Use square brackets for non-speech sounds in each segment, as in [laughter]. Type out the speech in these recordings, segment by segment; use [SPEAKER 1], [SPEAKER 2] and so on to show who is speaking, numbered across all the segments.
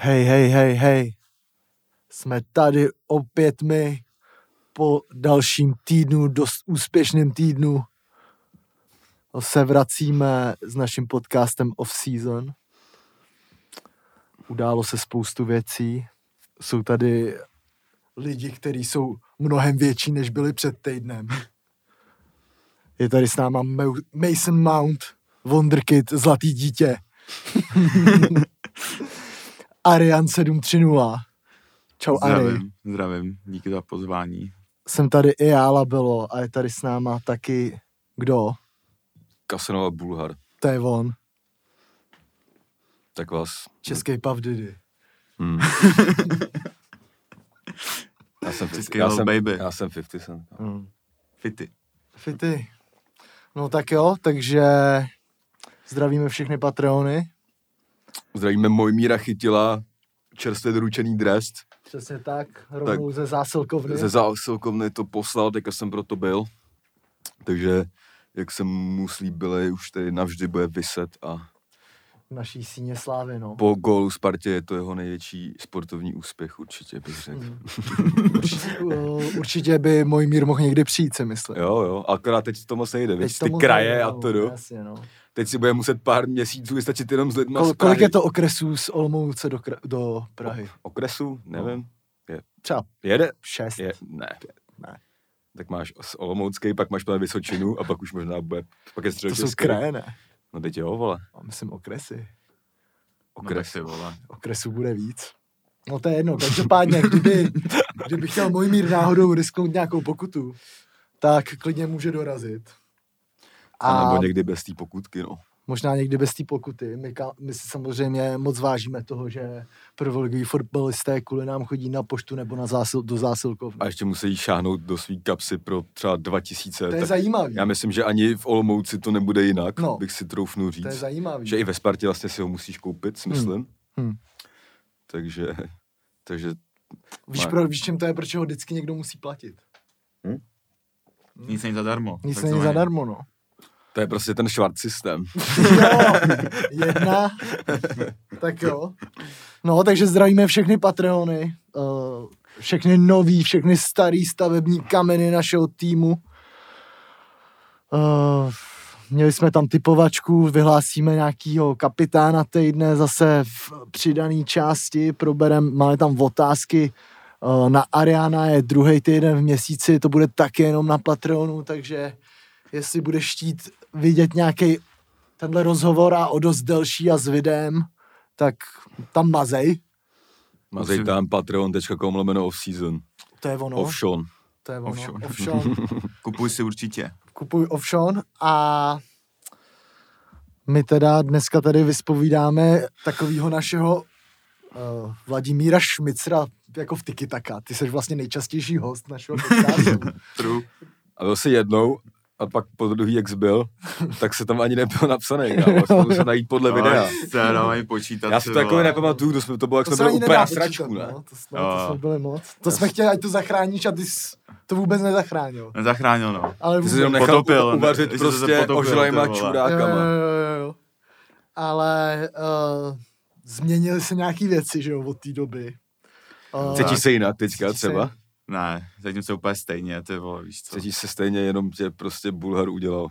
[SPEAKER 1] Hej, hej, hej, hej. Jsme tady opět my po dalším týdnu, dost úspěšném týdnu. Se vracíme s naším podcastem Off Season. Událo se spoustu věcí. Jsou tady lidi, kteří jsou mnohem větší, než byli před týdnem. Je tady s náma Mau- Mason Mount, Wonderkid, Zlatý dítě. Arian 730. Čau Ari.
[SPEAKER 2] Zdravím, zdravím, díky za pozvání.
[SPEAKER 1] Jsem tady i já, Labelo, a je tady s náma taky kdo?
[SPEAKER 3] Kasanova Bulhar,
[SPEAKER 1] To je on,
[SPEAKER 3] tak vás.
[SPEAKER 1] český pavdidy.
[SPEAKER 3] Hmm. já jsem 50,
[SPEAKER 2] Český
[SPEAKER 3] já
[SPEAKER 2] já
[SPEAKER 3] jsem,
[SPEAKER 2] baby.
[SPEAKER 3] já jsem 50 cent. no.
[SPEAKER 1] Hmm.
[SPEAKER 2] Fity.
[SPEAKER 1] Fity. No tak jo, takže zdravíme všechny Patreony.
[SPEAKER 3] Zdravíme Mojmíra Chytila, čerstvě doručený dres.
[SPEAKER 1] Přesně tak, rovnou ze zásilkovny.
[SPEAKER 3] Ze zásilkovny to poslal, teďka jsem proto byl. Takže, jak jsem mu slíbil, už tady navždy bude vyset a
[SPEAKER 1] Naší síně slávy, no.
[SPEAKER 3] po gólu Spartě je to jeho největší sportovní úspěch, určitě bych řekl.
[SPEAKER 1] Hmm. Určitě, určitě by můj mír mohl někdy přijít, si myslím.
[SPEAKER 3] Jo, jo, akorát teď to moc nejde, teď ty
[SPEAKER 1] tomu
[SPEAKER 3] kraje a
[SPEAKER 1] zajímalo,
[SPEAKER 3] to do.
[SPEAKER 1] Jasně, no.
[SPEAKER 3] Teď si bude muset pár měsíců vystačit jenom s lidma No, z
[SPEAKER 1] Kol, kolik
[SPEAKER 3] Prahy.
[SPEAKER 1] je to okresů z Olomouce do, Kra- do Prahy?
[SPEAKER 3] okresu, nevím. Je,
[SPEAKER 1] Třeba
[SPEAKER 3] jede?
[SPEAKER 1] šest.
[SPEAKER 3] Je, ne.
[SPEAKER 1] Ne.
[SPEAKER 3] Tak máš s Olomoucký, pak máš plné Vysočinu a pak už možná bude, pak je
[SPEAKER 1] To jsou
[SPEAKER 3] středočeský.
[SPEAKER 1] kraje, ne?
[SPEAKER 3] No teď jo, vole.
[SPEAKER 1] A myslím okresy.
[SPEAKER 2] Okres.
[SPEAKER 3] Okres.
[SPEAKER 2] No, tak ty vole.
[SPEAKER 1] Okresů bude víc. No to je jedno, každopádně, kdyby, kdyby chtěl můj mír náhodou risknout nějakou pokutu, tak klidně může dorazit.
[SPEAKER 3] A...
[SPEAKER 1] A
[SPEAKER 3] nebo někdy bez té pokutky, no.
[SPEAKER 1] možná někdy bez té pokuty. My, ka- my si samozřejmě moc vážíme toho, že prvoligoví fotbalisté kvůli nám chodí na poštu nebo na zásil, do zásilkovny.
[SPEAKER 3] A ještě musí šáhnout do svý kapsy pro třeba 2000.
[SPEAKER 1] To je
[SPEAKER 3] tak
[SPEAKER 1] zajímavý.
[SPEAKER 3] já myslím, že ani v Olomouci to nebude jinak,
[SPEAKER 1] No.
[SPEAKER 3] no. bych si troufnu
[SPEAKER 1] To je
[SPEAKER 3] říct.
[SPEAKER 1] zajímavý.
[SPEAKER 3] Že i ve Spartě vlastně si ho musíš koupit, si
[SPEAKER 1] Hmm.
[SPEAKER 3] myslím.
[SPEAKER 1] Hmm.
[SPEAKER 3] Takže, takže
[SPEAKER 1] Víš,
[SPEAKER 3] Má-
[SPEAKER 1] pro, víš, čím to je, proč ho vždycky někdo musí platit?
[SPEAKER 2] Nic není zadarmo.
[SPEAKER 1] Nic není
[SPEAKER 2] takzvaně.
[SPEAKER 1] zadarmo, no.
[SPEAKER 3] to je prostě ten švart systém.
[SPEAKER 1] Jo, jedna. tak jo. No, takže zdravíme všechny Patreony, eh, všechny nový, všechny starý stavební kameny našeho týmu. Eh, Měli jsme tam typovačku, vyhlásíme nějakýho kapitána týdne zase v přidané části, proberem, máme tam otázky eh, na Ariana je druhý týden v měsíci, to bude taky jenom na Patreonu, takže jestli budeš chtít vidět nějaký tenhle rozhovor a o dost delší a s videem, tak tam mazej.
[SPEAKER 3] Mazej
[SPEAKER 2] Musím-
[SPEAKER 3] tam patreon.com lomeno off-season.
[SPEAKER 1] To je ono.
[SPEAKER 3] Offshore.
[SPEAKER 1] to je ono.
[SPEAKER 2] Offshore.
[SPEAKER 1] Offshore.
[SPEAKER 2] Kupuj si určitě.
[SPEAKER 1] Kupuj offshore a my teda dneska tady vyspovídáme takového našeho uh, Vladimíra Šmicra jako v Tikitaka. Ty jsi vlastně nejčastější host našeho
[SPEAKER 3] [laughs]
[SPEAKER 1] podcastu.
[SPEAKER 2] True.
[SPEAKER 3] A byl si jednou a pak po druhý, jak zbyl, tak se tam ani nebyl napsaný. Kámo. To musel najít podle videa.
[SPEAKER 2] Se dávají počítat.
[SPEAKER 3] Já si to
[SPEAKER 2] ty
[SPEAKER 3] jako
[SPEAKER 2] vole.
[SPEAKER 3] nepamatuju, kdo jsme to bylo, jak jsme byli
[SPEAKER 1] ani
[SPEAKER 3] úplně
[SPEAKER 1] nedá
[SPEAKER 3] na
[SPEAKER 1] počítat,
[SPEAKER 3] sračku, ne?
[SPEAKER 1] No, to, jsme, to
[SPEAKER 2] Jo.
[SPEAKER 1] jsme byli moc. To jsme chtěli, ať to zachráníš a ty jsi to vůbec nezachránil.
[SPEAKER 2] Nezachránil, no.
[SPEAKER 1] Ale
[SPEAKER 3] Ty
[SPEAKER 1] vůbec.
[SPEAKER 3] jsi jenom nechal
[SPEAKER 2] Potopil, ne?
[SPEAKER 3] uvařit
[SPEAKER 2] Že jsi se
[SPEAKER 3] prostě
[SPEAKER 2] potopil,
[SPEAKER 3] ožralýma
[SPEAKER 2] ty vole.
[SPEAKER 1] Jo,
[SPEAKER 3] čurákama.
[SPEAKER 1] jo, jo, jo. Ale uh, změnily se nějaké věci, že jo, od té doby. Eh,
[SPEAKER 3] Cítíš se jinak teďka
[SPEAKER 1] Cítíš se
[SPEAKER 3] třeba?
[SPEAKER 1] jinak.
[SPEAKER 2] Ne, zatím se úplně stejně, ty vole, víš co.
[SPEAKER 3] Cítíš se stejně, jenom tě prostě Bulhar udělal.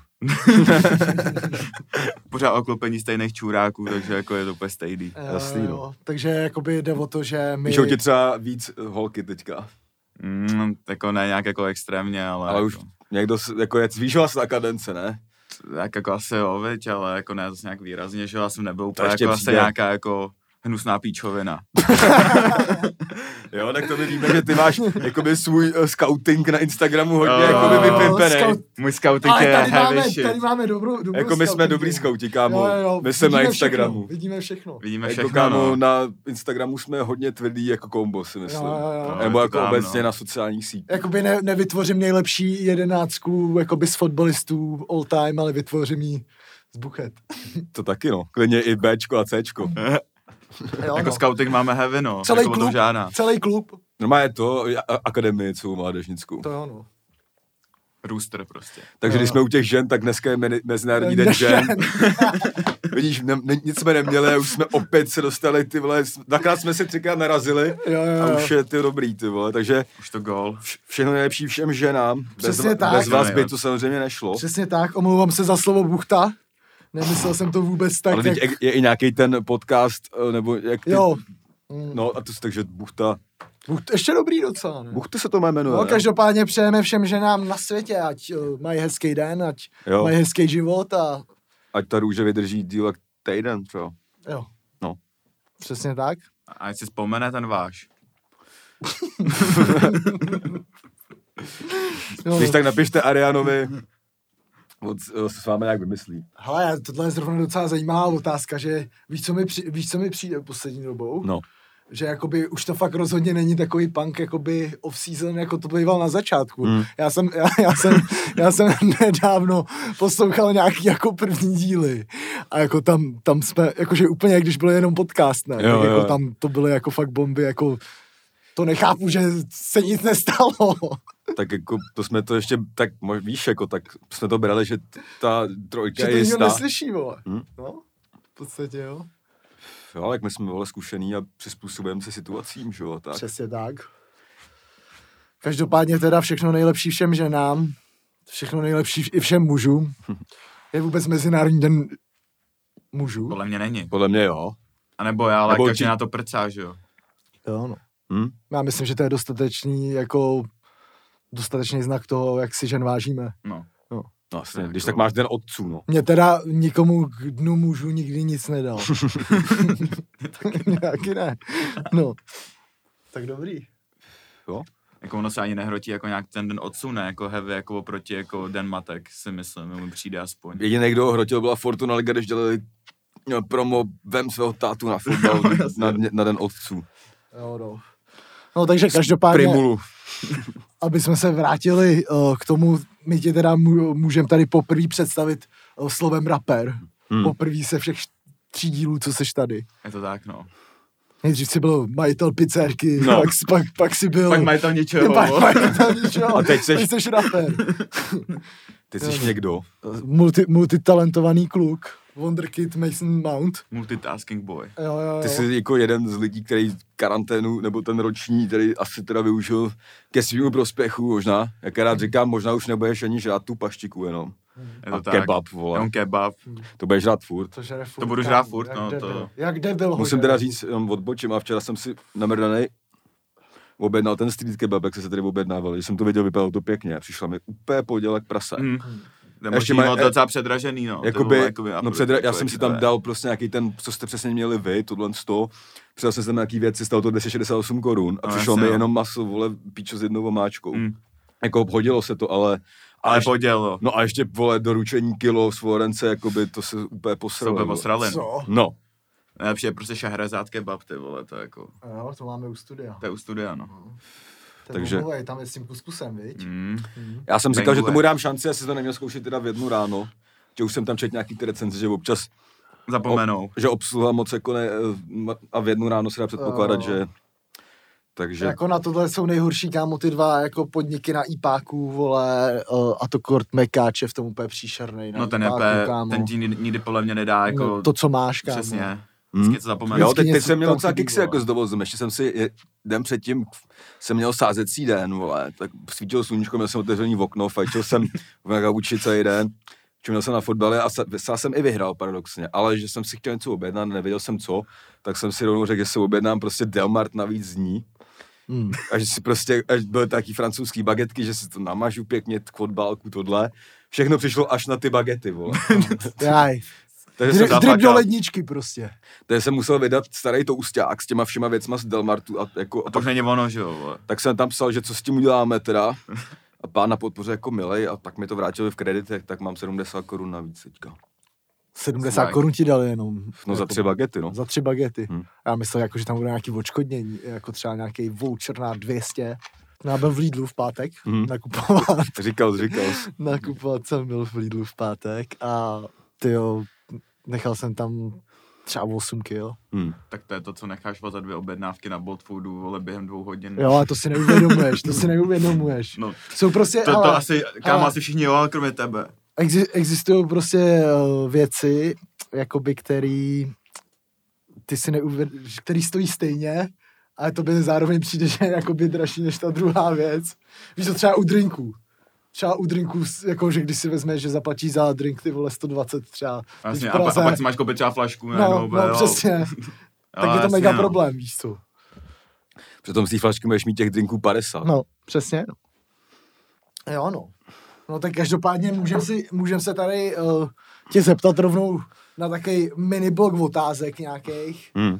[SPEAKER 2] Pořád oklopení stejných čuráků, takže jako je to úplně stejný.
[SPEAKER 1] eh,
[SPEAKER 3] jasný, no.
[SPEAKER 1] jo. Takže jakoby jde o to, že my...
[SPEAKER 3] Píšou ti třeba víc eh, holky teďka,
[SPEAKER 2] Mm, jako ne nějak jako extrémně, ale,
[SPEAKER 3] ale už
[SPEAKER 2] jako,
[SPEAKER 3] někdo, s- jako je, víš vlastně na kadence, ne?
[SPEAKER 2] tak jako asi jo, viď, ale jako ne zase nějak výrazně, že jo, já jsem nebyl úplně
[SPEAKER 3] ještě
[SPEAKER 2] jako asi
[SPEAKER 3] přijde.
[SPEAKER 2] nějaká jako hnusná
[SPEAKER 3] [laughs]
[SPEAKER 2] píčovina.
[SPEAKER 3] Jo, tak to my víme, že
[SPEAKER 1] [laughs]
[SPEAKER 3] ty máš jakoby svůj uh, scouting na Instagramu hodně
[SPEAKER 2] Jo,
[SPEAKER 3] jakoby
[SPEAKER 2] jo,
[SPEAKER 3] vypimpenej.
[SPEAKER 1] Eh, scout-
[SPEAKER 2] Můj scouting
[SPEAKER 1] Ale
[SPEAKER 2] je
[SPEAKER 1] tady máme,
[SPEAKER 2] heavy shit.
[SPEAKER 1] tady máme dobrou, dobrou
[SPEAKER 3] Jako my jsme
[SPEAKER 1] scouting.
[SPEAKER 3] dobrý skauti, kámo.
[SPEAKER 1] Jo, jo, jo,
[SPEAKER 3] My jsme na
[SPEAKER 1] vidíme
[SPEAKER 3] Instagramu.
[SPEAKER 1] Všechno, vidíme všechno.
[SPEAKER 2] Vidíme
[SPEAKER 3] Jako
[SPEAKER 2] všechno,
[SPEAKER 3] kámo,
[SPEAKER 2] no.
[SPEAKER 3] na Instagramu jsme hodně tvrdí jako kombo, si myslím.
[SPEAKER 1] Jo, jo, jo.
[SPEAKER 2] No, je to
[SPEAKER 3] Nebo jako
[SPEAKER 2] tam,
[SPEAKER 3] obecně
[SPEAKER 2] no.
[SPEAKER 3] na sociálních sítích.
[SPEAKER 1] Jakoby ne, nevytvořím nejlepší jedenáctku jakoby z fotbalistů all time, ale vytvořím ji z
[SPEAKER 3] [laughs]
[SPEAKER 1] buchet.
[SPEAKER 3] To taky no. Klidně i Bčko a Cčko.
[SPEAKER 1] Jo,
[SPEAKER 2] Jako
[SPEAKER 1] no.
[SPEAKER 2] scouting máme heavy, no.
[SPEAKER 1] Celý
[SPEAKER 2] jako o tom
[SPEAKER 1] klub.
[SPEAKER 2] žádná.
[SPEAKER 1] Celý klub. no.
[SPEAKER 3] Normálně to, a- akademii, co mládežnickou.
[SPEAKER 1] To je ono.
[SPEAKER 2] Rooster prostě.
[SPEAKER 3] Takže
[SPEAKER 1] Jo.
[SPEAKER 3] když jsme u těch žen, tak dneska je meni- Mezinárodní den
[SPEAKER 1] Den
[SPEAKER 3] žen. [laughs] Vidíš, ne, ne, nic jsme neměli a už jsme opět se dostali, ty vole, s- dvakrát jsme se třikrát narazili
[SPEAKER 1] Jo, jo,
[SPEAKER 3] a
[SPEAKER 1] jo.
[SPEAKER 3] už je ty dobrý, ty vole, takže
[SPEAKER 2] Už to gol.
[SPEAKER 3] vš- všechno nejlepší všem ženám. Bez,
[SPEAKER 1] Přesně tak.
[SPEAKER 3] bez vás by
[SPEAKER 2] Nejlepší.
[SPEAKER 3] to samozřejmě nešlo.
[SPEAKER 1] Přesně tak, omlouvám se za slovo buchta. Nemyslel jsem to vůbec tak,
[SPEAKER 3] Ale
[SPEAKER 1] jak...
[SPEAKER 3] teď je- je i nějaký ten podcast, eh, nebo jak ty,
[SPEAKER 1] Jo,
[SPEAKER 3] no a to, takže buchta,
[SPEAKER 1] buchta, ještě dobrý docela, ne?
[SPEAKER 3] buchta se to má jmenuje.
[SPEAKER 1] No,
[SPEAKER 3] ne?
[SPEAKER 1] každopádně přejeme všem ženám na světě, ať eh, mají hezký den, ať
[SPEAKER 3] Jo.
[SPEAKER 1] mají hezký život a
[SPEAKER 3] Ať ta růže vydrží díl jak týden, třeba.
[SPEAKER 1] jo.
[SPEAKER 3] No.
[SPEAKER 1] Přesně tak.
[SPEAKER 2] A ať si vzpomene ten váš.
[SPEAKER 1] No,
[SPEAKER 3] Když tak napište Arianovi, on s- eh, s vámi nějak vymyslí.
[SPEAKER 1] Hele, tohle je zrovna docela zajímavá otázka, že víš, co mi, při, víš, co mi přijde poslední dobou?
[SPEAKER 3] No.
[SPEAKER 1] Že jakoby už to fakt rozhodně není takový punk jakoby off-season, jako to býval na začátku.
[SPEAKER 3] Hmm.
[SPEAKER 1] Já, jsem, já, já, jsem, já jsem [laughs] nedávno poslouchal nějaký jako první díly a jako tam, tam jsme, jakože úplně, jak když byl jenom podcast, ne?
[SPEAKER 3] Jo,
[SPEAKER 1] tak jako
[SPEAKER 3] jo.
[SPEAKER 1] tam to byly jako fakt bomby, jako to nechápu, že se nic nestalo. [laughs]
[SPEAKER 3] tak jako to jsme to ještě, tak mož- víš, jako tak jsme to brali, že t- ta
[SPEAKER 1] že
[SPEAKER 3] trojka
[SPEAKER 1] to
[SPEAKER 3] je
[SPEAKER 1] nikdo
[SPEAKER 3] jistá.
[SPEAKER 1] neslyší, vole.
[SPEAKER 3] Hmm.
[SPEAKER 1] No, v podstatě, jo.
[SPEAKER 3] Jo, ale jak my jsme vole zkušený a přizpůsobujeme se situacím, že jo, tak.
[SPEAKER 1] Přesně tak. Každopádně teda všechno nejlepší všem ženám, všechno nejlepší i všem mužům. Je vůbec Mezinárodní den mužů?
[SPEAKER 2] Podle mě není.
[SPEAKER 3] Podle mě jo.
[SPEAKER 2] A nebo já, ale
[SPEAKER 3] Nebo
[SPEAKER 2] Nebo
[SPEAKER 3] ti-
[SPEAKER 2] každý na to prcá, že jo.
[SPEAKER 1] Jo, no.
[SPEAKER 3] Hm?
[SPEAKER 1] Já myslím, že to je dostatečný, jako dostatečný znak toho, jak si žen vážíme.
[SPEAKER 2] No.
[SPEAKER 3] No jasně,
[SPEAKER 2] Tak
[SPEAKER 3] když
[SPEAKER 2] jo.
[SPEAKER 3] tak máš den otců, no.
[SPEAKER 1] Mě teda nikomu k dnu mužů nikdy nic [laughs] nedal. Taky ne. No. Tak dobrý.
[SPEAKER 3] Jo?
[SPEAKER 2] Jako ono se ani nehrotí jako nějak ten den odsune, jako heavy, jako oproti jako den matek, si myslím, mu přijde aspoň.
[SPEAKER 3] Jediný, kdo ho hrotil, byla Fortuna Liga, když dělali eh, promo vem svého tátu na fotbal na, dně- na, den otců.
[SPEAKER 1] Jo, no. No takže každopádně...
[SPEAKER 3] Primulu.
[SPEAKER 1] aby jsme se vrátili uh, k tomu, my tě teda můžeme tady poprvé představit uh, slovem rapper.
[SPEAKER 3] Hmm.
[SPEAKER 1] Hmm. Poprvé se všech tří dílů, co seš tady.
[SPEAKER 2] Je to tak, no.
[SPEAKER 1] Nejdřív jsi byl majitel pizzerky,
[SPEAKER 3] No.
[SPEAKER 1] no. pak, s- pak, pak jsi byl...
[SPEAKER 2] Pak
[SPEAKER 1] [laughs]
[SPEAKER 2] mají tam něčeho.
[SPEAKER 1] pak majitel ničeho.
[SPEAKER 3] A teď seš-
[SPEAKER 1] Teď seš rapper.
[SPEAKER 3] Ty jsi někdo.
[SPEAKER 1] Multi, multitalentovaný kluk. Wonderkid Mason Mount.
[SPEAKER 2] Multitasking boy.
[SPEAKER 1] Jo, jo, jo.
[SPEAKER 3] Ty jsi jako jeden z lidí, který karanténu, nebo ten roční, který asi teda využil ke svýmu prospěchu možná. Jak já rád říkám, možná už nebudeš ani žrát tu paštiku jenom.
[SPEAKER 2] Je to
[SPEAKER 3] A
[SPEAKER 2] tak.
[SPEAKER 3] kebab, vole. Hmm.
[SPEAKER 2] Jenom kebab.
[SPEAKER 3] To budeš žrát furt.
[SPEAKER 1] to, žere furt,
[SPEAKER 2] to budu
[SPEAKER 1] kámo,
[SPEAKER 2] žrát furt,
[SPEAKER 1] jak
[SPEAKER 2] no, to-
[SPEAKER 1] debil. Jak debil
[SPEAKER 3] Musím
[SPEAKER 1] ho
[SPEAKER 3] teda
[SPEAKER 1] žere.
[SPEAKER 3] říct, jenom odbočím, a včera jsem si namrdanej objednal ten street kebab, jak se se tady objednával. Když jsem to viděl, vypadalo to pěkně. Přišla mi úplně podělek prase. Mm.
[SPEAKER 2] Mm. Nebo
[SPEAKER 3] Ještě
[SPEAKER 2] Ještě
[SPEAKER 3] mají-
[SPEAKER 2] má,
[SPEAKER 3] eh,
[SPEAKER 2] to docela předražený, no. Ty
[SPEAKER 3] Jakoby,
[SPEAKER 2] vole, jakoby, a
[SPEAKER 3] no
[SPEAKER 2] proč
[SPEAKER 3] předra, já
[SPEAKER 2] takové
[SPEAKER 3] jsem si
[SPEAKER 2] ti
[SPEAKER 3] tam
[SPEAKER 2] to je?
[SPEAKER 3] dal prostě nějaký ten, co jste přesně měli vy, tohle 100, přidal jsem si tam nějaký věci, stalo to 268 korun a
[SPEAKER 2] No,
[SPEAKER 3] přišlo
[SPEAKER 2] jasně,
[SPEAKER 3] mi
[SPEAKER 2] no.
[SPEAKER 3] jenom maso, vole, píčo s jednou omáčkou.
[SPEAKER 2] Mm.
[SPEAKER 3] Jako hodilo se to, ale...
[SPEAKER 2] Ale
[SPEAKER 3] ještě,
[SPEAKER 2] podělo.
[SPEAKER 3] no a ještě, vole, doručení kilo z Florence, jakoby to se úplně
[SPEAKER 2] To
[SPEAKER 3] posralo.
[SPEAKER 2] byl posralin.
[SPEAKER 1] Co?
[SPEAKER 3] No,
[SPEAKER 2] Nejlepší je prostě šahrezát kebab, ty vole, to je jako,
[SPEAKER 1] Jo, to máme u studia.
[SPEAKER 2] to je u studia, no.
[SPEAKER 1] Ten
[SPEAKER 3] takže-
[SPEAKER 1] Mluvej, tam je s tím kuskusem, viď?
[SPEAKER 2] Mm.
[SPEAKER 3] Já jsem říkal, že
[SPEAKER 2] Bangule.
[SPEAKER 3] tomu dám šanci, asi to neměl zkoušet teda v jednu ráno, že už jsem tam četl nějaký ty recenze, že občas,
[SPEAKER 2] Zapomenou.
[SPEAKER 3] že obsluha moc jako ne, eh, ma- a v jednu ráno se dá předpokládat,
[SPEAKER 1] Jo.
[SPEAKER 3] že... Takže,
[SPEAKER 1] Jako na tohle jsou nejhorší, kámo, ty dva jako podniky na IPáku, vole, eh, a to Kort Mekáče v tom úplně příšernej. na
[SPEAKER 2] No ten EP,
[SPEAKER 1] IPáku, kámo.
[SPEAKER 2] ten ti nikdy- nikdy podle mě nedá, jako,
[SPEAKER 1] no, to, co no. Hmm? máš, kámo.
[SPEAKER 2] přesně.
[SPEAKER 3] Hm?
[SPEAKER 2] Vždycky to zapomenu.
[SPEAKER 3] jo,
[SPEAKER 1] vždycky
[SPEAKER 3] teď, teď
[SPEAKER 1] něco
[SPEAKER 3] jsem měl
[SPEAKER 1] tam
[SPEAKER 3] docela
[SPEAKER 1] chybí,
[SPEAKER 3] kiksy
[SPEAKER 1] vole.
[SPEAKER 3] jako s dovozem, ještě jsem si je- den předtím jsem měl sázecí den, vole, tak svítilo sluníčko, měl jsem otevřený okno,
[SPEAKER 1] [laughs]
[SPEAKER 3] fajčil jsem v gauči celý den, čuměl jsem na fotbale a sa- sá jsem i vyhrál paradoxně, ale že jsem si chtěl něco objednat, nevěděl jsem co, tak jsem si rovnou řekl, že si objednám prostě Delmart navíc z ní,
[SPEAKER 1] Mm.
[SPEAKER 3] A že si prostě, až byly taky francouzský bagetky, že si to namažu pěkně, k fotbalku, tohle. Všechno přišlo až na ty
[SPEAKER 1] [laughs]
[SPEAKER 3] bagety, vole.
[SPEAKER 1] [laughs]
[SPEAKER 2] [laughs]
[SPEAKER 1] Jaj.
[SPEAKER 3] Takže jsem,
[SPEAKER 1] Dri-
[SPEAKER 3] dal
[SPEAKER 1] Drip do
[SPEAKER 3] fakt-
[SPEAKER 1] ledničky prostě.
[SPEAKER 3] takže jsem musel vydat starý tousták s těma všema věcma z Delmartu a jako... A
[SPEAKER 2] A to
[SPEAKER 3] pak,
[SPEAKER 2] už není ono, že jo, vole.
[SPEAKER 3] tak jsem tam psal, že co s tím uděláme teda. A pán na podpoře jako milej a tak mi to vrátili v kreditech, tak mám 70 korun navíc teďka.
[SPEAKER 1] 70
[SPEAKER 2] Smajk.
[SPEAKER 1] korun ti dali jenom.
[SPEAKER 3] No za
[SPEAKER 1] Jako-
[SPEAKER 3] tři bagety, no.
[SPEAKER 1] Za tři bagety.
[SPEAKER 3] Hm.
[SPEAKER 1] Já myslel, jako, že tam bude nějaký odškodnění, jako třeba nějaký voucher na 200. Já byl v Lidlu v pátek,
[SPEAKER 3] Hm.
[SPEAKER 1] [laughs] nakupovat.
[SPEAKER 3] Říkal, říkal. jsi.
[SPEAKER 1] Nakupovat jsem byl v Lidlu v pátek a ty nechal jsem tam třeba 8 kg.
[SPEAKER 3] Hmm.
[SPEAKER 2] Tak to je to, co necháš za dvě objednávky na Bolt Foodu, vole, během dvou hodin.
[SPEAKER 1] Jo, ale to si neuvědomuješ, to si neuvědomuješ.
[SPEAKER 2] No,
[SPEAKER 1] Jsou prostě,
[SPEAKER 2] to, to
[SPEAKER 1] ale,
[SPEAKER 2] asi, kámo,
[SPEAKER 1] ale-
[SPEAKER 2] asi všichni jo, ale kromě tebe.
[SPEAKER 1] Exi- existují prostě eh, věci, jakoby, který ty si neuvěd- který stojí stejně, ale to by zároveň přijde, že je jakoby dražší než ta druhá věc. Víš to třeba u drinků. Třeba u drinků, s- jako, že když si vezmeš, že zaplatí za drink ty vole 120 třeba. Teď
[SPEAKER 2] Jasně,
[SPEAKER 1] v
[SPEAKER 2] a, pa-
[SPEAKER 1] Praze-
[SPEAKER 2] a, pak si máš koupit třeba flašku. Ne,
[SPEAKER 1] no, no,
[SPEAKER 2] [laughs]
[SPEAKER 1] přesně. Tak
[SPEAKER 2] No,
[SPEAKER 1] je to mega problém, víš co.
[SPEAKER 3] Přitom z té flašky budeš mít těch drinků 50.
[SPEAKER 1] No, přesně. no. Jo, no. No tak každopádně můžeme si, můžem se tady uh, tě zeptat rovnou na takový mini blok otázek nějakých.
[SPEAKER 3] Hmm.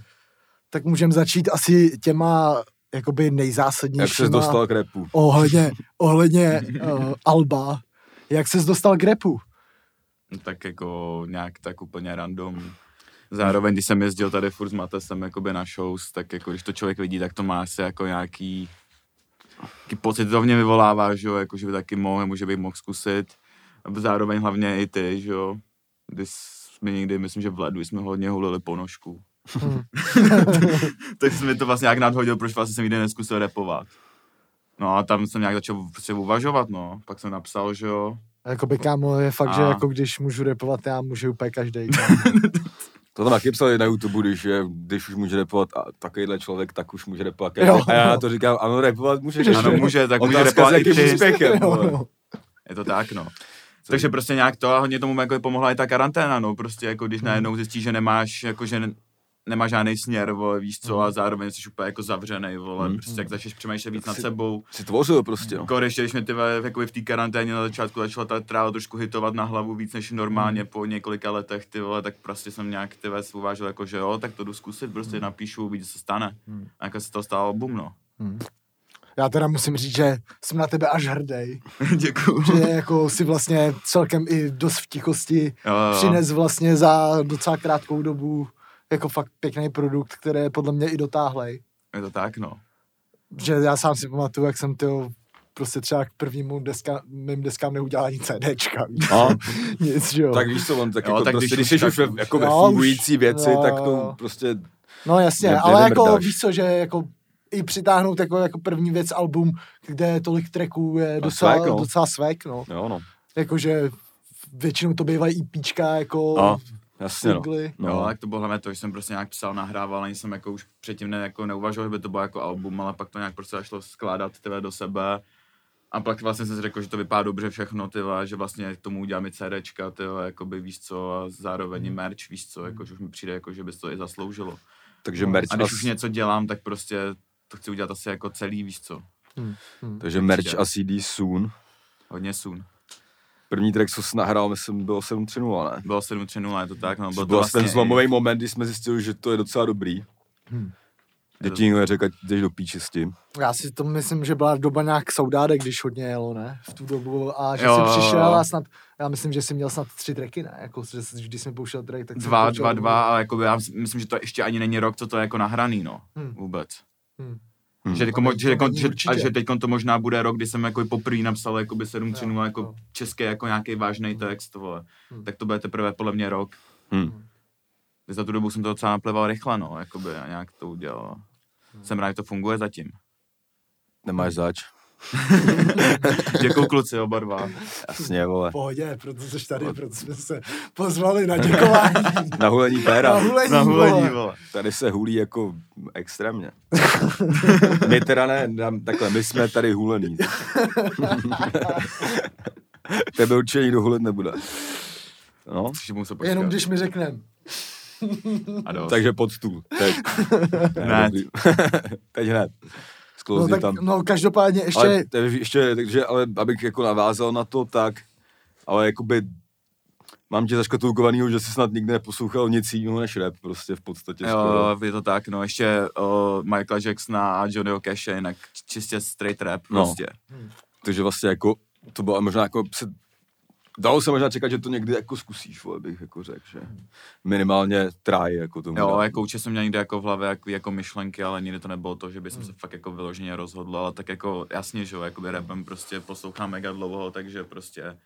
[SPEAKER 1] Tak můžeme začít asi těma jakoby nejzásadnějšíma.
[SPEAKER 3] Jak ses dostal k repu? [laughs]
[SPEAKER 1] Ohledně, ohledně uh, Alba. Jak ses dostal k repu?
[SPEAKER 2] No, tak jako nějak tak úplně random. Zároveň, když jsem jezdil tady furt s Matesem jakoby na shows, tak jako když to člověk vidí, tak to má asi jako nějaký, nějaký pocit, to v mě vyvolává, že jo, jako, že by taky mohl, může bych mohl zkusit. A Zároveň hlavně i ty, že jo, když jsme někdy, myslím, že v ledu jsme hodně hulili ponožku.
[SPEAKER 1] Hmm.
[SPEAKER 2] [laughs] tak jsem mi to vlastně nějak nadhodil, proč vlastně jsem nikdy neskusil repovat. No a tam jsem nějak začal prostě uvažovat, no. Pak jsem napsal, že jo,
[SPEAKER 1] Jakoby kámo, je fakt, že
[SPEAKER 2] A.
[SPEAKER 1] jako když můžu repovat, já můžu úplně
[SPEAKER 3] [laughs]
[SPEAKER 1] každý.
[SPEAKER 3] To tam taky psali na YouTube, když, je, když už může repovat a takovýhle člověk, tak už může repovat.
[SPEAKER 1] Jo.
[SPEAKER 3] A já na to říkám, ano, repovat můžeš.
[SPEAKER 1] Můžeš,
[SPEAKER 3] ano,
[SPEAKER 2] Ano,
[SPEAKER 1] jo.
[SPEAKER 2] může, tak může
[SPEAKER 3] Otázka, s
[SPEAKER 2] repovat i
[SPEAKER 3] jakým
[SPEAKER 2] ty.
[SPEAKER 3] úspěchem. vole.
[SPEAKER 1] no.
[SPEAKER 2] Je to tak,
[SPEAKER 3] [laughs]
[SPEAKER 2] no. Takže prostě nějak to a hodně tomu jako pomohla i ta karanténa, no. Prostě jako
[SPEAKER 3] Hmm.
[SPEAKER 2] když najednou zjistíš, že nemáš, jako že ne- nemáš žádný směr, vole, víš co, a zároveň jsi úplně jako zavřený, vole,
[SPEAKER 3] Mhm.
[SPEAKER 2] prostě jak začneš přemýšlet víc
[SPEAKER 3] Hmm. Tak
[SPEAKER 2] nad
[SPEAKER 3] si-
[SPEAKER 2] sebou.
[SPEAKER 3] Si tvořil prostě, no.
[SPEAKER 2] Jako ještě, když mi ty vole, jako v té karanténě na začátku začala ta tráva trošku hitovat na hlavu víc než
[SPEAKER 3] Hmm.
[SPEAKER 2] normálně po několika letech, ty vole, tak prostě jsem nějak ty vole si uvážil, jako že jo, tak to jdu zkusit, prostě
[SPEAKER 3] Hmm.
[SPEAKER 2] napíšu, uvidí, co se stane.
[SPEAKER 1] Hmm.
[SPEAKER 2] A jako se to stalo album, no. [laughs]
[SPEAKER 1] Já teda musím říct, že jsem na tebe až hrdý.
[SPEAKER 2] Děkuju.
[SPEAKER 1] že jako si vlastně celkem i dost v tichosti
[SPEAKER 2] Jo,
[SPEAKER 3] Eh.
[SPEAKER 2] jo, jo.
[SPEAKER 1] přines vlastně za docela krátkou dobu jako fakt pěkný produkt, který je podle mě i dotáhlej.
[SPEAKER 2] Je to tak, no.
[SPEAKER 1] Že já sám si pamatuju, jak jsem to prostě třeba k prvnímu deska, mým deskám neudělal ani CDčka. [laughs] víš co?
[SPEAKER 3] A,
[SPEAKER 1] Nic, že jo.
[SPEAKER 3] tak víš co, on tak,
[SPEAKER 2] Jo,
[SPEAKER 3] jako
[SPEAKER 2] tak
[SPEAKER 3] prostě,
[SPEAKER 2] když
[SPEAKER 3] když
[SPEAKER 2] už
[SPEAKER 3] jsi už
[SPEAKER 2] tak- No,
[SPEAKER 3] ve, jako ve
[SPEAKER 1] Jo, už-
[SPEAKER 3] fungující věci,
[SPEAKER 1] jo,
[SPEAKER 3] tak
[SPEAKER 1] jo.
[SPEAKER 3] to prostě
[SPEAKER 1] No jasně,
[SPEAKER 3] Ne-
[SPEAKER 1] ale jako
[SPEAKER 3] nevymrdáš.
[SPEAKER 1] víš co, že jako i přitáhnout jako, jako první věc album, kde tolik tracků je docela,
[SPEAKER 3] swag, no.
[SPEAKER 1] docela svek, no.
[SPEAKER 3] Jo, no.
[SPEAKER 1] Jakože většinou to bývají EPčka, jako
[SPEAKER 3] A, jasně, no.
[SPEAKER 1] singly.
[SPEAKER 2] No. Jo,
[SPEAKER 3] no.
[SPEAKER 2] tak to bylo hlavně to, že jsem prostě nějak psal, nahrával, ani jsem jako už předtím ne, jako neuvažoval, že by to bylo jako album, ale pak to nějak prostě začalo skládat tyhle do sebe. A pak vlastně jsem si řekl, že to vypadá dobře všechno, tyhle, že vlastně k tomu udělám i CDčka, tyhle, jakoby víš co, a zároveň i merch, víš co, jako, že už mi přijde, jako, že by se to i zasloužilo.
[SPEAKER 3] Takže merch,
[SPEAKER 2] A
[SPEAKER 3] as,
[SPEAKER 2] když už něco dělám, tak prostě to chci udělat asi jako celý, víš co,
[SPEAKER 3] takže merch
[SPEAKER 2] Určitě.
[SPEAKER 3] a CD soon.
[SPEAKER 2] hodně sun.
[SPEAKER 3] První track, co jsem nahrál, myslím, bylo 7.3.0, ne?
[SPEAKER 2] Bylo 7.3.0, je to tak, no,
[SPEAKER 3] Byl
[SPEAKER 2] bylo
[SPEAKER 3] to
[SPEAKER 2] to
[SPEAKER 3] byl
[SPEAKER 2] vlastně
[SPEAKER 3] ten
[SPEAKER 2] i-
[SPEAKER 3] zlomový moment, kdy jsme zjistili, že to je docela dobrý.
[SPEAKER 1] Hmm.
[SPEAKER 3] Kdy ti někdo řekl, ať jdeš do píči s tím.
[SPEAKER 1] Já si to myslím, že byla doba nějak soudádek, když hodně jelo, ne? V tu dobu a že
[SPEAKER 2] Jo, jo,
[SPEAKER 1] jsi
[SPEAKER 2] jo.
[SPEAKER 1] přišel a snad, já myslím, že jsi měl snad tři tracky, ne? Jako, že jsi- když jsi mi pouštěl track, tak jsi
[SPEAKER 2] Dva,
[SPEAKER 1] pouštěl-
[SPEAKER 2] dva, dva, ale jako já myslím, že to ještě ani není rok, co to je jako nahraný, no,
[SPEAKER 1] Hmm.
[SPEAKER 2] vůbec.
[SPEAKER 1] Hm.
[SPEAKER 3] Hmm.
[SPEAKER 2] Že, jako,
[SPEAKER 1] No,
[SPEAKER 2] mo-
[SPEAKER 1] tak
[SPEAKER 2] že,
[SPEAKER 1] to
[SPEAKER 2] jako,
[SPEAKER 1] není
[SPEAKER 2] že, a
[SPEAKER 1] určitě.
[SPEAKER 2] že teď to možná bude rok, kdy jsem jako poprvé napsal jakoby 7
[SPEAKER 1] Jo,
[SPEAKER 2] no, jako
[SPEAKER 1] jo.
[SPEAKER 2] český jako nějaký vážný text, vole.
[SPEAKER 1] Hmm.
[SPEAKER 2] Tak to bude teprve podle mě rok.
[SPEAKER 3] Hmm.
[SPEAKER 2] Za tu dobu jsem to docela napleval rychle, no, jakoby, a nějak to udělal.
[SPEAKER 1] Hmm.
[SPEAKER 2] Jsem rád, že to funguje zatím. [laughs]
[SPEAKER 3] Nemáš
[SPEAKER 2] Hmm.
[SPEAKER 3] zač.
[SPEAKER 2] Děkuju kluci,
[SPEAKER 1] [laughs]
[SPEAKER 2] oba dva.
[SPEAKER 3] Jasně, vole.
[SPEAKER 1] V Pohodě, proto jsi tady, proto jsme se pozvali na
[SPEAKER 2] [laughs]
[SPEAKER 1] děkování.
[SPEAKER 3] Na hulení péra.
[SPEAKER 1] na hulení,
[SPEAKER 2] Na hulení,
[SPEAKER 1] vole.
[SPEAKER 2] vole.
[SPEAKER 3] Tady se hulí jako extrémně. [laughs] My teda ne, nám, takhle, my jsme tady
[SPEAKER 2] [laughs]
[SPEAKER 3] hulení. Tebe určitě nikdo hulet nebude. No,
[SPEAKER 2] Což mu se počkat.
[SPEAKER 1] Jenom když mi řeknem.
[SPEAKER 2] A dost.
[SPEAKER 3] takže pod stůl.
[SPEAKER 1] [laughs]
[SPEAKER 3] Teď.
[SPEAKER 2] Hned.
[SPEAKER 3] dobrý. [laughs] Teď hned.
[SPEAKER 1] No,
[SPEAKER 3] Sklouzni
[SPEAKER 1] tak,
[SPEAKER 3] tam.
[SPEAKER 1] no každopádně ještě,
[SPEAKER 3] Ale, to je ještě, takže, ale abych jako navázal na to, tak, ale jakoby mám tě zaškatulkovanýho, že jsi snad nikdy neposlouchal nic jiného než rap, prostě v podstatě skoro.
[SPEAKER 2] Jo, je to tak, no, ještě uh, Michael Jacksona a Johnnyho Cashe, jinak čistě straight rap
[SPEAKER 3] No.
[SPEAKER 2] prostě.
[SPEAKER 3] Takže vlastně jako, to bylo možná jako, se, dalo se možná čekat, že to někdy jako zkusíš, vole, bych jako řekl, že minimálně tráje jako tomu.
[SPEAKER 2] Jo,
[SPEAKER 3] dát.
[SPEAKER 2] jako určitě jsem měl někde jako v hlavě jako, jako myšlenky, ale nikdy to nebylo to, že bych se fakt jako vyloženě rozhodl, ale tak jako jasně, že jo, jakoby rapem prostě poslouchám mega dlouho, takže prostě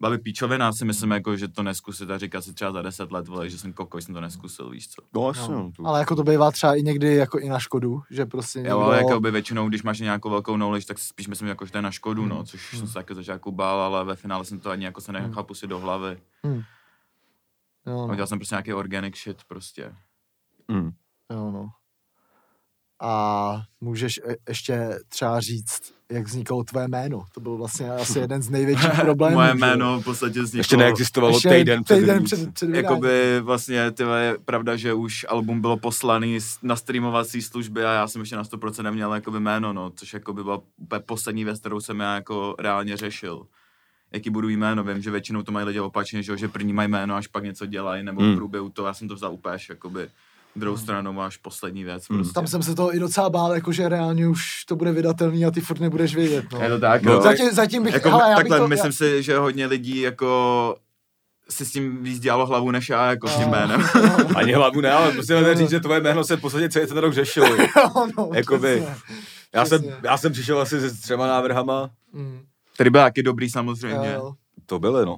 [SPEAKER 2] baví píčovina, si myslím, jako, že to neskusit a říkat si třeba za 10 let, vole, že jsem koko, jsem to neskusil, víš co.
[SPEAKER 3] No, jasně, no. to-
[SPEAKER 1] Ale jako to bývá třeba i někdy jako i na škodu, že prostě někdo...
[SPEAKER 2] Jo, ale jako by většinou, když máš nějakou velkou knowledge, tak si spíš myslím, jako, že to je na škodu, no, což jsem se taky začátku bál, ale ve finále jsem to ani jako se nechápu si do hlavy.
[SPEAKER 1] jo,
[SPEAKER 2] A
[SPEAKER 1] no,
[SPEAKER 2] dělal jsem prostě nějaký organic shit prostě.
[SPEAKER 3] Mm.
[SPEAKER 1] jo, no. A můžeš e- ještě třeba říct, jak vznikalo tvé jméno. To byl vlastně asi jeden z největších problémů.
[SPEAKER 2] [laughs] Moje
[SPEAKER 1] že jo.
[SPEAKER 2] jméno v podstatě vzniklo...
[SPEAKER 3] Ještě neexistovalo
[SPEAKER 1] Ještě
[SPEAKER 3] týden před
[SPEAKER 1] týden
[SPEAKER 3] hranicí.
[SPEAKER 1] před, před vydáním.
[SPEAKER 2] Jakoby vlastně tyhle, je pravda, že už album bylo poslaný s- na streamovací služby a já jsem ještě na 100% neměl jakoby jméno, no, což jakoby byla úplně poslední věc, kterou jsem já jako reálně řešil. Jaký budu jméno, vím, že většinou to mají lidi opačně, že, jo, že první mají jméno, až pak něco dělají, nebo
[SPEAKER 3] Hmm.
[SPEAKER 2] v průběhu to, já jsem to vzal úplně až jakoby druhou stranou až poslední věc prostě.
[SPEAKER 1] Hmm. Tam jsem se toho i docela bál, jakože reálně už to bude vydatelný a ty furt nebudeš vědět. No.
[SPEAKER 2] Je to tak,
[SPEAKER 3] No.
[SPEAKER 2] no.
[SPEAKER 1] Zatím, zatím bych...
[SPEAKER 2] Jako,
[SPEAKER 1] hele, já bych
[SPEAKER 2] takhle,
[SPEAKER 1] to,
[SPEAKER 2] myslím si, že hodně lidí jako si s tím víc dělalo hlavu než já, jako s tím
[SPEAKER 1] No.
[SPEAKER 2] jménem. [laughs]
[SPEAKER 3] Ani hlavu ne, ale musím jen říct, že tvoje jméno se v podstatě celý ten rok řešilo.
[SPEAKER 1] já, [laughs] [laughs] jo, no,
[SPEAKER 3] Jakoby-
[SPEAKER 1] přesně.
[SPEAKER 3] Já jsem,
[SPEAKER 1] Přesně.
[SPEAKER 3] já jsem přišel asi se třema návrhama.
[SPEAKER 1] Mm,
[SPEAKER 2] Který byl taky dobrý samozřejmě.
[SPEAKER 1] jo, jo.
[SPEAKER 3] To byly, no.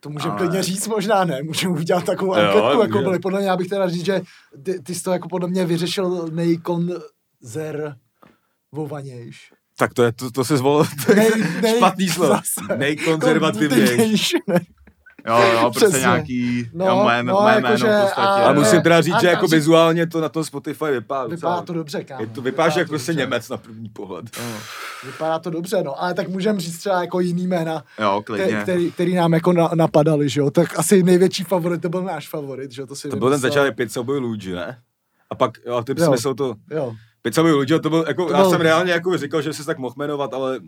[SPEAKER 1] To můžeme
[SPEAKER 2] Ale-
[SPEAKER 1] klidně říct možná, ne? Můžeme udělat takovou
[SPEAKER 3] Jo,
[SPEAKER 1] anketu, jako
[SPEAKER 3] můžeme.
[SPEAKER 1] byly. Podle mě, já bych teda říct, že ty, ty jsi to jako podle mě vyřešil nejkonzervovanějš.
[SPEAKER 3] [laughs] Tak to, je, to, to se
[SPEAKER 1] [laughs]
[SPEAKER 3] zvolil
[SPEAKER 1] Nej- nej- [laughs]
[SPEAKER 3] špatný slovo.
[SPEAKER 1] zase.
[SPEAKER 3] Nejkonzervativnější.
[SPEAKER 1] Konzervativnější, ne?
[SPEAKER 2] Jo, jo, prostě
[SPEAKER 1] Přesně.
[SPEAKER 2] nějaký,
[SPEAKER 1] No,
[SPEAKER 2] no, jo, moje,
[SPEAKER 1] no,
[SPEAKER 2] moje
[SPEAKER 1] jakože
[SPEAKER 2] jméno v podstatě.
[SPEAKER 1] a-
[SPEAKER 3] A musím teda
[SPEAKER 1] A
[SPEAKER 3] říct, že
[SPEAKER 1] ta-
[SPEAKER 3] jako
[SPEAKER 1] že-
[SPEAKER 3] vizuálně to na tom Spotify vypadá.
[SPEAKER 1] Vypadá to dobře, kámo.
[SPEAKER 3] Je to vypadá, že
[SPEAKER 1] to
[SPEAKER 3] jako prostě
[SPEAKER 1] dobře.
[SPEAKER 3] Němec na první pohled.
[SPEAKER 1] No, Vypadá to dobře, no. Ale tak můžeme říct třeba jako jiný jména,
[SPEAKER 2] Jo,
[SPEAKER 1] který,
[SPEAKER 2] klidně.
[SPEAKER 1] který, který nám jako na, napadaly, že jo. Tak asi největší favorit, to byl náš favorit, že jo. To, si
[SPEAKER 3] To byl ten
[SPEAKER 1] vymyslel-
[SPEAKER 3] začátek pizza byl Luigi, ne? A pak, jo, ty
[SPEAKER 1] Jo.
[SPEAKER 3] bys myslel to,
[SPEAKER 1] Jo.
[SPEAKER 3] pizza byl Luigi, to byl, jako,
[SPEAKER 1] To
[SPEAKER 3] já
[SPEAKER 1] byl-
[SPEAKER 3] jsem reálně jako říkal, že se tak mohl jmenovat, ale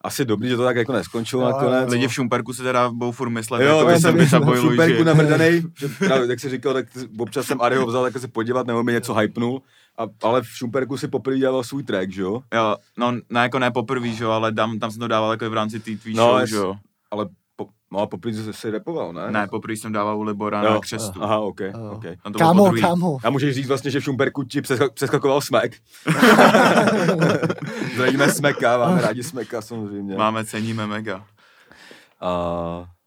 [SPEAKER 3] asi dobrý, že to tak jako neskončilo
[SPEAKER 1] Jo,
[SPEAKER 3] nakonec.
[SPEAKER 2] Lidi v Šumperku se teda budou furt myslet,
[SPEAKER 3] Jo,
[SPEAKER 2] jako,
[SPEAKER 3] to
[SPEAKER 2] že
[SPEAKER 3] jsem
[SPEAKER 2] jsem
[SPEAKER 1] byl
[SPEAKER 2] by
[SPEAKER 1] na
[SPEAKER 2] zaboj
[SPEAKER 3] superku
[SPEAKER 2] Luigi.
[SPEAKER 3] namrdanej, [laughs] že právě, jak jsi říkal, tak občas jsem Ariho vzal tak se podívat, nebo mi něco hypnul, a, ale v Šumperku si poprvé dělal svůj track, že jo?
[SPEAKER 2] Jo, no, ne, jako ne poprvé, že jo, ale dám, tam jsem to dával jako v rámci té tvý
[SPEAKER 3] No,
[SPEAKER 2] show,
[SPEAKER 3] jas-
[SPEAKER 2] že jo.
[SPEAKER 3] Ale po, no a poprvé jsi si repoval, ne?
[SPEAKER 2] Ne, poprvé jsem dával u Libora
[SPEAKER 3] jo.
[SPEAKER 2] na křestu.
[SPEAKER 3] Aha, ok,
[SPEAKER 1] Jo.
[SPEAKER 3] ok.
[SPEAKER 2] No, to bylo
[SPEAKER 1] Kámo,
[SPEAKER 2] podruhý.
[SPEAKER 1] kámo.
[SPEAKER 3] A můžeš říct vlastně, že v Šumperku ti přeska- přeskakoval smek. Zdravíme smeka, máme rádi smeka samozřejmě.
[SPEAKER 2] Máme, ceníme mega.
[SPEAKER 3] A,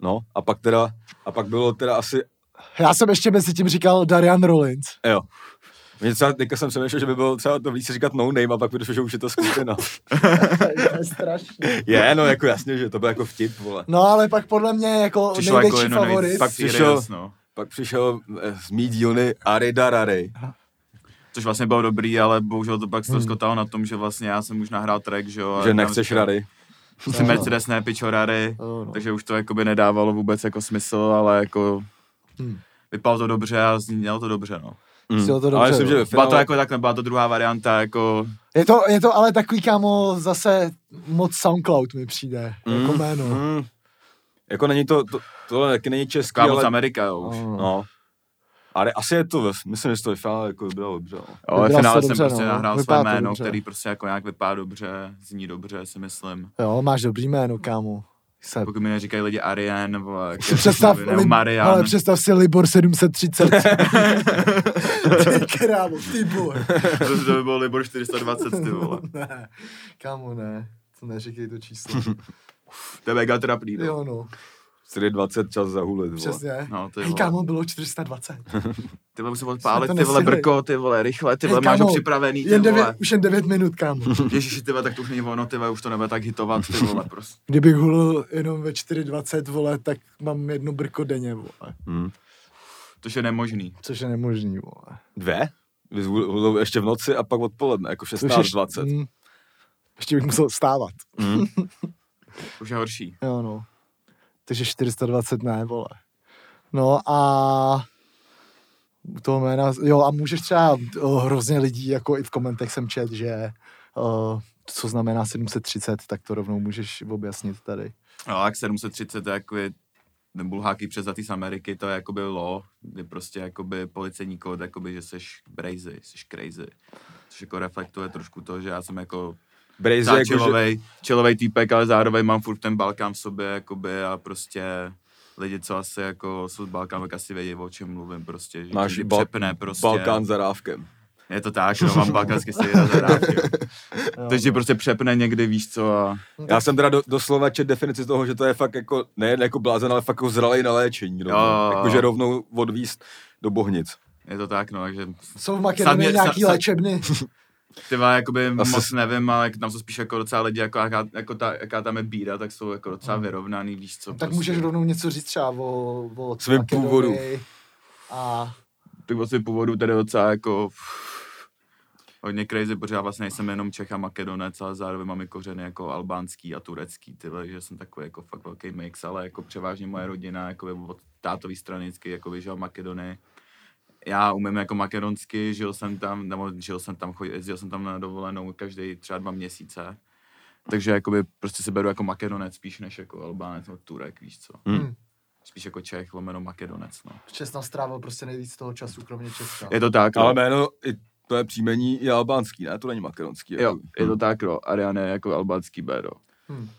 [SPEAKER 3] no, a pak teda, a pak bylo teda asi,
[SPEAKER 1] Já jsem ještě mezi tím říkal Darian Rollins.
[SPEAKER 3] [laughs] jo. Mě třeba, teďka jsem přemýšlel, že by bylo třeba to víc říkat no name a pak by došlo, že už je to skupina.
[SPEAKER 1] to je strašný.
[SPEAKER 3] [laughs] je, no jako jasně, že to byl jako vtip, vole.
[SPEAKER 1] No ale pak podle mě jako
[SPEAKER 2] Přišlo
[SPEAKER 1] největší
[SPEAKER 2] jako jedno
[SPEAKER 1] favorit.
[SPEAKER 2] nejvíc
[SPEAKER 1] Pak...
[SPEAKER 3] Pak
[SPEAKER 2] serious,
[SPEAKER 3] přišel-
[SPEAKER 2] no.
[SPEAKER 3] Pak přišel eh, z mý dílny Arida Rary.
[SPEAKER 2] Což vlastně bylo dobrý, ale bohužel to pak se
[SPEAKER 1] Hmm.
[SPEAKER 2] rozkotalo na tom, že vlastně já jsem už nahrál track, že jo. a
[SPEAKER 3] Že
[SPEAKER 2] tam
[SPEAKER 3] nechceš
[SPEAKER 2] říkal,
[SPEAKER 3] rady.
[SPEAKER 2] Prostě
[SPEAKER 1] No.
[SPEAKER 2] Mercedes ne pičorary,
[SPEAKER 1] Jo, no.
[SPEAKER 2] takže už to jakoby nedávalo vůbec jako smysl, ale jako
[SPEAKER 1] Hmm.
[SPEAKER 2] vypadalo to dobře a znělo to dobře, no.
[SPEAKER 1] Mm. to dobře,
[SPEAKER 3] Ale myslím, že
[SPEAKER 1] no.
[SPEAKER 3] ve
[SPEAKER 2] Byla
[SPEAKER 3] finále,
[SPEAKER 2] to jako takhle, byla to druhá varianta, jako
[SPEAKER 1] Je, to, je to ale takový kámo zase moc Soundcloud mi přijde mm. jako jméno. Mm.
[SPEAKER 3] Mm, jako není to, to tohle taky není český,
[SPEAKER 2] kámo z
[SPEAKER 3] ale...
[SPEAKER 2] Amerika, jo, už.
[SPEAKER 3] No. Ale asi je to, ve- myslím, že to je finále jako bylo dobře. no.
[SPEAKER 2] Jo, ale v
[SPEAKER 1] Vybral
[SPEAKER 2] finále
[SPEAKER 1] se
[SPEAKER 2] jsem
[SPEAKER 1] dobře,
[SPEAKER 2] prostě
[SPEAKER 1] no.
[SPEAKER 2] nahrál
[SPEAKER 1] Vypadá
[SPEAKER 2] své
[SPEAKER 1] to
[SPEAKER 2] jméno,
[SPEAKER 1] dobře.
[SPEAKER 2] který prostě jako nějak vypadá dobře, zní dobře, si myslím.
[SPEAKER 1] Jo, máš dobrý jméno, kámo. Se...
[SPEAKER 2] Pokud mi neříkají lidi jako Ariane, nebo
[SPEAKER 1] [laughs]
[SPEAKER 2] jak
[SPEAKER 1] Si [laughs] představ,
[SPEAKER 2] nebo
[SPEAKER 1] Lib-
[SPEAKER 2] Jako- Marian. [laughs]
[SPEAKER 1] ale představ si Libor 730. ty krávo, ty boj.
[SPEAKER 2] jako To- to by bylo Libor 420, ty vole.
[SPEAKER 1] ne, kámo, ne. To neříkej to
[SPEAKER 2] [laughs]
[SPEAKER 1] číslo.
[SPEAKER 2] To je mega trapný, no.
[SPEAKER 1] jo, no,
[SPEAKER 3] 4.20 čas zahulit, vole.
[SPEAKER 1] přesně.
[SPEAKER 2] No, ty
[SPEAKER 1] Hej,
[SPEAKER 2] vole.
[SPEAKER 1] kámo, bylo 420.
[SPEAKER 2] Ty vole, musím
[SPEAKER 1] Jsme
[SPEAKER 2] odpálit,
[SPEAKER 1] to
[SPEAKER 2] ty vole,
[SPEAKER 1] nestihli.
[SPEAKER 2] brko, ty vole, rychle, ty
[SPEAKER 1] Hej,
[SPEAKER 2] vole, máš ho
[SPEAKER 1] kámo,
[SPEAKER 2] připravený, ty
[SPEAKER 1] Jen
[SPEAKER 2] vole.
[SPEAKER 1] devět, už jen 9 minut, kámo.
[SPEAKER 2] Ježiši, ty vole, tak to už není ono, ty vole, už to nebude tak hitovat, ty vole, prostě.
[SPEAKER 1] Kdybych hulil jenom ve 4.20, vole, tak mám jedno brko denně, vole.
[SPEAKER 3] Mm.
[SPEAKER 2] Což je nemožný.
[SPEAKER 1] Což je nemožný, vole.
[SPEAKER 3] Dvě? Vy zvul- ještě v noci a pak odpoledne, jako
[SPEAKER 1] To už je št-
[SPEAKER 3] 16.20.
[SPEAKER 1] Mm. ještě bych musel stávat.
[SPEAKER 2] Už je horší.
[SPEAKER 1] Jo, no. Takže 420 ne, vole. No a u toho jména, jo a můžeš třeba o, hrozně lidí, jako i v komentech jsem čet, že o, co znamená 730, tak to rovnou můžeš objasnit tady.
[SPEAKER 2] No, jak 730, to je jako je- ten bulháky převzatý z Ameriky, to je jakoby law, kdy prostě jakoby policejní kód, jakoby, že seš crazy, seš crazy. Což jako reflektuje trošku to, že já jsem jako
[SPEAKER 3] Brazy,
[SPEAKER 2] třeba
[SPEAKER 3] jako, že,
[SPEAKER 2] chillovej, chillovej týpek, ale zároveň mám furt ten Balkán v sobě, jakoby, a prostě lidi, co asi jako jsou z Balkánu, tak asi vědí, o čem mluvím prostě, že
[SPEAKER 3] máš
[SPEAKER 2] tě
[SPEAKER 3] bal-
[SPEAKER 2] přepne prostě.
[SPEAKER 3] Balkán za rávkem. [laughs]
[SPEAKER 2] Je to tak, no, mám balkánský sejra za dávky.
[SPEAKER 1] Jo.
[SPEAKER 2] Takže prostě přepne někdy, víš co, a
[SPEAKER 3] Já jsem teda do, doslova čet definici toho, že to je fakt jako, nejen jako blázen, ale fakt jako zralej na léčení. No.
[SPEAKER 2] Jo, jo, jo.
[SPEAKER 3] Jakože rovnou odvíst do bohnic.
[SPEAKER 2] je to tak, no, takže
[SPEAKER 1] Jsou v Makedonii
[SPEAKER 2] Sami-
[SPEAKER 1] nějaký
[SPEAKER 2] sa- sa-
[SPEAKER 1] léčebny.
[SPEAKER 2] ty má, jakoby
[SPEAKER 3] Asi-
[SPEAKER 2] moc nevím, ale tam jsou spíš jako docela lidi, jako, jaká, jako ta, jaká tam je bída, tak jsou jako docela vyrovnaný, víš co.
[SPEAKER 1] No.
[SPEAKER 2] prostě.
[SPEAKER 1] Tak můžeš rovnou něco říct třeba o, o
[SPEAKER 3] Svým
[SPEAKER 1] Makedonii
[SPEAKER 3] původu.
[SPEAKER 1] A
[SPEAKER 2] tak vlastně původu tady docela jako pff, hodně crazy, protože já vlastně nejsem jenom Čech a Makedonec, ale zároveň mám i kořeny jako albánský a turecký, tyhle, že jsem takový jako fakt velký mix, ale jako převážně moje rodina, jako od tátový stranicky, jako žil v Makedonii. Já umím jako makedonsky, žil jsem tam, nebo žil jsem tam, chodil, jezdil jsem tam na dovolenou každý třeba dva měsíce. Takže jakoby prostě se beru jako makedonec spíš než jako albánec nebo turek, víš co.
[SPEAKER 1] Hmm.
[SPEAKER 2] Spíš jako Čech, lomeno makedonec, no.
[SPEAKER 1] Čes tam strávil prostě nejvíc toho času, kromě Česka.
[SPEAKER 2] Je to tak, no.
[SPEAKER 3] Ale jméno, i to je příjmení i albánský, ne? To není makedonský. jako.
[SPEAKER 2] Jo, je to tak, no. Ariane je jako albánský béro.
[SPEAKER 1] Hmm.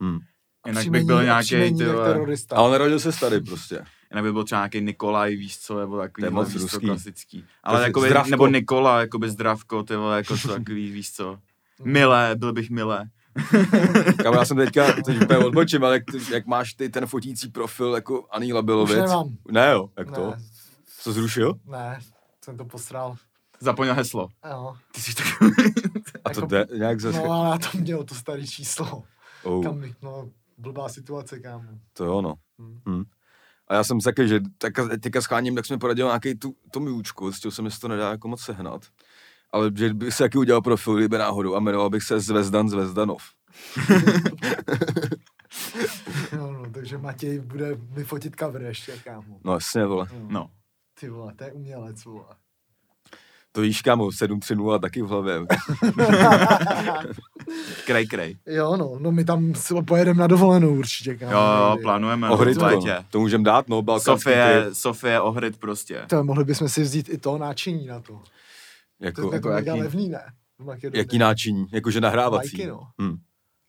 [SPEAKER 3] Hmm.
[SPEAKER 2] Jinak bych
[SPEAKER 1] Příjmení-
[SPEAKER 2] byl
[SPEAKER 1] a
[SPEAKER 2] nějaký,
[SPEAKER 1] příjmení
[SPEAKER 2] ty
[SPEAKER 1] jak
[SPEAKER 2] vole,
[SPEAKER 1] terorista.
[SPEAKER 3] Ale narodil se tady prostě.
[SPEAKER 2] jinak by byl třeba nějaký Nikolaj, víš co, nebo takový,
[SPEAKER 3] To je
[SPEAKER 2] vole,
[SPEAKER 3] moc
[SPEAKER 2] víš co,
[SPEAKER 3] ruský.
[SPEAKER 2] klasický. Ale
[SPEAKER 3] je
[SPEAKER 2] jako by,
[SPEAKER 3] zdravko.
[SPEAKER 2] nebo Nikola, jako by zdravko, ty vole, jako
[SPEAKER 3] [laughs]
[SPEAKER 2] co, takový, víš co.
[SPEAKER 1] Mhm.
[SPEAKER 2] Milé, byl bych milé.
[SPEAKER 3] Kam já jsem teďka, teď úplně odbočím, ale jak, ty, jak máš ty ten fotící profil jako Aní Labilovic?
[SPEAKER 1] Už nemám.
[SPEAKER 3] Ne jo, jak
[SPEAKER 1] ne,
[SPEAKER 3] to? Co zrušil?
[SPEAKER 1] ne, jsem to posral.
[SPEAKER 2] Zapomněl heslo.
[SPEAKER 1] Jo.
[SPEAKER 2] Ty jsi takový.
[SPEAKER 3] A to
[SPEAKER 1] Jako-
[SPEAKER 3] jde nějak zase.
[SPEAKER 1] No ale já tam měl to starý číslo.
[SPEAKER 3] Oh.
[SPEAKER 1] Kam, mi- no, blbá situace, kámo. [laughs]
[SPEAKER 3] To je ono.
[SPEAKER 1] Hmm.
[SPEAKER 3] Hmm. A já jsem taky, že tak, teďka scháním, tak jsem mi poradil nějaký tu, tu mjůčku, s tím se mi to nedá jako moc sehnat. Ale že bych se taky udělal profil, kdyby náhodou, a jmenoval bych se Zvezdan Zvezdanov.
[SPEAKER 1] No, no, takže Matěj bude mi fotit cover ještě, kámo.
[SPEAKER 3] No jasně, vole.
[SPEAKER 2] [laughs] No.
[SPEAKER 1] Ty vole, to je umělec, vole.
[SPEAKER 3] To víš, kámo, 7-3-0 taky v hlavě.
[SPEAKER 2] Krej, krej.
[SPEAKER 1] Jo, no, no my tam si pojedeme na dovolenou určitě, kámo.
[SPEAKER 2] Jo, jo,
[SPEAKER 1] někdy.
[SPEAKER 2] plánujeme.
[SPEAKER 3] Ohryt
[SPEAKER 2] v
[SPEAKER 3] to, no.
[SPEAKER 2] létě.
[SPEAKER 3] to můžem dát, no, balkánský typ.
[SPEAKER 2] Sofie, Sofie Ohryt prostě.
[SPEAKER 1] To mohli bychom si vzít i toho náčiní na to. To
[SPEAKER 3] Jako,
[SPEAKER 1] je jako
[SPEAKER 3] jako
[SPEAKER 1] mega
[SPEAKER 3] jaký,
[SPEAKER 1] levný, ne? V Makedonii.
[SPEAKER 3] jaký náčiní, jakože nahrávací.
[SPEAKER 1] Lajky, no.
[SPEAKER 3] hmm.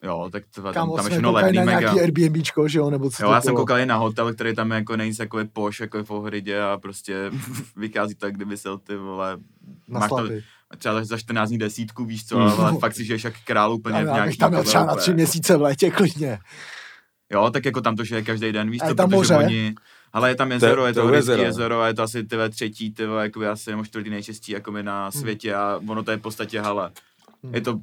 [SPEAKER 2] Jo, tak tva, tam,
[SPEAKER 1] Kámo,
[SPEAKER 2] tam je
[SPEAKER 1] jsme
[SPEAKER 2] všechno
[SPEAKER 1] koukali
[SPEAKER 2] levný
[SPEAKER 1] na
[SPEAKER 2] mega.
[SPEAKER 1] nějaký Airbnbčko, že jo, nebo co
[SPEAKER 2] [laughs] Jo,
[SPEAKER 1] to
[SPEAKER 2] já jsem
[SPEAKER 1] bylo.
[SPEAKER 2] koukal i na hotel, který tam je jako nejvíc jako je poš, jako je v Ohridě a prostě [laughs] vychází tak, kdyby se ty vole...
[SPEAKER 1] na
[SPEAKER 2] máš to
[SPEAKER 1] slapy.
[SPEAKER 2] třeba za- za 14 dní desítku, víš co, ale fakt si žiješ jak král úplně
[SPEAKER 1] Tam,
[SPEAKER 2] v
[SPEAKER 1] já
[SPEAKER 2] nějaký
[SPEAKER 1] bych tam měl
[SPEAKER 2] takové
[SPEAKER 1] třeba na
[SPEAKER 2] úplně-
[SPEAKER 1] tři měsíce v létě klidně.
[SPEAKER 2] Jo, tak jako tam to žije každý den, víš
[SPEAKER 1] A je
[SPEAKER 2] co,
[SPEAKER 1] tam
[SPEAKER 2] protože
[SPEAKER 1] moře?
[SPEAKER 2] oni... Ale je tam jezero, je
[SPEAKER 3] to
[SPEAKER 2] to
[SPEAKER 3] je
[SPEAKER 2] Ohridské
[SPEAKER 3] jezero.
[SPEAKER 2] jezero a je to asi ty vole, třetí, ty vole, jakoby asi nebo čtvrtý nejčistší jakoby na světě a ono to je v podstatě, hele,
[SPEAKER 1] Hmm.
[SPEAKER 2] je to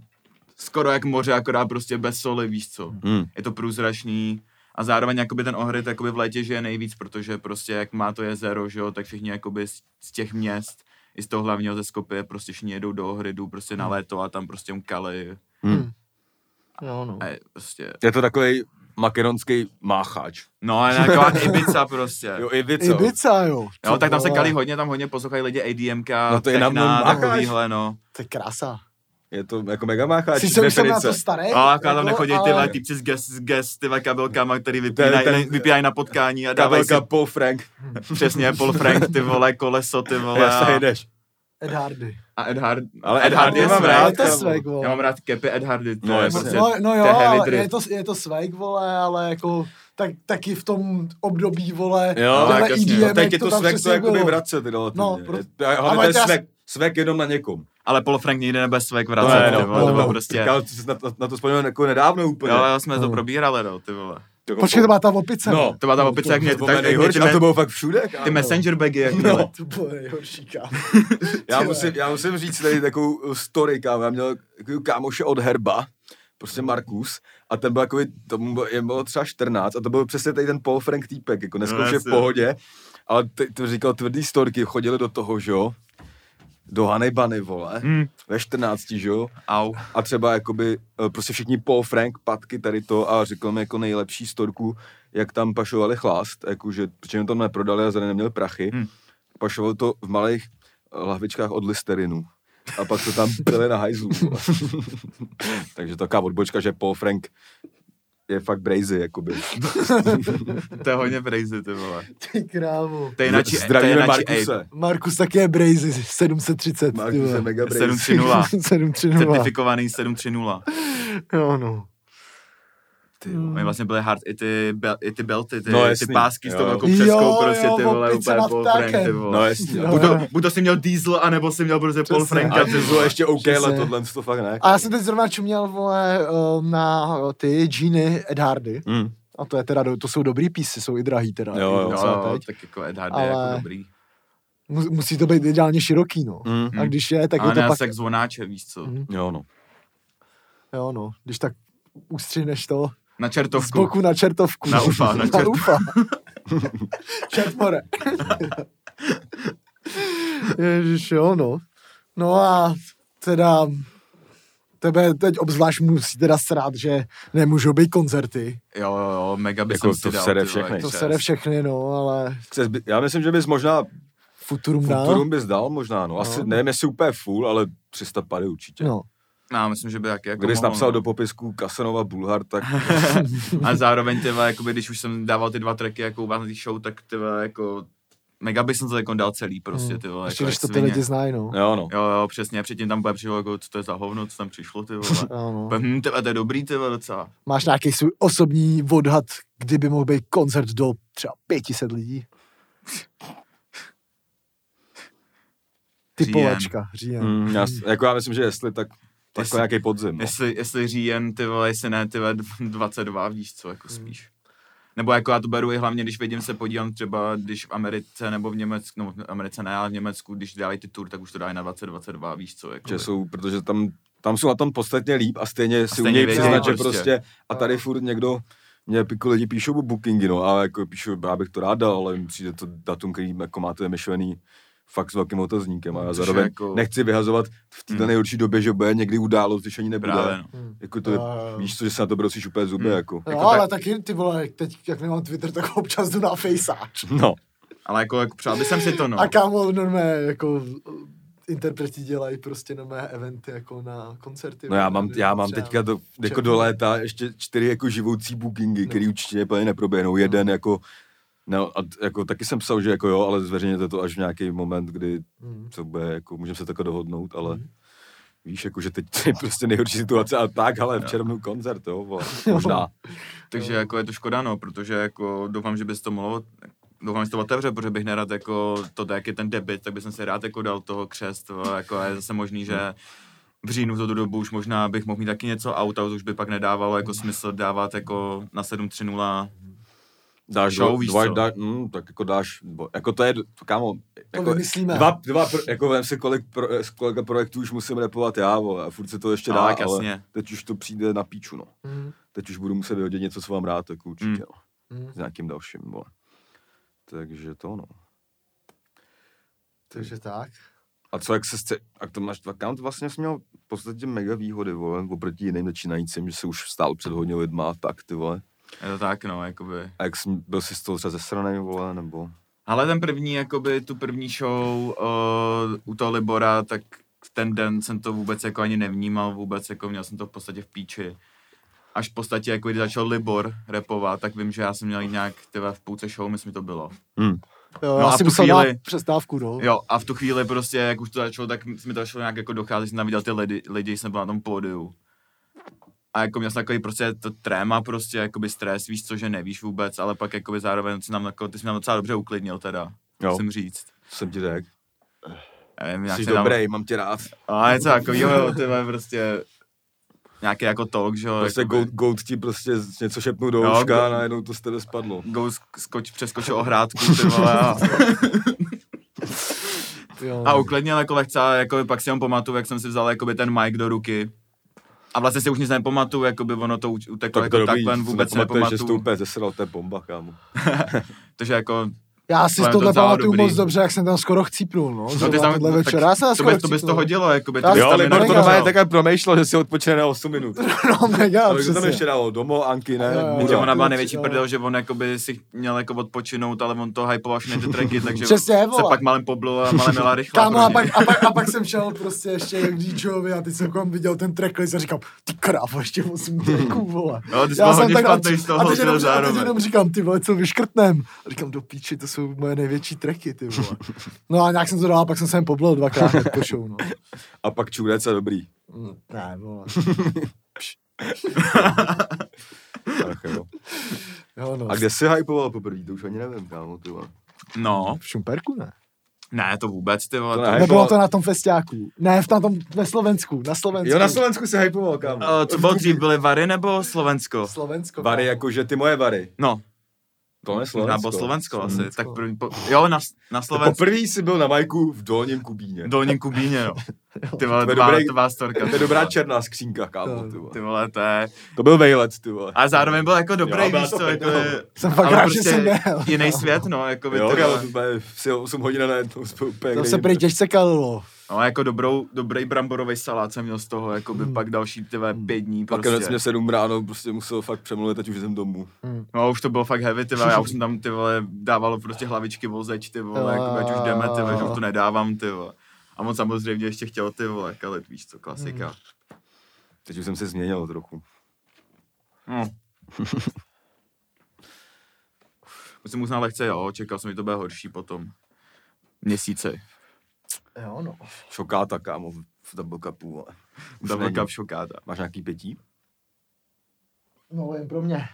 [SPEAKER 2] skoro jak moře, akorát prostě bez soli, víš co.
[SPEAKER 3] Hmm.
[SPEAKER 2] je to průzračný a zároveň jakoby ten ohryt jakoby v létě žije nejvíc, protože prostě jak má to jezero, že jo, tak všichni jakoby z, z těch měst, i z toho hlavního ze Skopje, prostě všichni jedou do ohrydu prostě na léto a tam prostě mkali
[SPEAKER 3] Hmm.
[SPEAKER 1] Jo, no.
[SPEAKER 2] a je prostě,
[SPEAKER 3] Je to takový makedonský mácháč.
[SPEAKER 2] no a
[SPEAKER 3] [laughs]
[SPEAKER 2] nějaká Ibiza prostě.
[SPEAKER 3] Jo, Ibico.
[SPEAKER 1] Ibiza, jo.
[SPEAKER 2] Jo,
[SPEAKER 1] Ty
[SPEAKER 2] tak tam se
[SPEAKER 1] vole,
[SPEAKER 2] kalí hodně, tam hodně poslouchají lidi ADMK,
[SPEAKER 3] No to je na
[SPEAKER 2] techna,
[SPEAKER 3] mnou
[SPEAKER 2] takovýhle, no.
[SPEAKER 1] To je krása.
[SPEAKER 3] Je to jako mega mácháč.
[SPEAKER 1] Sice už jsem na
[SPEAKER 3] definice.
[SPEAKER 1] to starý.
[SPEAKER 2] A jaká jako tam nechodí ty vole
[SPEAKER 1] jako, ale-
[SPEAKER 2] typci s ges, s ges ty vole kabelkama, který
[SPEAKER 3] To je
[SPEAKER 2] vypínají
[SPEAKER 3] ten-
[SPEAKER 2] vypínají na potkání a dávají si
[SPEAKER 3] Kabelka Paul Frank.
[SPEAKER 2] přesně Paul Frank, ty vole, koleso, ty vole.
[SPEAKER 3] Já se
[SPEAKER 2] a-
[SPEAKER 3] jdeš.
[SPEAKER 1] Ed Hardy.
[SPEAKER 2] A Ed Hard,
[SPEAKER 3] Ale Ed Hardy
[SPEAKER 2] je
[SPEAKER 3] mám
[SPEAKER 2] svek.
[SPEAKER 3] rád,
[SPEAKER 1] Ale to je
[SPEAKER 3] kámo.
[SPEAKER 1] swag, vole.
[SPEAKER 2] Já mám rád kepy Ed Hardy. To
[SPEAKER 3] No,
[SPEAKER 2] je
[SPEAKER 3] jasně.
[SPEAKER 2] prostě,
[SPEAKER 1] No, no jo,
[SPEAKER 2] to je heavy
[SPEAKER 1] ale
[SPEAKER 2] drip.
[SPEAKER 1] je to, je to swag, vole, ale jako tak, taky v tom období, vole,
[SPEAKER 3] Jo,
[SPEAKER 1] tyhle
[SPEAKER 2] tak jasně, no.
[SPEAKER 1] EDM,
[SPEAKER 3] jako Teď je
[SPEAKER 1] jak
[SPEAKER 3] to
[SPEAKER 1] tam
[SPEAKER 3] svek, to
[SPEAKER 1] přesně
[SPEAKER 3] jakoby
[SPEAKER 1] bylo.
[SPEAKER 3] vracet relativně.
[SPEAKER 1] No,
[SPEAKER 3] No,
[SPEAKER 1] pro-
[SPEAKER 3] ale
[SPEAKER 1] ale
[SPEAKER 3] to je
[SPEAKER 1] to já-
[SPEAKER 3] svek, svek jenom na někom.
[SPEAKER 2] ale Paul Frank nikdy nebude svek
[SPEAKER 3] To je,
[SPEAKER 2] vracet,
[SPEAKER 3] no,
[SPEAKER 2] ty vole, to
[SPEAKER 1] no,
[SPEAKER 2] bylo
[SPEAKER 1] no.
[SPEAKER 2] prostě...
[SPEAKER 3] Kámo, to jsi na, to- na to vzpomněl jako nedávno úplně.
[SPEAKER 2] Jo, jo, jsme to probírali, no, ty vole.
[SPEAKER 3] Jako
[SPEAKER 1] Počkej,
[SPEAKER 3] po-
[SPEAKER 1] to má ta opice.
[SPEAKER 3] No,
[SPEAKER 1] ne?
[SPEAKER 2] To byla ta opice, jak mě, tak,
[SPEAKER 3] to bylo
[SPEAKER 2] jak mě ty,
[SPEAKER 3] nejhorší, a
[SPEAKER 2] me,
[SPEAKER 3] to bylo fakt všude.
[SPEAKER 2] ty
[SPEAKER 3] kámo.
[SPEAKER 2] messenger bagy, jak
[SPEAKER 1] No,
[SPEAKER 2] no.
[SPEAKER 1] to bylo nejhorší, kámo.
[SPEAKER 3] Já
[SPEAKER 1] Ty
[SPEAKER 3] musím,
[SPEAKER 1] vole.
[SPEAKER 3] já musím říct tady takovou story, kámo. Já měl takovou kámoše od Herba, prostě Markus, a ten byl jako, tomu bylo, jemu bylo třeba 14, a to byl přesně tady ten Paul Frank týpek, jako dneska
[SPEAKER 2] No,
[SPEAKER 3] už je v
[SPEAKER 2] jasně.
[SPEAKER 3] pohodě, ale ty, ty říkal tvrdý storky, chodili do toho, že jo, do Hanebany, vole,
[SPEAKER 2] Hmm.
[SPEAKER 3] ve 14, že jo,
[SPEAKER 2] Au.
[SPEAKER 3] a třeba jakoby eh, prostě všichni Paul Frank, patky tady to a řekl mi jako nejlepší storku, jak tam pašovali chlást, jakože, protože jim tam neprodali a zde neměl prachy.
[SPEAKER 2] Hmm.
[SPEAKER 3] Hmm. Pašovali to v malých eh, lahvičkách od listerinu. A pak to tam [laughs] pili na hajzlu. vole. Takže taková odbočka, že Paul Frank je fakt brazy, jakoby.
[SPEAKER 2] To je hodně crazy, ty vole.
[SPEAKER 1] Ty krávo.
[SPEAKER 2] To je jináčí, to je
[SPEAKER 3] Zdravíme
[SPEAKER 2] jináčí Ape.
[SPEAKER 3] Markuse.
[SPEAKER 1] Markus taky je Brazy 730. ty
[SPEAKER 3] Markus je
[SPEAKER 1] vole.
[SPEAKER 3] mega brazy.
[SPEAKER 2] 730.
[SPEAKER 1] 730.
[SPEAKER 2] Certifikovaný 730.
[SPEAKER 1] Jo, no.
[SPEAKER 2] ty, mm. Oni vlastně byly hard i ty, bel, i ty belty, ty,
[SPEAKER 3] No,
[SPEAKER 2] no, ty
[SPEAKER 3] jasný.
[SPEAKER 2] pásky s tou
[SPEAKER 3] Jo.
[SPEAKER 2] velkou přeskou,
[SPEAKER 1] Jo,
[SPEAKER 2] prostě ty
[SPEAKER 1] jo,
[SPEAKER 2] vole,
[SPEAKER 1] opice
[SPEAKER 2] úplně
[SPEAKER 1] nad
[SPEAKER 2] Paul
[SPEAKER 1] ptákem.
[SPEAKER 2] Frank, ty vole.
[SPEAKER 3] No jasně.
[SPEAKER 1] Jo.
[SPEAKER 2] buď, to, buď to jsi měl Diesel, anebo jsi měl prostě Paul
[SPEAKER 1] Přesně.
[SPEAKER 2] Franka,
[SPEAKER 3] A
[SPEAKER 2] ty
[SPEAKER 3] ty bylo
[SPEAKER 2] vole.
[SPEAKER 3] ještě OK,
[SPEAKER 1] Přesně.
[SPEAKER 3] ale tohle to fakt ne.
[SPEAKER 1] A já jsem teď zrovna čuměl, vole, eh, na eh, ty džíny Ed Hardy.
[SPEAKER 3] Mm.
[SPEAKER 1] A to je teda, do- to jsou dobrý písy, jsou i drahý teda.
[SPEAKER 3] Jo, jo.
[SPEAKER 1] jako
[SPEAKER 2] Jo,
[SPEAKER 1] docela
[SPEAKER 2] jo,
[SPEAKER 1] teď.
[SPEAKER 2] tak jako Ed Hardy
[SPEAKER 1] Ale-
[SPEAKER 2] je jako dobrý.
[SPEAKER 1] Mu- Musí to být ideálně široký, no.
[SPEAKER 3] Mm.
[SPEAKER 1] A když je, tak
[SPEAKER 2] Mhm. Ale
[SPEAKER 1] je to
[SPEAKER 2] ne
[SPEAKER 1] pak...
[SPEAKER 2] sex zvonáče, víš co.
[SPEAKER 1] Mhm.
[SPEAKER 3] Jo, no.
[SPEAKER 1] Jo, no, když tak ustřihneš to
[SPEAKER 2] Na
[SPEAKER 1] z
[SPEAKER 2] čertovku.
[SPEAKER 1] boku na čertovku.
[SPEAKER 2] Na ufa, na čertov- [laughs]
[SPEAKER 1] ufa. Čert more. Ježiš, jo, no. No a teda tebe teď obzvlášť musí teda srát, že nemůžou být koncerty.
[SPEAKER 2] Jo, jo, jo, mega by
[SPEAKER 3] Jako
[SPEAKER 2] jsem si
[SPEAKER 3] to
[SPEAKER 2] dal.
[SPEAKER 3] sere
[SPEAKER 2] ty vole,
[SPEAKER 3] všechny.
[SPEAKER 1] To
[SPEAKER 2] čest.
[SPEAKER 1] se jde všechny, no, ale
[SPEAKER 3] Chces by- Já myslím, že bys možná
[SPEAKER 1] Futurum dá.
[SPEAKER 3] Futurum bys dal možná, no. Asi
[SPEAKER 1] No.
[SPEAKER 3] nevím, jestli úplně full, ale 300 pady určitě.
[SPEAKER 1] No,
[SPEAKER 2] Já myslím, že by taky jako
[SPEAKER 3] Kdybys
[SPEAKER 2] mohl,
[SPEAKER 3] napsal
[SPEAKER 2] no.
[SPEAKER 3] do popisku Kasanova Bulhar, tak
[SPEAKER 2] A zároveň ty vole, jakoby, když už jsem dával ty dva tracky jako u vás na té show, tak ty vole, jako mega bych jsem to jako dal celý prostě
[SPEAKER 1] mm.
[SPEAKER 2] ty vole.
[SPEAKER 1] ještě
[SPEAKER 2] jako
[SPEAKER 1] když to
[SPEAKER 2] jak
[SPEAKER 1] ty
[SPEAKER 2] svině.
[SPEAKER 1] lidi znají, no. [laughs]
[SPEAKER 3] jo no.
[SPEAKER 2] Jo, jo, přesně, předtím tam bude přišlo, jako, co to je za hovno, co tam přišlo, ty vole.
[SPEAKER 1] [laughs] Jo, no.
[SPEAKER 2] Úplně, Hm, ty vole, to je dobrý, ty vole, docela.
[SPEAKER 1] Máš nějaký svůj osobní odhad, kdyby mohl být koncert do třeba 500 lidí?
[SPEAKER 2] Říjen.
[SPEAKER 1] Typovačka, říjen. Mm.
[SPEAKER 3] Mm, já, s- jako já myslím, že jestli, tak tak
[SPEAKER 2] Jestli-
[SPEAKER 3] nějaký podzim. No.
[SPEAKER 2] Jestli, jestli říjen, ty vole, jestli ne, ty vole, [laughs] 22, víš co, jako
[SPEAKER 3] Hmm.
[SPEAKER 2] spíš. Nebo jako já to beru i hlavně, když vidím se podívám třeba, když v Americe nebo v Německu, no v Americe ne, ale v Německu, když dělají ty tour, tak už to dají na 2022, víš co, jako.
[SPEAKER 3] Že jsou, protože tam, tam jsou na tom podstatně líp a stejně si
[SPEAKER 2] stejně
[SPEAKER 3] umějí
[SPEAKER 2] vědějí
[SPEAKER 3] přiznat, že
[SPEAKER 2] prostě.
[SPEAKER 3] prostě a tady furt někdo mě jako lidi píšou o bookingy, no, a jako píšou, já bych to rád dal, ale mi přijde to datum, který jako máte vymyšlený fakt s velkým otazníkem a já
[SPEAKER 2] Což
[SPEAKER 3] zároveň
[SPEAKER 2] je jako-
[SPEAKER 3] jako... nechci vyhazovat v té
[SPEAKER 2] Hmm.
[SPEAKER 3] hmm. nejhorší době, že bude někdy událost, když ani nebude.
[SPEAKER 2] Právě, no.
[SPEAKER 3] Jako to,
[SPEAKER 1] Jo, jo, jo.
[SPEAKER 3] víš co, že se na to brosíš úplně zuby,
[SPEAKER 2] Hmm.
[SPEAKER 3] jako.
[SPEAKER 1] No,
[SPEAKER 2] Jako
[SPEAKER 1] ale
[SPEAKER 2] tak-
[SPEAKER 1] taky ty vole, teď jak nemám Twitter, tak občas jdu na fejsáč.
[SPEAKER 3] No,
[SPEAKER 2] Ale jako, jako přál bych jsem si to, no.
[SPEAKER 1] No. A kámo, normálně, jako interpreti dělají prostě nové eventy jako na koncerty.
[SPEAKER 3] no já mám,
[SPEAKER 1] Nevím,
[SPEAKER 3] já mám
[SPEAKER 1] třeba-
[SPEAKER 3] teďka do, jako
[SPEAKER 1] prostě Černý.
[SPEAKER 3] do léta ještě čtyři jako živoucí bookingy,
[SPEAKER 1] No.
[SPEAKER 3] no. který určitě plně neproběhnou. Jeden jako, no a t- jako taky jsem psal, že jako jo, ale zveřejněte to až v nějaký moment, kdy
[SPEAKER 1] Mm.
[SPEAKER 3] to bude, jako můžeme se takhle dohodnout, ale
[SPEAKER 1] Mhm.
[SPEAKER 3] víš, jako že teď je prostě nejhorší situace a tak, ale v červnu koncert, jo, vole, možná.
[SPEAKER 2] Takže jako je to škoda, no, protože jako doufám, že bys to mohlo, doufám, že to otevře, protože bych nerad jako to, jak je ten debit, tak bych se rád jako dal toho křest, vole, jako a je zase možný, že v říjnu za tu dobu už možná bych mohl mít taky něco auta, už by pak nedávalo jako smysl dávat jako na 7.30
[SPEAKER 3] Dáš
[SPEAKER 2] Show,
[SPEAKER 3] show,
[SPEAKER 2] víš
[SPEAKER 3] dva,
[SPEAKER 2] co?
[SPEAKER 3] dá, mm, tak jako dáš, bo, jako to je, kámo, jako,
[SPEAKER 1] vymyslíme.
[SPEAKER 3] dva, dva, pro, jako vem si, kolik, pro, eh, kolika projektů už musím repovat já, vole, a furt se to ještě
[SPEAKER 2] No,
[SPEAKER 3] dá,
[SPEAKER 2] tak
[SPEAKER 3] ale
[SPEAKER 2] jasně.
[SPEAKER 3] teď už to přijde na píču, no.
[SPEAKER 1] Mm.
[SPEAKER 3] Teď už budu muset vyhodit něco, co vám rád, jako určitě,
[SPEAKER 2] Mm.
[SPEAKER 3] mm. no,
[SPEAKER 1] Mm.
[SPEAKER 3] s nějakým dalším, vole. Takže to, no.
[SPEAKER 1] Takže tak.
[SPEAKER 3] A co, jak se sce... A k tomu máš dva kam, to vlastně jsi měl v podstatě mega výhody, vole, oproti jiným začínajícím, že se už stál před hodně lidma a tak, ty vole.
[SPEAKER 2] Je to tak, no, jakoby.
[SPEAKER 3] A jak jsi, byl jsi z toho třeba zesranej, vole, nebo...
[SPEAKER 2] Ale ten první, jakoby tu první show uh, u toho Libora, tak ten den jsem to vůbec jako ani nevnímal vůbec, jako měl jsem to v podstatě v píči. Až v podstatě, jako když začal Libor repovat, tak vím, že já jsem měl jít nějak tyhle, v půlce show, myslím, že to bylo.
[SPEAKER 3] Hmm.
[SPEAKER 1] Jo,
[SPEAKER 2] No
[SPEAKER 1] já
[SPEAKER 2] a v
[SPEAKER 1] si
[SPEAKER 2] tu
[SPEAKER 1] musel chvíli...
[SPEAKER 2] chvíli-
[SPEAKER 1] dát přestávku, no.
[SPEAKER 2] Jo, a v tu chvíli prostě, jak už to začalo, tak mi to začalo nějak jako docházet, jsem tam viděl ty lidi, lidi jsem byl na tom pódiu. A jako měl jsem takový prostě to tréma, prostě jakoby stres, víš co, že nevíš vůbec, ale pak jakoby zároveň jsi nám, jako, ty jsi nám docela dobře uklidnil teda,
[SPEAKER 3] Jo.
[SPEAKER 2] musím říct.
[SPEAKER 3] Jsem ti řekl.
[SPEAKER 2] Já nevím,
[SPEAKER 3] Jsi
[SPEAKER 2] se nám-
[SPEAKER 3] dobrý, mám tě rád.
[SPEAKER 2] A něco takového, jo, ty vole, prostě nějaký jako talk, že jo.
[SPEAKER 3] Prostě
[SPEAKER 2] jakoby-
[SPEAKER 3] goat, goat ti prostě z- něco šepnu do
[SPEAKER 2] Jo,
[SPEAKER 3] uška a
[SPEAKER 2] go-
[SPEAKER 3] najednou to z tebe spadlo.
[SPEAKER 2] Go sk- skoč, přeskočil ohrádku, ty vole, a,
[SPEAKER 1] jo.
[SPEAKER 3] [laughs]
[SPEAKER 2] a uklidnil jako lehce, ale jako pak si jenom pamatuju, jak jsem si vzal jakoby ten mic do ruky. A vlastně si už nic nepamatuju, jakoby ono to uč- uteklo
[SPEAKER 3] Tak to
[SPEAKER 2] jako
[SPEAKER 3] dobrý,
[SPEAKER 2] takhle,
[SPEAKER 3] že si
[SPEAKER 2] vůbec
[SPEAKER 3] nepamatuješ, že jsi to
[SPEAKER 2] nepamatuju.
[SPEAKER 3] úplně zesral, to je bomba, kámo.
[SPEAKER 2] Takže jako,
[SPEAKER 1] Já si
[SPEAKER 2] Tohle je
[SPEAKER 1] tohle
[SPEAKER 2] docela
[SPEAKER 1] pamatuju
[SPEAKER 2] dobrý.
[SPEAKER 1] moc dobře, jak jsem tam skoro chcípnul, no.
[SPEAKER 2] no ty
[SPEAKER 1] Zrovna
[SPEAKER 2] tam,
[SPEAKER 1] tohle večer. Já jsem tam
[SPEAKER 2] to
[SPEAKER 1] skoro
[SPEAKER 2] bys, to bys to
[SPEAKER 1] chcípnul.
[SPEAKER 2] hodilo, jakoby, ty
[SPEAKER 1] no. Já jsem
[SPEAKER 2] bys
[SPEAKER 3] Jo,
[SPEAKER 1] to
[SPEAKER 2] tam
[SPEAKER 3] Libor
[SPEAKER 2] jenom
[SPEAKER 3] to
[SPEAKER 1] nenechal.
[SPEAKER 3] normálně
[SPEAKER 2] vzal.
[SPEAKER 3] takhle promýšlel, že si odpočine na 8 minut.
[SPEAKER 1] [laughs] No, mega,
[SPEAKER 3] Ale že tam
[SPEAKER 1] přesně.
[SPEAKER 3] ještě dalo domo, Anky, ne?
[SPEAKER 1] Jo, jo.
[SPEAKER 2] Že
[SPEAKER 1] Určitě,
[SPEAKER 2] ona
[SPEAKER 3] Muda.
[SPEAKER 2] byla největší
[SPEAKER 1] jo.
[SPEAKER 2] prdel, že on jakoby si měl jako odpočinout, ale on to hypoval všechny ty
[SPEAKER 1] [laughs]
[SPEAKER 2] tracky, takže
[SPEAKER 1] Přesně,
[SPEAKER 2] se
[SPEAKER 1] vole.
[SPEAKER 2] pak malem poblul a malem měla rychle.
[SPEAKER 1] Kámo, a pak, a, pak, a pak jsem šel prostě ještě k DJovi a teď jsem kolem viděl ten tracklist a říkám, ty krávo, ještě 8 tracků, vole.
[SPEAKER 2] No, ty jsi byl hodně špatný z toho,
[SPEAKER 1] a teď,
[SPEAKER 2] ty
[SPEAKER 1] jenom, a teď
[SPEAKER 2] zároveň.
[SPEAKER 1] jenom říkám, ty vole, co vyškrtnem. A říkám, do píči, to jsou moje největší tracky, ty vole. No a nějak jsem to dal, a pak jsem se jim poblil dvakrát hned po show, no. Mm,
[SPEAKER 3] A pak čůrec a dobrý.
[SPEAKER 1] Ne, vole.
[SPEAKER 3] Ach,
[SPEAKER 1] [laughs]
[SPEAKER 3] jo.
[SPEAKER 1] Jo, no.
[SPEAKER 3] A kde jsi hypoval poprvé, to už ani nevím, kámo, ty vole.
[SPEAKER 2] No,
[SPEAKER 1] V Šumperku, ne?
[SPEAKER 2] ne, to vůbec, ty vole.
[SPEAKER 3] To
[SPEAKER 2] to-
[SPEAKER 3] ne.
[SPEAKER 1] Nebylo to na tom festiáku. Ne, v- na tom, ve Slovensku. Na Slovensku.
[SPEAKER 3] Jo, na Slovensku se hypoval, kámo.
[SPEAKER 2] Eh, Co bylo dřív, byly Vary nebo Slovensko?
[SPEAKER 1] Slovensko.
[SPEAKER 3] Vary,
[SPEAKER 1] kámo.
[SPEAKER 3] jakože ty moje vary.
[SPEAKER 2] No,
[SPEAKER 3] To ne Slovensko. Jako
[SPEAKER 2] nebo Slovensko asi.
[SPEAKER 1] Slovensko.
[SPEAKER 2] Tak první, po, jo, na, na Slovensku.
[SPEAKER 3] Poprvé jsi byl na Majku v Dolním Kubíně.
[SPEAKER 2] V Dolním Kubíně,
[SPEAKER 3] [laughs]
[SPEAKER 2] jo. Ty vole,
[SPEAKER 3] To je
[SPEAKER 2] tvá,
[SPEAKER 3] dobrý-
[SPEAKER 2] tvá storka.
[SPEAKER 3] To je dobrá černá skřínka, kámo,
[SPEAKER 1] To-
[SPEAKER 3] ty vole.
[SPEAKER 2] Ty vole, to je...
[SPEAKER 3] To byl vejlet, ty vole.
[SPEAKER 2] A zároveň byl jako dobrý,
[SPEAKER 3] Jo,
[SPEAKER 2] jo,
[SPEAKER 3] byla
[SPEAKER 2] víš
[SPEAKER 3] to
[SPEAKER 2] co, jako
[SPEAKER 3] prdel.
[SPEAKER 2] je-
[SPEAKER 1] Jsem fakt
[SPEAKER 2] ale prostě
[SPEAKER 1] rád,
[SPEAKER 3] prostě-
[SPEAKER 1] že jsem jel.
[SPEAKER 2] jiný svět, no, jako by
[SPEAKER 3] Jo,
[SPEAKER 2] to,
[SPEAKER 3] kámo, to bude si 8 hodin na jednou, jsme úplně
[SPEAKER 1] To
[SPEAKER 3] kde
[SPEAKER 1] se
[SPEAKER 3] jinde.
[SPEAKER 1] prý těžce kalilo.
[SPEAKER 2] no, jako dobrou, dobrý bramborový salát jsem měl z toho, jako by
[SPEAKER 1] Hmm.
[SPEAKER 2] pak další ty vole, pět dní
[SPEAKER 3] Pak
[SPEAKER 2] prostě.
[SPEAKER 3] konec mě v 7 ráno prostě musel fakt přemluvit, ať už jsem domů.
[SPEAKER 2] No, už to bylo fakt heavy, ty vole, já už jsem tam, ty vole, dávalo prostě hlavičky vozeč, ty vole, jako ať už jdeme, ty vole, že už to nedávám, ty vole. A on samozřejmě ještě chtěl, ty vole, kalit, víš co, klasika.
[SPEAKER 3] Teď už jsem se změnil trochu.
[SPEAKER 1] Hmm. [laughs]
[SPEAKER 2] No. Musím uznat lehce, jo, čekal jsem, že to bude horší potom. Měsíce.
[SPEAKER 1] Jo, no.
[SPEAKER 3] Šokáta, kámo, v- v double cupu, vole. Už
[SPEAKER 2] Ta
[SPEAKER 3] není.
[SPEAKER 2] velká šokáda.
[SPEAKER 3] Máš nějaký pětí?
[SPEAKER 1] No, jen pro mě.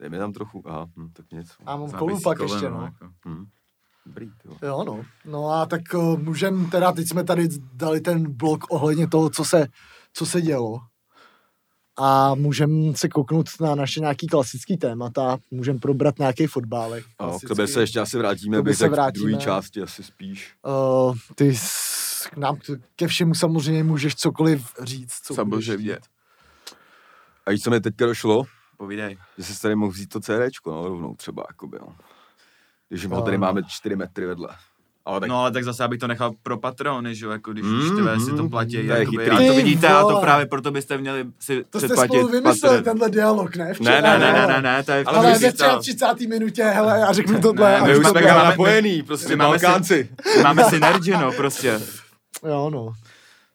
[SPEAKER 3] Dej mi tam trochu, aha, hm, tak nic.
[SPEAKER 1] A mám
[SPEAKER 2] Závisí
[SPEAKER 1] kolu pak
[SPEAKER 2] koleno,
[SPEAKER 1] ještě, no.
[SPEAKER 2] jako.
[SPEAKER 3] Hm. Dobrý, ty vole.
[SPEAKER 1] Jo, no. No a tak eh, můžem, teda teď jsme tady dali ten blok ohledně toho, co se, co se dělo. A můžem se kouknout na naše nějaký klasický témata, můžem probrat nějaký fotbálek.
[SPEAKER 3] A k
[SPEAKER 1] klasický.
[SPEAKER 3] tobě se ještě asi vrátíme,
[SPEAKER 1] K tobě
[SPEAKER 3] bych
[SPEAKER 1] se
[SPEAKER 3] řekl, v
[SPEAKER 1] vrátíme.
[SPEAKER 3] druhé části asi spíš.
[SPEAKER 1] Eh, ty s- k nám k- ke všemu samozřejmě můžeš cokoliv říct. Co budeš
[SPEAKER 2] Samozřejmě.
[SPEAKER 1] chtít.
[SPEAKER 3] A víš, co mi teďka došlo?
[SPEAKER 2] Povídej.
[SPEAKER 3] Že jsi tady mohl vzít to CDčko, no, rovnou třeba, jakoby, no. Když ho
[SPEAKER 1] No,
[SPEAKER 3] tady
[SPEAKER 1] no.
[SPEAKER 3] máme 4 metry vedle. Ale tak
[SPEAKER 2] No ale tak zase abych to nechal pro patrony, že jo, jako když už
[SPEAKER 3] Mm,
[SPEAKER 2] ty vole, si to
[SPEAKER 3] mm,
[SPEAKER 2] platí,
[SPEAKER 3] to je
[SPEAKER 2] jakoby,
[SPEAKER 3] chytrý.
[SPEAKER 2] a to
[SPEAKER 1] Ty
[SPEAKER 2] vidíte a to
[SPEAKER 1] vole.
[SPEAKER 2] právě proto byste měli si
[SPEAKER 1] To jste
[SPEAKER 2] předplatit
[SPEAKER 1] spolu vymysleli,
[SPEAKER 2] Patreon.
[SPEAKER 1] tenhle dialog, ne?
[SPEAKER 2] Ne,
[SPEAKER 1] Včera,
[SPEAKER 2] ne, ne,
[SPEAKER 1] jo.
[SPEAKER 2] ne, ne, ne, to je
[SPEAKER 3] Ale
[SPEAKER 1] Ale
[SPEAKER 3] my
[SPEAKER 1] ve
[SPEAKER 3] si-
[SPEAKER 1] 33. minutě, hele, já řeknu tohle.
[SPEAKER 2] Ne,
[SPEAKER 1] a
[SPEAKER 2] my
[SPEAKER 3] My
[SPEAKER 1] už
[SPEAKER 3] už
[SPEAKER 1] to
[SPEAKER 3] jsme
[SPEAKER 1] bude.
[SPEAKER 3] kam
[SPEAKER 2] máme-
[SPEAKER 3] napojený, prostě
[SPEAKER 2] máme si-
[SPEAKER 3] Balkánci.
[SPEAKER 2] Máme synergy, no, prostě.
[SPEAKER 1] Jo, no.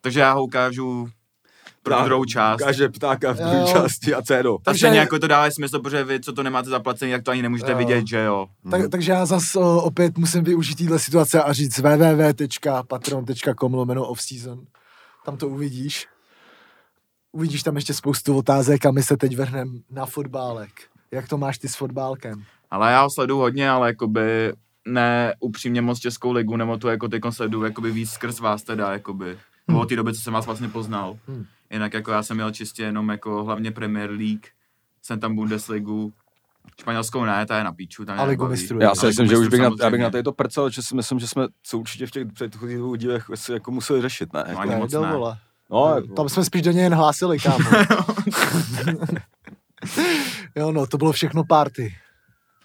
[SPEAKER 2] Takže já ho ukážu pro
[SPEAKER 3] Ptá-
[SPEAKER 2] druhou část.
[SPEAKER 3] Ukáže ptáka v
[SPEAKER 1] Jo.
[SPEAKER 3] druhé části a cédo.
[SPEAKER 2] Ta
[SPEAKER 1] Takže-
[SPEAKER 2] stejně jako to dává smysl, protože vy, co to nemáte zaplacený, tak to ani nemůžete
[SPEAKER 1] Jo.
[SPEAKER 2] vidět, že jo.
[SPEAKER 1] Tak, takže já zase opět musím využít téhle situace a říct www.patreon.com lomeno offseason. Tam to uvidíš. Uvidíš tam ještě spoustu otázek a my se teď vrhneme na fotbálek. Jak to máš ty s fotbálkem?
[SPEAKER 2] Ale já ho sleduju hodně, ale jakoby ne upřímně moc Českou ligu, nebo tu jako ty sleduju jakoby víc skrz vás teda, jakoby. Hmm. Od té doby, co jsem vás vlastně poznal.
[SPEAKER 1] Hmm.
[SPEAKER 2] Hmm. Jinak jako já jsem měl čistě jenom jako hlavně Premier League, jsem tam Bundesligu, španělskou ne, ta je na píču, ta mě
[SPEAKER 1] A Ligu
[SPEAKER 2] nebaví.
[SPEAKER 1] mistrů.
[SPEAKER 3] Já si
[SPEAKER 2] Ale
[SPEAKER 3] myslím, že
[SPEAKER 2] mistrů
[SPEAKER 3] už bych na, já
[SPEAKER 2] no, samozřejmě.
[SPEAKER 3] bych na tady to prcal, že si myslím, že jsme co určitě v těch předchozích dvou dílech asi jako museli řešit, ne?
[SPEAKER 2] No,
[SPEAKER 3] Jako,
[SPEAKER 2] ani moc ne.
[SPEAKER 1] vole.
[SPEAKER 3] no,
[SPEAKER 2] Hm.
[SPEAKER 3] jako,
[SPEAKER 1] Tam jsme spíš do něj jen hlásili,
[SPEAKER 2] [laughs]
[SPEAKER 1] kámo. [laughs] jo no, to bylo všechno party.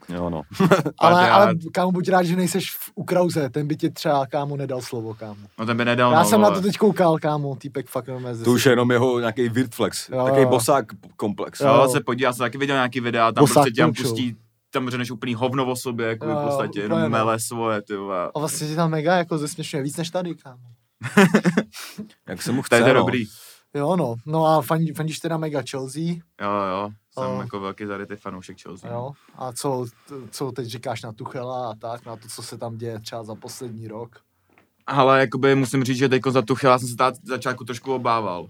[SPEAKER 3] jo, no.
[SPEAKER 1] Ale,
[SPEAKER 2] Party,
[SPEAKER 1] ale
[SPEAKER 2] ale-
[SPEAKER 1] kámo, buď rád, že nejseš v Ukrauze, ten by ti třeba, kámo, nedal slovo, kámo.
[SPEAKER 2] No ten by nedal,
[SPEAKER 1] Já
[SPEAKER 2] no,
[SPEAKER 1] jsem na
[SPEAKER 2] vole.
[SPEAKER 1] to teď koukal, kámo, týpek fakt normálně
[SPEAKER 3] To už je jenom jeho nějaký weird flex,
[SPEAKER 1] Jo,
[SPEAKER 3] takový
[SPEAKER 1] jo.
[SPEAKER 3] bosák komplex. no.
[SPEAKER 1] Jo.
[SPEAKER 2] Jo, se podívá, jsem taky viděl nějaký videa, tam
[SPEAKER 1] Bosák
[SPEAKER 2] prostě tě tam
[SPEAKER 1] klučou.
[SPEAKER 2] pustí, tam řeneš úplný hovno o sobě, jako
[SPEAKER 1] Jo,
[SPEAKER 2] v podstatě,
[SPEAKER 1] úplně
[SPEAKER 2] jenom
[SPEAKER 1] no.
[SPEAKER 2] mele svoje, ty vole.
[SPEAKER 1] A vlastně ti tam mega jako zesměšňuje víc než tady, kámo.
[SPEAKER 3] Jak se mu
[SPEAKER 2] To
[SPEAKER 3] chce,
[SPEAKER 2] je
[SPEAKER 3] no.
[SPEAKER 2] to dobrý.
[SPEAKER 1] Jo no, no a fandí, fandíš teda mega Chelsea,
[SPEAKER 2] Jo, jo, jsem
[SPEAKER 1] Jo.
[SPEAKER 2] jako velký zarytý fanoušek Chelsea.
[SPEAKER 1] No. jo. A co, co teď říkáš na Tuchela a tak, na to, co se tam děje třeba za poslední rok.
[SPEAKER 2] Ale jakoby musím říct, že teď za Tuchela jsem se ta začátku trošku obával.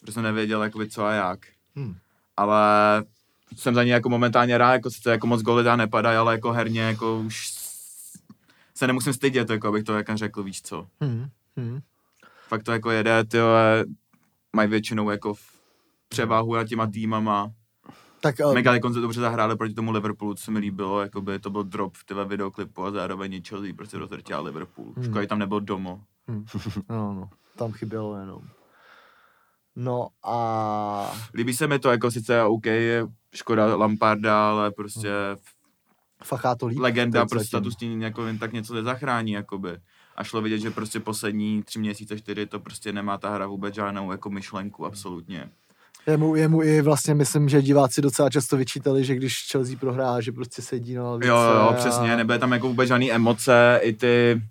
[SPEAKER 2] Protože jsem nevěděl jakoby co a jak.
[SPEAKER 1] Hmm.
[SPEAKER 2] Ale jsem za něj jako momentálně rád, jako sice jako moc goly dá nepadají, ale jako herně jako už s- se nemusím stydět, jako abych to jak řekl, víš co.
[SPEAKER 1] Hmm. Hmm.
[SPEAKER 2] Fakt to jako jede, ty vole, mají většinou jako v- převahu nad těma týmama.
[SPEAKER 1] Tak eh,
[SPEAKER 2] Mega jako se dobře zahráli proti tomu Liverpoolu, co mi líbilo, jakoby to byl drop v tyhle videoklipu a zároveň Chelsea prostě rozrtěla Liverpool.
[SPEAKER 1] Hmm.
[SPEAKER 2] Hmm. Škoda, že tam nebyl domo.
[SPEAKER 1] [laughs] no, no, tam chybělo jenom. No a
[SPEAKER 2] Líbí se mi to, jako sice OK, je škoda Lamparda, ale prostě
[SPEAKER 1] fachá to líp.
[SPEAKER 2] legenda
[SPEAKER 1] teď
[SPEAKER 2] prostě
[SPEAKER 1] zatím.
[SPEAKER 2] statusní jako jen tak něco nezachrání, jakoby. A šlo vidět, že prostě poslední tři měsíce, čtyři, to prostě nemá ta hra vůbec žádnou jako myšlenku, absolutně.
[SPEAKER 1] Jemu, jemu i vlastně myslím, že diváci docela často vyčítali, že když Chelsea prohrá, že prostě sedí na lavici.
[SPEAKER 2] Jo, jo,
[SPEAKER 1] a-
[SPEAKER 2] přesně, nebyly tam jako vůbec žádný emoce, i ty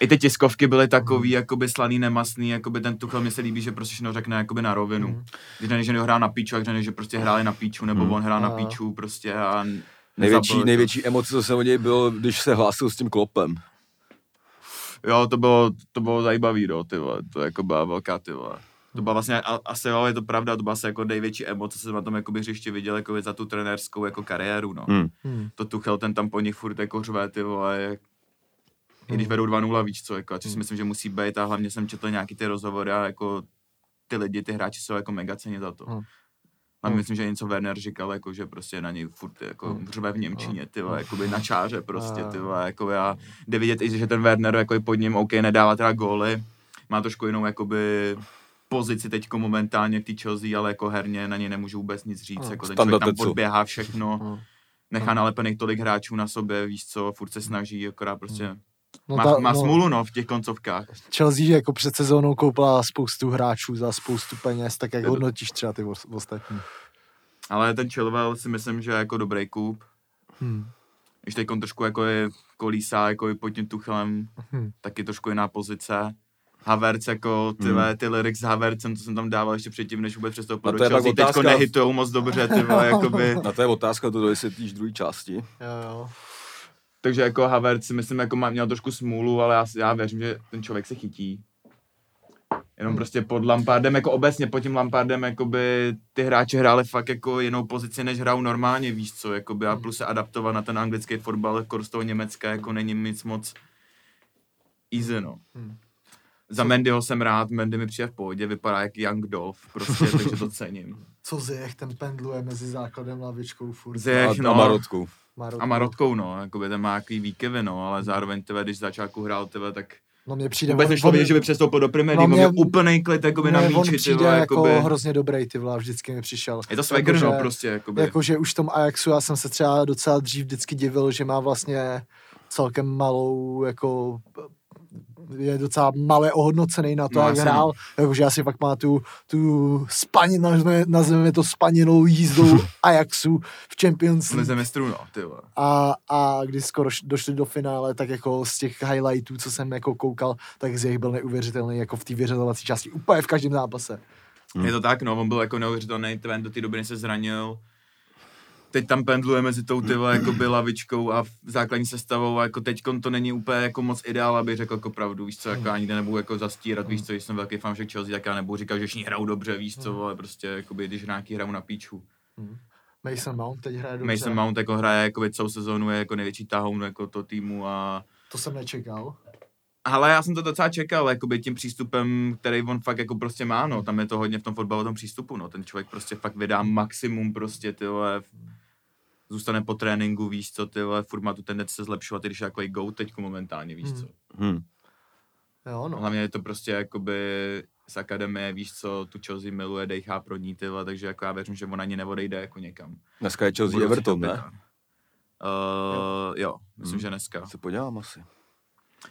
[SPEAKER 2] i ty tiskovky byly takový, jakoby slaný, nemastný, jakoby ten Tuchel mi se líbí, že prostě všechno řekne jakoby na rovinu.
[SPEAKER 1] Mhm.
[SPEAKER 2] Mm. Když ne, že hrál na píču, jak řekne, že prostě hráli na píču, nebo
[SPEAKER 3] Mhm.
[SPEAKER 2] on hrál na
[SPEAKER 1] A-
[SPEAKER 2] píču prostě a
[SPEAKER 3] Největší,
[SPEAKER 2] nezabil to.
[SPEAKER 3] největší emoce, co se o něj bylo, když se hlásil s tím klopem.
[SPEAKER 2] Jo, to bylo, to bylo zajímavý, no, ty vole, to jako byla velká, ty vole. To byla vlastně, a, asi jo, je to pravda, to byla asi jako největší emoce, co jsem na tom jakoby hřišti viděl jako za tu trenérskou jako kariéru, no.
[SPEAKER 3] Hmm.
[SPEAKER 1] Hmm.
[SPEAKER 2] To Tuchel, ten tam po nich furt jako řve, ty vole, jak... I
[SPEAKER 1] Hmm.
[SPEAKER 2] když vedou 2-0, víš co, jako, a což si myslím, že musí být a hlavně jsem četl nějaký ty rozhovory a jako ty lidi, ty hráči jsou jako mega ceně za to.
[SPEAKER 1] Hmm.
[SPEAKER 2] A
[SPEAKER 1] Hmm.
[SPEAKER 2] myslím, že něco Werner říkal, jako, že prostě na něj furt jako
[SPEAKER 1] Hmm.
[SPEAKER 2] řve v Němčině, ty vole, jakoby na čáře prostě, ty
[SPEAKER 1] Ah.
[SPEAKER 2] vole, jako já, jde vidět i, že ten Werner jako je pod ním, OK, nedává teda góly, má trošku jinou jakoby pozici teď momentálně v té Chelsea, ale jako herně na něj nemůžu vůbec nic říct,
[SPEAKER 1] Hmm.
[SPEAKER 2] jako ten
[SPEAKER 3] Standard
[SPEAKER 2] člověk tam
[SPEAKER 3] Tetsu.
[SPEAKER 2] podběhá všechno,
[SPEAKER 1] Hmm.
[SPEAKER 2] nechá nalepených tolik hráčů na sobě, víš co, furt se snaží, akorát prostě
[SPEAKER 1] No
[SPEAKER 2] má, má smůlu no v těch koncovkách.
[SPEAKER 1] Chelsea jako před sezónou koupila spoustu hráčů za spoustu peněz, tak jak
[SPEAKER 2] Je to-
[SPEAKER 1] hodnotíš třeba ty os- ostatní?
[SPEAKER 2] Ale ten Chilwell si myslím, že je jako dobrý koup,
[SPEAKER 1] Hmm.
[SPEAKER 2] když teď trošku jako je kolísá, jako je pod tím Tuchelem,
[SPEAKER 1] Hmm.
[SPEAKER 2] taky trošku jiná pozice. Havertz jako ty,
[SPEAKER 3] Hmm.
[SPEAKER 2] hmm. ty lyrics s Havertzem, co jsem tam dával ještě předtím, než vůbec přestoupil
[SPEAKER 3] A to
[SPEAKER 2] do
[SPEAKER 3] je pak
[SPEAKER 2] Chelsea, teďko
[SPEAKER 3] otázka-
[SPEAKER 2] nehitujou moc dobře, ty vole,
[SPEAKER 3] [laughs]
[SPEAKER 2] jakoby.
[SPEAKER 3] Na to je otázka, to dovysvětlíš v druhé části.
[SPEAKER 1] Jo, jo.
[SPEAKER 2] Takže jako Havertz si myslím, jako má, měl trošku smůlu, ale já, já věřím, že ten člověk se chytí. Jenom prostě pod Lampardem, jako obecně pod tím Lampardem, jakoby ty hráči hráli fakt jako jinou pozici, než hrajou normálně, víš co, jakoby a plus se adaptovat na ten anglický fotbal, jako z toho Německa, jako není nic moc easy, no.
[SPEAKER 1] Hmm.
[SPEAKER 2] Za Mendyho jsem rád, Mendy mi přijde v pohodě, vypadá jak Young Dolph, prostě, takže to cením.
[SPEAKER 1] Co Ziyech, ten pendluje mezi základem lavičkou furt.
[SPEAKER 2] Ziyech,
[SPEAKER 3] a, a
[SPEAKER 2] no.
[SPEAKER 3] Marotku.
[SPEAKER 1] Marotku.
[SPEAKER 2] A Marotkou, no, jakoby ten má jaký výkyvy, no, ale zároveň, tebe, když začátku hrál, tebe, tak
[SPEAKER 1] No mě přijde,
[SPEAKER 2] Vůbec
[SPEAKER 1] on-
[SPEAKER 2] nešlo
[SPEAKER 1] on-
[SPEAKER 2] vidět, že by přestoupil do Premier
[SPEAKER 1] No
[SPEAKER 2] League,
[SPEAKER 1] mě-
[SPEAKER 2] měl úplný klid jakoby na
[SPEAKER 1] ne, on
[SPEAKER 2] míči, ty
[SPEAKER 1] přijde
[SPEAKER 2] vole,
[SPEAKER 1] jako
[SPEAKER 2] jakoby.
[SPEAKER 1] hrozně dobrý, ty vole, vždycky mi přišel.
[SPEAKER 2] Je to swagger,
[SPEAKER 1] Jakože-
[SPEAKER 2] no, prostě, jakoby.
[SPEAKER 1] Jakože už v tom Ajaxu já jsem se třeba docela dřív vždycky divil, že má vlastně celkem malou, jako je docela malé ohodnocený na to,
[SPEAKER 2] No,
[SPEAKER 1] no, jak
[SPEAKER 2] jasně, no.
[SPEAKER 1] hrál. Jakože já si fakt má tu, tu spanin, nazveme, nazveme to spaninou
[SPEAKER 2] [laughs]
[SPEAKER 1] jízdou Ajaxu v Champions
[SPEAKER 2] Lize
[SPEAKER 1] League.
[SPEAKER 2] mistrů, no, ty vole.
[SPEAKER 1] A, a když skoro š- došli do finále, tak jako z těch highlightů, co jsem jako koukal, tak z jejich byl neuvěřitelný jako v té vyřazovací části, úplně v každém zápase.
[SPEAKER 3] Hmm.
[SPEAKER 2] Je to tak, no, on byl jako neuvěřitelný, ten do té doby než se zranil. Teď tam pendluje mezi tou ty vole, jakoby lavičkou a základní sestavou a jako teď to není úplně jako moc ideál, aby řekl jako pravdu, víš co,
[SPEAKER 1] Hmm.
[SPEAKER 2] jako já nikdy nebudu jako zastírat, víš co, když jsem velký fanšek Chelsea, tak já nebudu říkat, že všichni hrajou dobře, víš
[SPEAKER 1] Hmm.
[SPEAKER 2] co, ale prostě, jakoby, když nějaký hrajou na píču.
[SPEAKER 1] Mason Mount teď hraje dobře.
[SPEAKER 2] Mason Mount jako hraje jakoby celou sezónu, je jako největší tahoun jako to týmu a
[SPEAKER 1] To jsem nečekal.
[SPEAKER 2] Ale já jsem to docela čekal, jakoby tím přístupem, který on fakt jako prostě má, no. Tam je to hodně v tom fotbalu, o tom přístupu, no. Ten člověk prostě fakt vydá maximum prostě, ty vole. Zůstane po tréninku, víš co, ty vole, furt má tu tendenci se zlepšovat, i když je jako i go teďko momentálně, víš co.
[SPEAKER 3] Hmm.
[SPEAKER 1] Jo, no.
[SPEAKER 2] Hlavně je to prostě jakoby z akademie, víš co, tu Chelsea miluje, dejchá pro ní, ty vole, takže jako já věřím, že on ani neodejde jako někam.
[SPEAKER 3] Dneska je Chelsea
[SPEAKER 2] Budoucí
[SPEAKER 3] Everton, ne?
[SPEAKER 2] kapitán. Uh, jo, myslím,
[SPEAKER 3] Hmm.
[SPEAKER 2] že dneska.
[SPEAKER 3] Se podívám asi.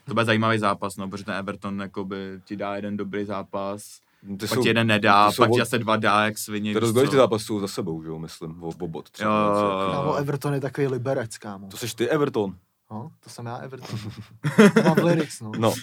[SPEAKER 2] To bude zajímavý zápas, no, protože ten Everton jakoby, ti dá jeden dobrý zápas,
[SPEAKER 3] No, Ty
[SPEAKER 2] pak ti jeden nedá,
[SPEAKER 3] to jsou
[SPEAKER 2] pak ti
[SPEAKER 3] od-
[SPEAKER 2] zase dva dá, jak svině.
[SPEAKER 3] Ty
[SPEAKER 2] víš
[SPEAKER 3] rozdělíš
[SPEAKER 2] co.
[SPEAKER 3] ty zápasy jsou za sebou, že jo, myslím, o obot třeba.
[SPEAKER 2] Jo, jo,
[SPEAKER 3] něco
[SPEAKER 2] jo.
[SPEAKER 3] takového.
[SPEAKER 1] Kámo, Everton je takový liberec, kámo.
[SPEAKER 3] Eh, To jsi ty Everton.
[SPEAKER 1] No, to jsem já
[SPEAKER 3] [laughs]
[SPEAKER 1] Everton. Mám lyrics, no.
[SPEAKER 3] No.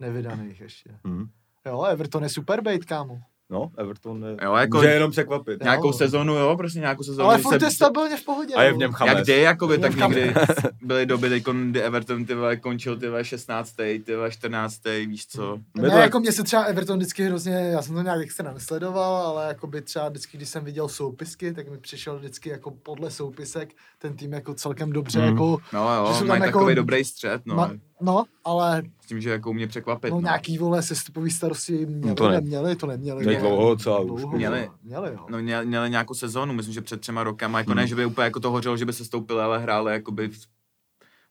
[SPEAKER 1] Nevydaných ještě.
[SPEAKER 2] Hmm.
[SPEAKER 3] Hm.
[SPEAKER 1] Jo, Everton je super bait, kámo.
[SPEAKER 3] No, Everton je...
[SPEAKER 2] Jo, jako
[SPEAKER 3] Může jenom překvapit.
[SPEAKER 1] Já-
[SPEAKER 2] nějakou sezonu, jo, prostě nějakou sezonu.
[SPEAKER 1] No. Ale
[SPEAKER 2] že
[SPEAKER 1] furt je stabilně v pohodě.
[SPEAKER 3] A je v
[SPEAKER 1] no.
[SPEAKER 3] něm
[SPEAKER 2] jak
[SPEAKER 3] Chames.
[SPEAKER 2] jde, jakoby,
[SPEAKER 1] Je
[SPEAKER 2] tak
[SPEAKER 1] v kamer.
[SPEAKER 2] někdy [laughs] byly doby, teď, kdy Everton ty vole, končil ty vole, 16. ty vole, 14. víš co.
[SPEAKER 1] Ne, jako mě se třeba Everton vždycky hrozně, já jsem to nějak extra nesledoval, ale jako by třeba vždycky, když jsem viděl soupisky, tak mi přišel vždycky jako podle soupisek ten tým jako celkem dobře,
[SPEAKER 3] Mhm.
[SPEAKER 1] jako,
[SPEAKER 2] No
[SPEAKER 1] Že
[SPEAKER 2] jo,
[SPEAKER 1] jsou tam
[SPEAKER 2] mají
[SPEAKER 1] jako-
[SPEAKER 2] takový dobrý střed, no.
[SPEAKER 1] ma, no, ale
[SPEAKER 2] S tím, že jako mě překvapit,
[SPEAKER 1] no,
[SPEAKER 2] no.
[SPEAKER 1] nějaký vole sestupový starosti měli,
[SPEAKER 3] No
[SPEAKER 1] to
[SPEAKER 3] to ne.
[SPEAKER 1] neměli, to neměli.
[SPEAKER 3] Měli
[SPEAKER 1] no.
[SPEAKER 3] dlouho docela už.
[SPEAKER 2] Měli.
[SPEAKER 1] Měli, jo.
[SPEAKER 2] No, měli, měli nějakou sezónu, myslím, že před třema rokama, jako
[SPEAKER 3] Hmm.
[SPEAKER 2] ne, že by úplně jako to hořelo, že by se stoupili, ale hráli jakoby v-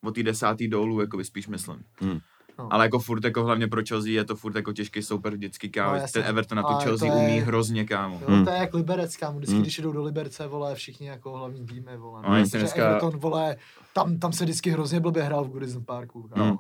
[SPEAKER 2] od té desátý dolů, jakoby spíš myslím.
[SPEAKER 3] Hmm.
[SPEAKER 1] No.
[SPEAKER 2] Ale jako furt, jako hlavně pro Chelsea je to furt jako těžký soupeř vždycky,
[SPEAKER 1] No,
[SPEAKER 2] kámo,
[SPEAKER 1] jasně.
[SPEAKER 2] ten Everton na
[SPEAKER 1] Ale
[SPEAKER 2] tu
[SPEAKER 1] to
[SPEAKER 2] Chelsea
[SPEAKER 1] je-
[SPEAKER 2] umí hrozně, kámo.
[SPEAKER 1] Jo,
[SPEAKER 3] Hmm.
[SPEAKER 1] To je jak Liberec, kámo, vždycky,
[SPEAKER 3] Hmm.
[SPEAKER 1] když jedou do Liberce, vole, všichni jako hlavní týmy, vole.
[SPEAKER 2] No, jestli
[SPEAKER 1] Protože
[SPEAKER 2] dneska-
[SPEAKER 1] Everton, vole, tam, tam se vždycky hrozně blbě hrál v Goodison Parku, kámo.
[SPEAKER 3] Hmm.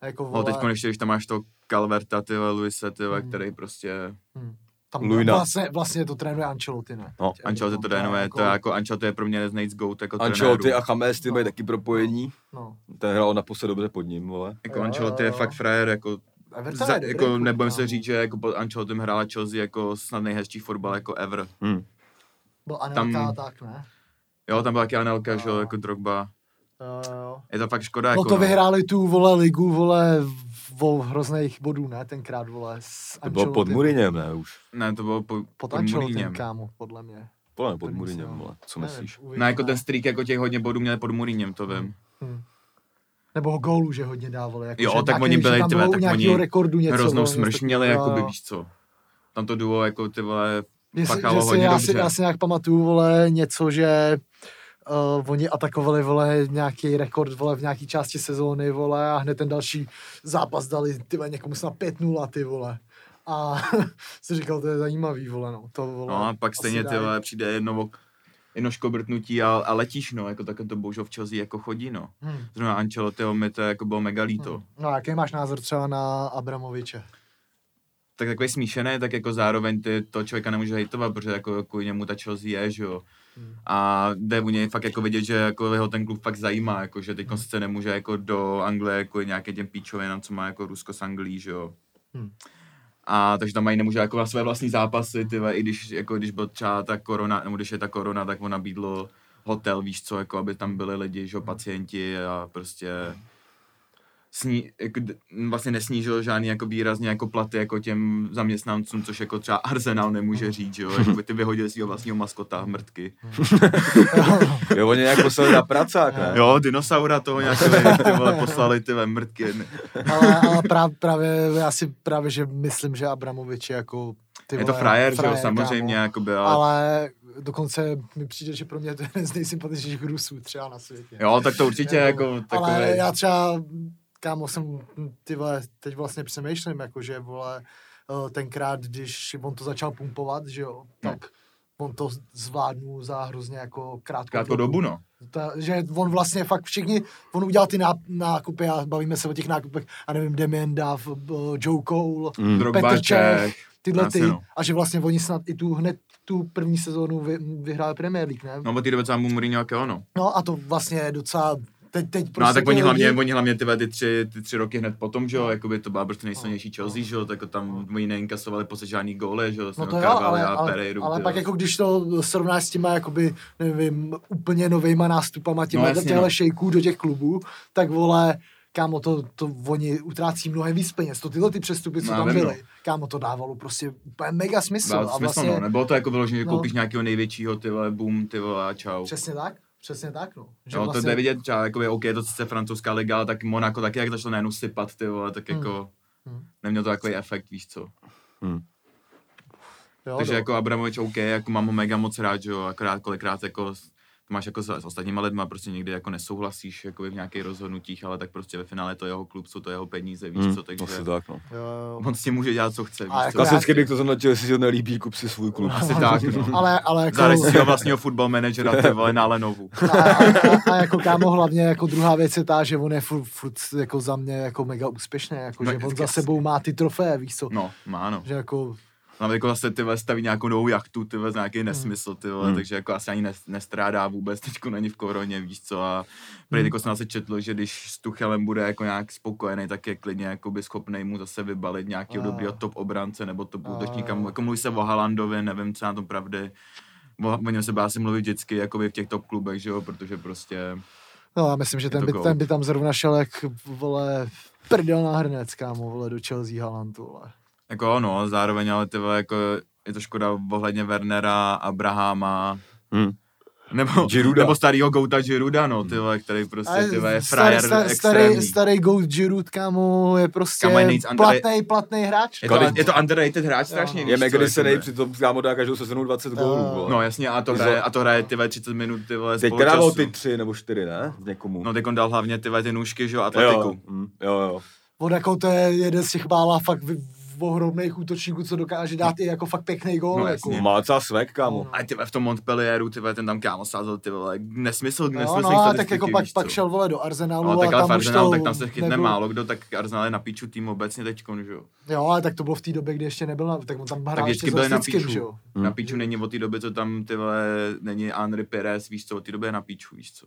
[SPEAKER 1] A Jako,
[SPEAKER 2] No,
[SPEAKER 1] vole,
[SPEAKER 2] teď konečně, když tam máš to Calverta, ty vole, Luise, ty vole,
[SPEAKER 1] Hmm.
[SPEAKER 2] který prostě...
[SPEAKER 1] hm, tam
[SPEAKER 3] Luina.
[SPEAKER 1] vlastně, vlastně to trénuje Ancelotti, ne?
[SPEAKER 3] No,
[SPEAKER 1] Teď
[SPEAKER 2] Ancelotti to
[SPEAKER 1] Everton,
[SPEAKER 2] trénuje, to je jako Ancelotti je pro mě z nejc goat jako
[SPEAKER 3] Ancelotti
[SPEAKER 2] trenéru.
[SPEAKER 3] a Chames, ty byly taky propojení.
[SPEAKER 1] No.
[SPEAKER 3] Ten hrál naposled dobře pod ním, vole.
[SPEAKER 2] Jako
[SPEAKER 1] Jo,
[SPEAKER 2] Ancelotti
[SPEAKER 1] jo,
[SPEAKER 2] je
[SPEAKER 1] jo.
[SPEAKER 2] fakt frajer, jako,
[SPEAKER 1] Everton
[SPEAKER 2] za,
[SPEAKER 1] je dobrý no.
[SPEAKER 2] jako
[SPEAKER 1] klub,
[SPEAKER 2] nebudem se
[SPEAKER 1] kámo.
[SPEAKER 2] říct, že jako pod Ancelottem hrála Chelsea jako snad nejhezčí fotbal jako ever.
[SPEAKER 3] Hm.
[SPEAKER 1] Byl Anelka
[SPEAKER 2] tam-
[SPEAKER 1] a tak, ne?
[SPEAKER 2] Jo, tam byla taky Anelka, že jo,
[SPEAKER 1] Jo.
[SPEAKER 2] jako Drogba.
[SPEAKER 1] Jo, jo, jo.
[SPEAKER 2] Je to fakt škoda,
[SPEAKER 1] No
[SPEAKER 2] jako
[SPEAKER 1] to vyhráli tu, vole, ligu, vole, v- dvou hrozných bodů, ne, tenkrát, vole, s
[SPEAKER 3] To bylo pod
[SPEAKER 1] Ancelottim.
[SPEAKER 3] Muriněm, ne už.
[SPEAKER 2] Ne, to bylo po,
[SPEAKER 1] Pod
[SPEAKER 2] pod Muríněm.
[SPEAKER 1] Ancelotem, kámo, podle mě.
[SPEAKER 3] Podle mě pod
[SPEAKER 1] První
[SPEAKER 3] Muriněm,
[SPEAKER 1] sezóna.
[SPEAKER 3] vole. Co
[SPEAKER 1] Nevím,
[SPEAKER 3] myslíš?
[SPEAKER 2] No
[SPEAKER 1] uvidíme.
[SPEAKER 2] jako ten streak jako těch hodně bodů měl pod Muríněm, to vím.
[SPEAKER 1] Hm. Nebo ho gólů, že hodně dávali. Jako,
[SPEAKER 2] Jo,
[SPEAKER 1] že
[SPEAKER 2] tak
[SPEAKER 1] nějaký-
[SPEAKER 2] oni
[SPEAKER 1] že
[SPEAKER 2] byli,
[SPEAKER 1] tam
[SPEAKER 2] ty vole,
[SPEAKER 1] bylo
[SPEAKER 2] tak
[SPEAKER 1] u nějakýho
[SPEAKER 2] oni
[SPEAKER 1] rekordu něco.
[SPEAKER 2] Hroznou
[SPEAKER 1] bylo, něco
[SPEAKER 2] smrš měli,
[SPEAKER 1] takového.
[SPEAKER 2] jakoby, víš co. Tam to duo, jako ty vole,
[SPEAKER 1] Jestli,
[SPEAKER 2] Pachalo
[SPEAKER 1] že si,
[SPEAKER 2] hodně
[SPEAKER 1] já, si,
[SPEAKER 2] dobře.
[SPEAKER 1] já si nějak pamatuju, vole, něco, že uh, oni atakovali, vole, nějaký rekord, vole, v nějaký části sezóny, vole, a hned ten další zápas dali, ty vole, někomu snad 5-0, ty vole. A [laughs] jsi říkal, to je zajímavý, vole, no, to, vole.
[SPEAKER 2] no a pak
[SPEAKER 1] asi
[SPEAKER 2] stejně ty
[SPEAKER 1] dají.
[SPEAKER 2] vole, přijde jedno, ok- jedno škobrtnutí a, a letíš, no, jako takhle to bohužel v Chelsea jako chodí, no.
[SPEAKER 1] Hm.
[SPEAKER 2] Zrovna Ancelottiho mi to jako bylo mega líto.
[SPEAKER 1] hm. No a jaký máš názor třeba na Abramoviče?
[SPEAKER 2] tak takový smíšený, tak jako zároveň ty to člověka nemůže hejtovat, protože jako kvůli němu ta Chelsea je, že jo.
[SPEAKER 1] Hmm.
[SPEAKER 2] A jde u něj fakt jako vidět, že jako jeho ten klub fakt zajímá, jako že teď se nemůže jako do Anglie jako nějaké těm píčovinám, co má jako Rusko s Anglií, že jo.
[SPEAKER 1] Hmm.
[SPEAKER 2] A takže tam mají nemůže jako na své vlastní zápasy, ty vole, i když, jako když byl třeba ta korona, nebo když je ta korona, tak on nabídlo hotel, víš co, jako aby tam byli lidi, že jo, pacienti a prostě sní, jako, d- vlastně nesnížil žádný jako výrazně jako platy jako těm zaměstnancům, což jako třeba Arsenal nemůže říct, že jo, jako by ty vyhodili svého vlastního maskota mrtky.
[SPEAKER 3] Jo, oni nějak poslali na pracák,
[SPEAKER 1] Eh,
[SPEAKER 3] ne?
[SPEAKER 2] [laughs] Jo,
[SPEAKER 1] [laughs]
[SPEAKER 2] dinosaura toho nějakého, ty vole, poslali ty vole, mrtky.
[SPEAKER 1] ale, ale prá, právě, já si právě, že myslím, že Abramovič je jako... Ty
[SPEAKER 2] Je to
[SPEAKER 1] vole,
[SPEAKER 2] frajer, že jo,
[SPEAKER 1] frajer,
[SPEAKER 2] samozřejmě,
[SPEAKER 1] kámo.
[SPEAKER 2] jakoby, ale...
[SPEAKER 1] ale dokonce mi přijde, že pro mě je to jeden z nejsympatičnějších Rusů třeba na světě.
[SPEAKER 2] Jo, tak to určitě jako
[SPEAKER 1] ale
[SPEAKER 2] takové...
[SPEAKER 1] já třeba, kámo, jsem, ty vole, teď vlastně přemýšlím, jako že, vole, eh, tenkrát, když on to začal pumpovat, že jo,
[SPEAKER 2] No.
[SPEAKER 1] tak on to zvládnul za hrozně jako krátkou,
[SPEAKER 2] Krátkou dobu, no.
[SPEAKER 1] Ta, že on vlastně fakt všichni, on udělal ty ná- nákupy a bavíme se o těch nákupech, a nevím, Demian Duff, eh, Joe Cole,
[SPEAKER 3] Mm.
[SPEAKER 1] Petr
[SPEAKER 2] Drogba,
[SPEAKER 1] Čech,
[SPEAKER 2] Čech,
[SPEAKER 1] tyhle
[SPEAKER 2] Jasně,
[SPEAKER 1] ty.
[SPEAKER 2] no.
[SPEAKER 1] A že vlastně oni snad i tu hned tu první sezónu vy, vyhráli Premier League, ne? No.
[SPEAKER 2] No, od té doby, co tam Mourinho, jako ono.
[SPEAKER 1] no a to vlastně je docela teď, teď prostě
[SPEAKER 2] No a tak
[SPEAKER 1] ty
[SPEAKER 2] oni hlavně,
[SPEAKER 1] lidi-
[SPEAKER 2] oni hlavně ty, vole, ty, tři, ty tři roky hned potom, že jo, jakoby to byla prostě nejsilnější Chelsea, že jo, tak tam oni neinkasovali prostě žádný góle, že jo,
[SPEAKER 1] No
[SPEAKER 2] no
[SPEAKER 1] to jo,
[SPEAKER 2] Carvalho
[SPEAKER 1] ale,
[SPEAKER 2] a
[SPEAKER 1] ale,
[SPEAKER 2] Pereiru,
[SPEAKER 1] ale
[SPEAKER 2] ty
[SPEAKER 1] pak
[SPEAKER 2] vole.
[SPEAKER 1] jako když to srovnáš s těma jakoby, nevím, úplně novejma nástupama těma no,
[SPEAKER 2] jasně,
[SPEAKER 1] těhle no.
[SPEAKER 2] no.
[SPEAKER 1] šejků do těch klubů, tak vole, kámo, to, to oni utrácí mnohem víc peněz. To tyhle ty přestupy, co
[SPEAKER 2] No,
[SPEAKER 1] tam
[SPEAKER 2] vím,
[SPEAKER 1] byly, kámo, to dávalo prostě úplně mega smysl.
[SPEAKER 2] Dává to
[SPEAKER 1] a
[SPEAKER 2] smysl,
[SPEAKER 1] vlastně,
[SPEAKER 2] no. Nebylo to jako vyloženě, že
[SPEAKER 1] no.
[SPEAKER 2] koupíš nějakého největšího, ty vole, boom, ty vole, a čau.
[SPEAKER 1] Přesně tak, přesně tak, no. Že
[SPEAKER 2] jo,
[SPEAKER 1] vlastně,
[SPEAKER 2] to jde vidět, třeba, jakoby, OK, je to sice francouzská liga, ale tak Monaco taky, jak začalo najednou sypat, ty vole, tak
[SPEAKER 1] Hmm.
[SPEAKER 2] jako...
[SPEAKER 1] Hmm.
[SPEAKER 2] Neměl to takový efekt, víš co.
[SPEAKER 3] Hm,
[SPEAKER 1] jo,
[SPEAKER 2] Takže
[SPEAKER 1] no.
[SPEAKER 2] jako Abramovič OK, jako mám ho mega moc rád, že jo, akorát kolikrát jako s- máš jako s, s ostatníma lidma, prostě někdy jako nesouhlasíš jako v nějakých rozhodnutích, ale tak prostě ve finále to je jeho klub, jsou to jeho peníze, víš
[SPEAKER 3] Mm,
[SPEAKER 2] co, takže
[SPEAKER 3] Asi tak, no.
[SPEAKER 1] Jo, jo, jo.
[SPEAKER 2] on s tím může dělat, co chce, víš
[SPEAKER 1] A
[SPEAKER 2] co.
[SPEAKER 1] jako-
[SPEAKER 3] Klasicky bych to zhodnotil, jestli si ho nelíbí, kup si svůj klub.
[SPEAKER 2] Asi tak,
[SPEAKER 1] [laughs]
[SPEAKER 2] [laughs] no.
[SPEAKER 1] Ale, ale jako...
[SPEAKER 2] Zareš svého vlastního football manažera, ty vole, na Lenovu.
[SPEAKER 1] a, a, a jako
[SPEAKER 2] [laughs]
[SPEAKER 1] kámo hlavně jako druhá věc je ta, že on je furt, furt jako za mě jako mega úspěšný, jako
[SPEAKER 2] No,
[SPEAKER 1] že on za
[SPEAKER 2] jasně.
[SPEAKER 1] sebou má ty trofé, víš co,
[SPEAKER 2] No, má no.
[SPEAKER 1] že jako
[SPEAKER 2] Tam jako zase ty vole, staví nějakou novou jachtu, ty vole, z nějaký nesmysl, ty vole, takže jako asi ani nes, nestrádá vůbec, teďko není v koroně, víš co, a prý jako jsem se četlo, že když s Tuchelem bude jako nějak spokojený, tak je klidně jakoby schopnej mu zase vybalit nějakého
[SPEAKER 1] A.
[SPEAKER 2] dobrého top obránce nebo top
[SPEAKER 1] A.
[SPEAKER 2] útočníka, jako mluví se o Halandovi, nevím, co na tom pravdy, o, o něm se bá si mluvit vždycky, jakoby v těch top klubech, že jo, protože prostě,
[SPEAKER 1] no já myslím, že ten
[SPEAKER 2] to
[SPEAKER 1] by,
[SPEAKER 2] gol.
[SPEAKER 1] ten by tam zrovna šel jak vole prdel na hrnec kámo vole do Chelsea Haaland vole.
[SPEAKER 2] jako ono, zároveň, ale ty vole, jako je to škoda ohledně Wernera, Abrahama,
[SPEAKER 3] Mm.
[SPEAKER 2] Nebo,
[SPEAKER 3] Girouda.
[SPEAKER 2] nebo starýho Gouta Giruda, no, ty vole, který prostě, ty vole, je
[SPEAKER 1] starý,
[SPEAKER 2] frajer
[SPEAKER 1] starý, starý,
[SPEAKER 2] extrémní.
[SPEAKER 1] starý Goat Giroud kámo je prostě
[SPEAKER 2] Kámo, je nejc- Andre-
[SPEAKER 1] platnej, platnej hráč.
[SPEAKER 2] Je
[SPEAKER 1] no.
[SPEAKER 2] to, je to underrated hráč strašně.
[SPEAKER 1] no.
[SPEAKER 2] víš
[SPEAKER 3] Je
[SPEAKER 2] co, jako
[SPEAKER 3] Megrisenej,
[SPEAKER 2] jakoby.
[SPEAKER 3] přitom kámo dá každou sezonu 20
[SPEAKER 1] Jo.
[SPEAKER 3] gólů.
[SPEAKER 2] No jasně, a to hraje, a to hraje ty vole 30 minut, ty vole,
[SPEAKER 3] Teď
[SPEAKER 2] spolučasu.
[SPEAKER 3] dával ty tři nebo čtyři, ne? Někomu.
[SPEAKER 2] No, teď on dal hlavně ty vole ty nůžky, že jo,
[SPEAKER 3] jo,
[SPEAKER 2] atletiku.
[SPEAKER 3] mm, jo, jo.
[SPEAKER 1] On jako to je jeden z těch mála fakt vy- ohromných útočníků, co dokáže dát i jako fakt pěkný gól.
[SPEAKER 2] No,
[SPEAKER 1] jako.
[SPEAKER 2] jasně.
[SPEAKER 3] Má docela svek, kámo.
[SPEAKER 2] A ty vole, v tom Montpellieru, ty vole, ten tam kámo sázel, ty vole, nesmysl,
[SPEAKER 1] No,
[SPEAKER 2] nesmysl
[SPEAKER 1] no a tak jako pak, pak šel vole do Arsenalu
[SPEAKER 2] No, tak
[SPEAKER 1] a
[SPEAKER 2] ale v
[SPEAKER 1] tam už
[SPEAKER 2] Arsenalu,
[SPEAKER 1] to
[SPEAKER 2] tak tam se chytne
[SPEAKER 1] nebylo-
[SPEAKER 2] málo kdo, tak Arsenal je na píču tým obecně teď, že jo.
[SPEAKER 1] Jo, ale tak to bylo v té době, kdy ještě nebyl, na, tak on tam
[SPEAKER 2] Tak
[SPEAKER 1] hrál ještě
[SPEAKER 2] vždycky
[SPEAKER 1] s
[SPEAKER 2] byli na
[SPEAKER 1] Rostickým, že jo.
[SPEAKER 2] píču. Na
[SPEAKER 3] Hmm.
[SPEAKER 2] píču není od té doby, co tam ty vole, není Henry Perez, víš co, od té doby je na píču, víš co.